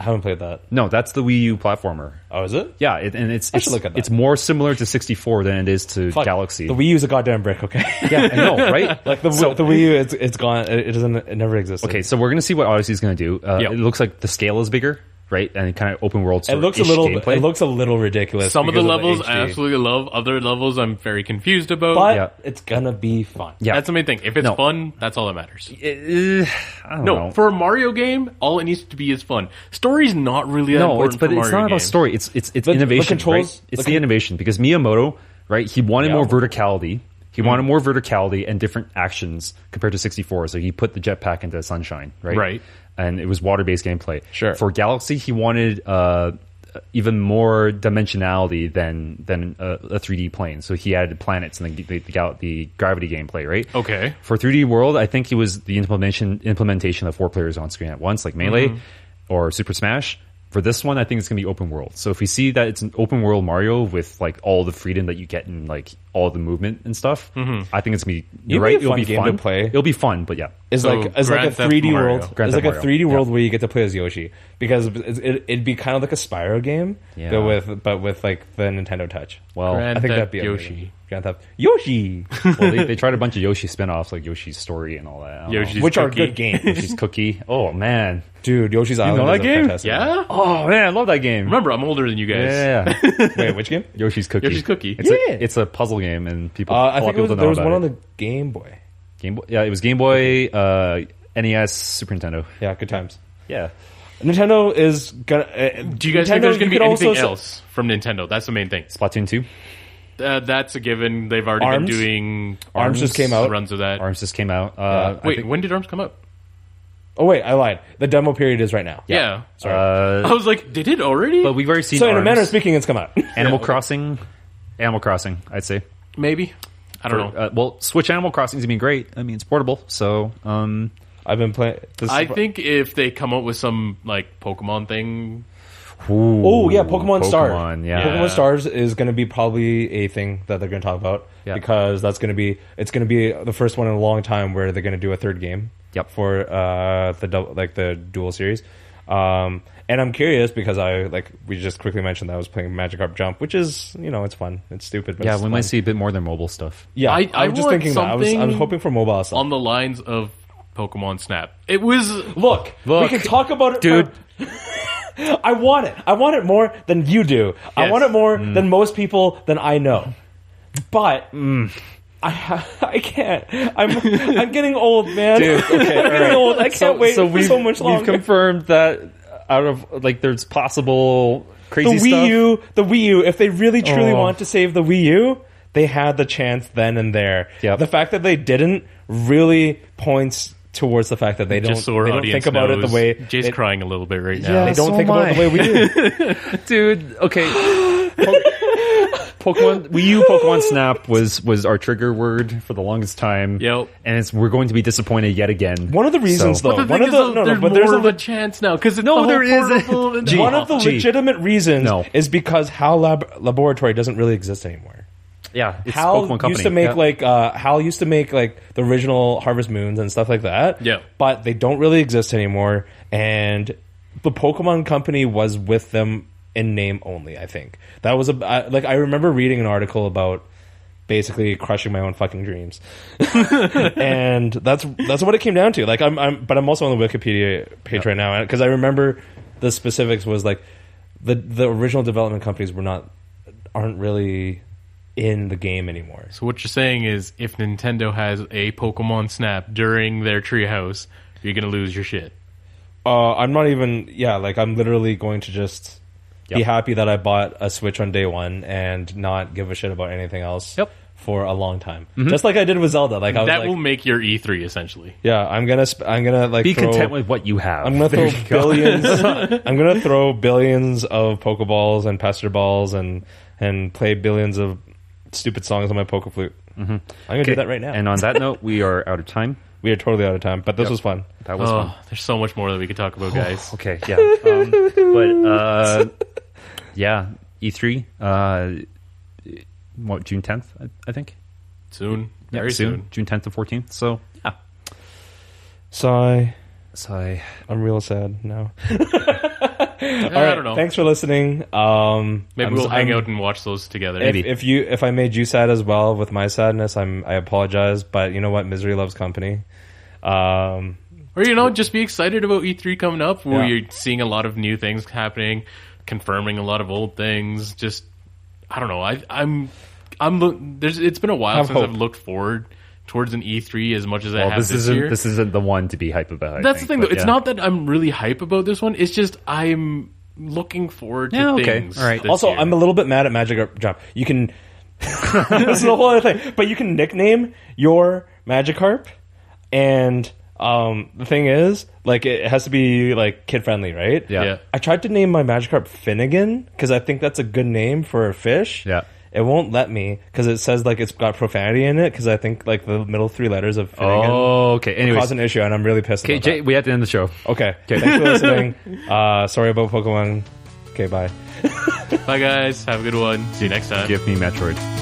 Speaker 1: I haven't played that.
Speaker 3: No, that's the Wii U platformer.
Speaker 1: Oh, is it?
Speaker 3: Yeah, it, and it's
Speaker 1: I should
Speaker 3: it's,
Speaker 1: look at that.
Speaker 3: it's more similar to 64 than it is to
Speaker 1: Fuck.
Speaker 3: Galaxy.
Speaker 1: The Wii U's a goddamn brick, okay?
Speaker 3: yeah, I know, right?
Speaker 1: like the, the Wii U, it's, it's gone. It, it doesn't. It never existed.
Speaker 3: okay, so we're gonna see what Odyssey is gonna do. Uh,
Speaker 2: Yep.
Speaker 3: It looks like the scale is bigger, right? And kind of open world.
Speaker 1: It
Speaker 3: sort
Speaker 1: looks a
Speaker 3: ish
Speaker 1: little.
Speaker 3: Gameplay.
Speaker 1: It looks a little ridiculous.
Speaker 2: Some of the
Speaker 1: because
Speaker 2: levels I
Speaker 1: HD.
Speaker 2: absolutely love. Other levels I'm very confused about.
Speaker 1: But
Speaker 3: Yeah.
Speaker 1: it's gonna be fun.
Speaker 3: yeah.
Speaker 2: That's the main thing. If it's
Speaker 3: No.
Speaker 2: fun, that's all that matters.
Speaker 3: Eh, I don't
Speaker 2: No,
Speaker 3: know.
Speaker 2: for a Mario game, all it needs to be is fun. Story's not really that
Speaker 3: no,
Speaker 2: important
Speaker 3: it's but
Speaker 2: for
Speaker 3: it's
Speaker 2: Mario
Speaker 3: not about
Speaker 2: games.
Speaker 3: story. It's it's it's
Speaker 1: The- the
Speaker 3: innovation.
Speaker 1: controls-
Speaker 3: right? It's
Speaker 1: the
Speaker 3: the, innovation because Miyamoto, right? He wanted
Speaker 1: Yeah.
Speaker 3: more verticality. He
Speaker 2: Mm-hmm.
Speaker 3: wanted more verticality and different actions compared to 64. So he put the jetpack into Sunshine, right?
Speaker 2: Right.
Speaker 3: And it was water-based gameplay.
Speaker 1: Sure.
Speaker 3: For Galaxy, he wanted uh, even more dimensionality than than a, a 3D plane. So he added planets and the the, the, gal- the gravity gameplay, right?
Speaker 2: Okay.
Speaker 3: For 3D World, I think it was the implementation implementation of four players on screen at once, like
Speaker 1: Mm-hmm.
Speaker 3: Melee or Super Smash. For this one, I think it's going to be open world. So if we see that it's an open world Mario with like all the freedom that you get in like all the movement and stuff, I think it's going to be
Speaker 1: know
Speaker 3: you're
Speaker 1: what Mm-hmm. a
Speaker 3: right. It'll
Speaker 1: fun
Speaker 3: be
Speaker 1: game to
Speaker 3: fun.
Speaker 1: play?
Speaker 3: It'll be fun, but yeah,
Speaker 1: It's
Speaker 2: So,
Speaker 1: like it's like a
Speaker 2: Grand Theft
Speaker 1: 3D
Speaker 2: Mario.
Speaker 1: world.
Speaker 3: Grand
Speaker 1: it's
Speaker 3: Theft
Speaker 1: like a
Speaker 3: Mario,
Speaker 1: 3D
Speaker 3: yeah.
Speaker 1: world where you get to play as Yoshi because it's- it, it'd be kind of like a Spyro game,
Speaker 3: Yeah.
Speaker 1: but with but with like the Nintendo Touch.
Speaker 3: well,
Speaker 2: Grand
Speaker 1: I think that'd
Speaker 2: Theft
Speaker 1: be amazing.
Speaker 2: Yoshi.
Speaker 1: Grand Theft Yoshi,
Speaker 3: well, they, they tried a bunch of Yoshi spin-offs like Yoshi's Story and all that. I don't know.
Speaker 2: Yoshi's
Speaker 1: which are
Speaker 2: Cookie.
Speaker 1: good games,
Speaker 3: Yoshi's Cookie. Oh man,
Speaker 1: dude. Yoshi's Island.
Speaker 3: that
Speaker 1: is a
Speaker 3: game?
Speaker 1: fantastic
Speaker 2: Yeah.
Speaker 3: oh man, I love that game.
Speaker 2: Remember, I'm older than you guys.
Speaker 3: Yeah,
Speaker 1: game. Wait, which game?
Speaker 3: Yoshi's Cookie.
Speaker 2: Yoshi's Cookie.
Speaker 3: It's,
Speaker 1: Yeah.
Speaker 3: a, it's a puzzle game, and people.
Speaker 1: Uh,
Speaker 3: a
Speaker 1: I
Speaker 3: lot of
Speaker 1: think it
Speaker 3: people
Speaker 1: was,
Speaker 3: don't
Speaker 1: there
Speaker 3: know
Speaker 1: was one
Speaker 3: about it.
Speaker 1: on the Game Boy.
Speaker 3: Game Boy. Yeah, it was Game Boy, uh, NES, Super Nintendo.
Speaker 1: Yeah, good times.
Speaker 3: Yeah.
Speaker 1: Nintendo is gonna. Uh,
Speaker 2: Do you guys
Speaker 1: Nintendo,
Speaker 2: think there's going
Speaker 1: you
Speaker 2: to be
Speaker 1: could also
Speaker 2: anything
Speaker 1: s-
Speaker 2: else from Nintendo? That's the main thing.
Speaker 3: Splatoon 2.
Speaker 2: Uh, that's a given. They've already
Speaker 1: Arms?
Speaker 2: been doing
Speaker 1: Arms just came out.
Speaker 2: runs of that.
Speaker 3: Arms just came out. Uh,
Speaker 2: Wait,
Speaker 3: I think,
Speaker 2: when did Arms come out?
Speaker 1: Oh wait, I lied. The demo period is right now.
Speaker 2: Yeah.
Speaker 3: uh,
Speaker 2: I was like, did it already?
Speaker 3: but we've already seen
Speaker 1: So in a
Speaker 3: Arms.
Speaker 1: manner of speaking, it's come out.
Speaker 3: Animal Crossing. Animal Crossing, I'd say.
Speaker 2: Maybe. I
Speaker 1: Oh.
Speaker 2: don't know.
Speaker 3: Uh, well, Switch Animal Crossing's been great. I mean, it's portable, so um,
Speaker 1: I've been playing. This
Speaker 2: I think if they come up with some like Pokemon thing,
Speaker 1: Oh yeah, Pokemon, Star.
Speaker 3: Pokemon, yeah.
Speaker 1: Pokemon Stars is going to be probably a thing that they're going to talk about
Speaker 3: Yeah.
Speaker 1: because that's going to be it's going to be the first one in a long time where they're going to do a third game.
Speaker 3: Yep.
Speaker 1: For uh the dou- like the dual series. Um and I'm curious because I like we just quickly mentioned that I was playing Magikarp Jump, which is you know it's fun, it's stupid, but
Speaker 3: Yeah,
Speaker 1: it's
Speaker 3: we might
Speaker 1: fun.
Speaker 3: see a bit more than mobile stuff.
Speaker 1: Yeah,
Speaker 2: I-
Speaker 1: I,
Speaker 2: I
Speaker 1: was just
Speaker 2: want
Speaker 1: thinking that I was I was
Speaker 2: something
Speaker 1: hoping for mobile. Stuff.
Speaker 2: on the lines of Pokemon Snap, it was
Speaker 1: Look,
Speaker 3: Look,
Speaker 1: we can talk about it,
Speaker 3: dude.
Speaker 1: for- I want it. I want it more than you do. I
Speaker 2: Yes.
Speaker 1: want it more than most people than I know. But I ha- I can't. I'm I'm getting old, man. I'm getting old. I can't wait for so much
Speaker 3: We've
Speaker 1: longer.
Speaker 3: confirmed that out of like there's possible
Speaker 1: the
Speaker 3: crazy
Speaker 1: Wii
Speaker 3: stuff.
Speaker 1: U, the Wii U. If they really truly
Speaker 3: Oh.
Speaker 1: want to save the Wii U, they had the chance then and there.
Speaker 3: Yep.
Speaker 1: The fact that they didn't really points towards the fact that they don't,
Speaker 2: just so our
Speaker 1: they don't
Speaker 2: audience
Speaker 1: think about it
Speaker 2: knows,
Speaker 1: the way
Speaker 2: Jay's
Speaker 1: they,
Speaker 2: crying a little bit right now.
Speaker 3: Yeah.
Speaker 1: they don't
Speaker 3: So
Speaker 1: think
Speaker 3: am
Speaker 1: about it the
Speaker 3: I.
Speaker 1: way we do.
Speaker 3: dude. Okay, Po- Pokemon Wii U Pokemon Snap was was our trigger word for the longest time.
Speaker 2: Yep.
Speaker 3: and it's we're going to be disappointed yet again.
Speaker 1: One of the reasons,
Speaker 3: So-
Speaker 1: though,
Speaker 2: But the
Speaker 1: one
Speaker 2: thing
Speaker 1: of
Speaker 2: is,
Speaker 1: the
Speaker 2: though,
Speaker 1: no, no,
Speaker 2: there's
Speaker 1: but there's
Speaker 2: more
Speaker 1: a
Speaker 2: of a chance now because no,
Speaker 3: there isn't. Gee. oh,
Speaker 1: one of the
Speaker 3: Gee.
Speaker 1: legitimate reasons
Speaker 3: No.
Speaker 1: is because Hal Lab- Laboratory doesn't really exist anymore.
Speaker 3: yeah, it's
Speaker 1: Hal
Speaker 3: Pokemon Company
Speaker 1: used to make
Speaker 3: Yeah.
Speaker 1: like uh, Hal used to make like the original Harvest Moons and stuff like that.
Speaker 2: Yeah.
Speaker 1: but they don't really exist anymore. And the Pokemon Company was with them in name only. I think that was a I, like I remember reading an article about basically crushing my own fucking dreams, and that's that's what it came down to. Like I'm, I'm but I'm also on the Wikipedia page right now because I remember the specifics was like the the original development companies were not aren't really in the game anymore.
Speaker 2: So what you're saying is, if Nintendo has a Pokemon Snap during their treehouse, you're gonna lose your shit.
Speaker 1: Uh, I'm not even yeah, like I'm literally going to just be
Speaker 3: Yep.
Speaker 1: happy that I bought a Switch on day one and not give a shit about anything else
Speaker 3: Yep. Mm-hmm.
Speaker 1: for a long time. Just like I did with Zelda. Like I was
Speaker 2: that
Speaker 1: like,
Speaker 2: will make your E3 essentially.
Speaker 1: yeah, I'm gonna sp- I'm gonna like
Speaker 3: Be
Speaker 1: throw-
Speaker 3: content with what you have.
Speaker 1: I'm gonna
Speaker 3: There
Speaker 1: throw
Speaker 3: you go.
Speaker 1: billions. I'm gonna throw billions of Pokeballs and Pester Balls and and play billions of stupid songs on my Poke Flute. Mm-hmm. I'm gonna do that right now.
Speaker 3: And on that note, we are out of time.
Speaker 1: we are totally out of time, but this was fun.
Speaker 3: That was fun.
Speaker 2: Oh, there's so much more that we could talk
Speaker 1: Oh.
Speaker 2: about, guys.
Speaker 3: Okay, yeah. Um, but uh, yeah, E3, uh, what, June 10th, I, I think?
Speaker 2: Soon,
Speaker 3: Yeah,
Speaker 2: very soon.
Speaker 3: June 10th to 14th. So, yeah.
Speaker 1: Sigh.
Speaker 3: So I,
Speaker 1: I'm real sad now.
Speaker 2: Eh,
Speaker 1: All right,
Speaker 2: I don't know.
Speaker 1: Thanks for listening. Um,
Speaker 2: Maybe
Speaker 1: I'm-
Speaker 2: we'll hang
Speaker 1: I'm-
Speaker 2: out and watch those together.
Speaker 1: If, if you if I made you sad as well with my sadness, I'm I apologize. But you know what? Misery loves company. Um,
Speaker 2: Or you know, just be excited about E3 coming up, where
Speaker 1: Yeah.
Speaker 2: you're seeing a lot of new things happening, confirming a lot of old things. Just I don't know. I, I'm I'm lo- there's it's been a while
Speaker 1: Have
Speaker 2: since
Speaker 1: hope.
Speaker 2: I've looked forward towards an E3 as much as I
Speaker 3: well,
Speaker 2: have
Speaker 3: this,
Speaker 2: this,
Speaker 3: isn't
Speaker 2: year.
Speaker 3: this isn't the one to be hype about. I
Speaker 2: That's the
Speaker 3: think,
Speaker 2: thing, though.
Speaker 3: but
Speaker 2: It's
Speaker 3: yeah.
Speaker 2: not that I'm really hype about this one. It's just I'm looking forward to
Speaker 3: Yeah, okay.
Speaker 2: things.
Speaker 3: All right.
Speaker 2: this
Speaker 1: also,
Speaker 2: year.
Speaker 1: I'm a little bit mad at Magic Drop. You can this is a whole other thing, but you can nickname your Magikarp, and um, the thing is, like, it has to be like kid friendly, right?
Speaker 3: Yeah.
Speaker 2: yeah.
Speaker 1: I tried to name my Magikarp Finnegan because I think that's a good name for a fish.
Speaker 3: Yeah.
Speaker 1: It won't let me because it says like it's got profanity in it because I think like the middle three letters of Finnegan
Speaker 3: Oh, okay. Anyways,
Speaker 1: cause an issue, and I'm really pissed.
Speaker 3: okay,
Speaker 1: about that.
Speaker 3: Jay, we have to end the show.
Speaker 1: Okay. Thanks for listening. Uh, sorry about Pokemon. Okay, bye.
Speaker 2: Bye, guys. Have a good one. See you next time.
Speaker 3: Give me Metroid.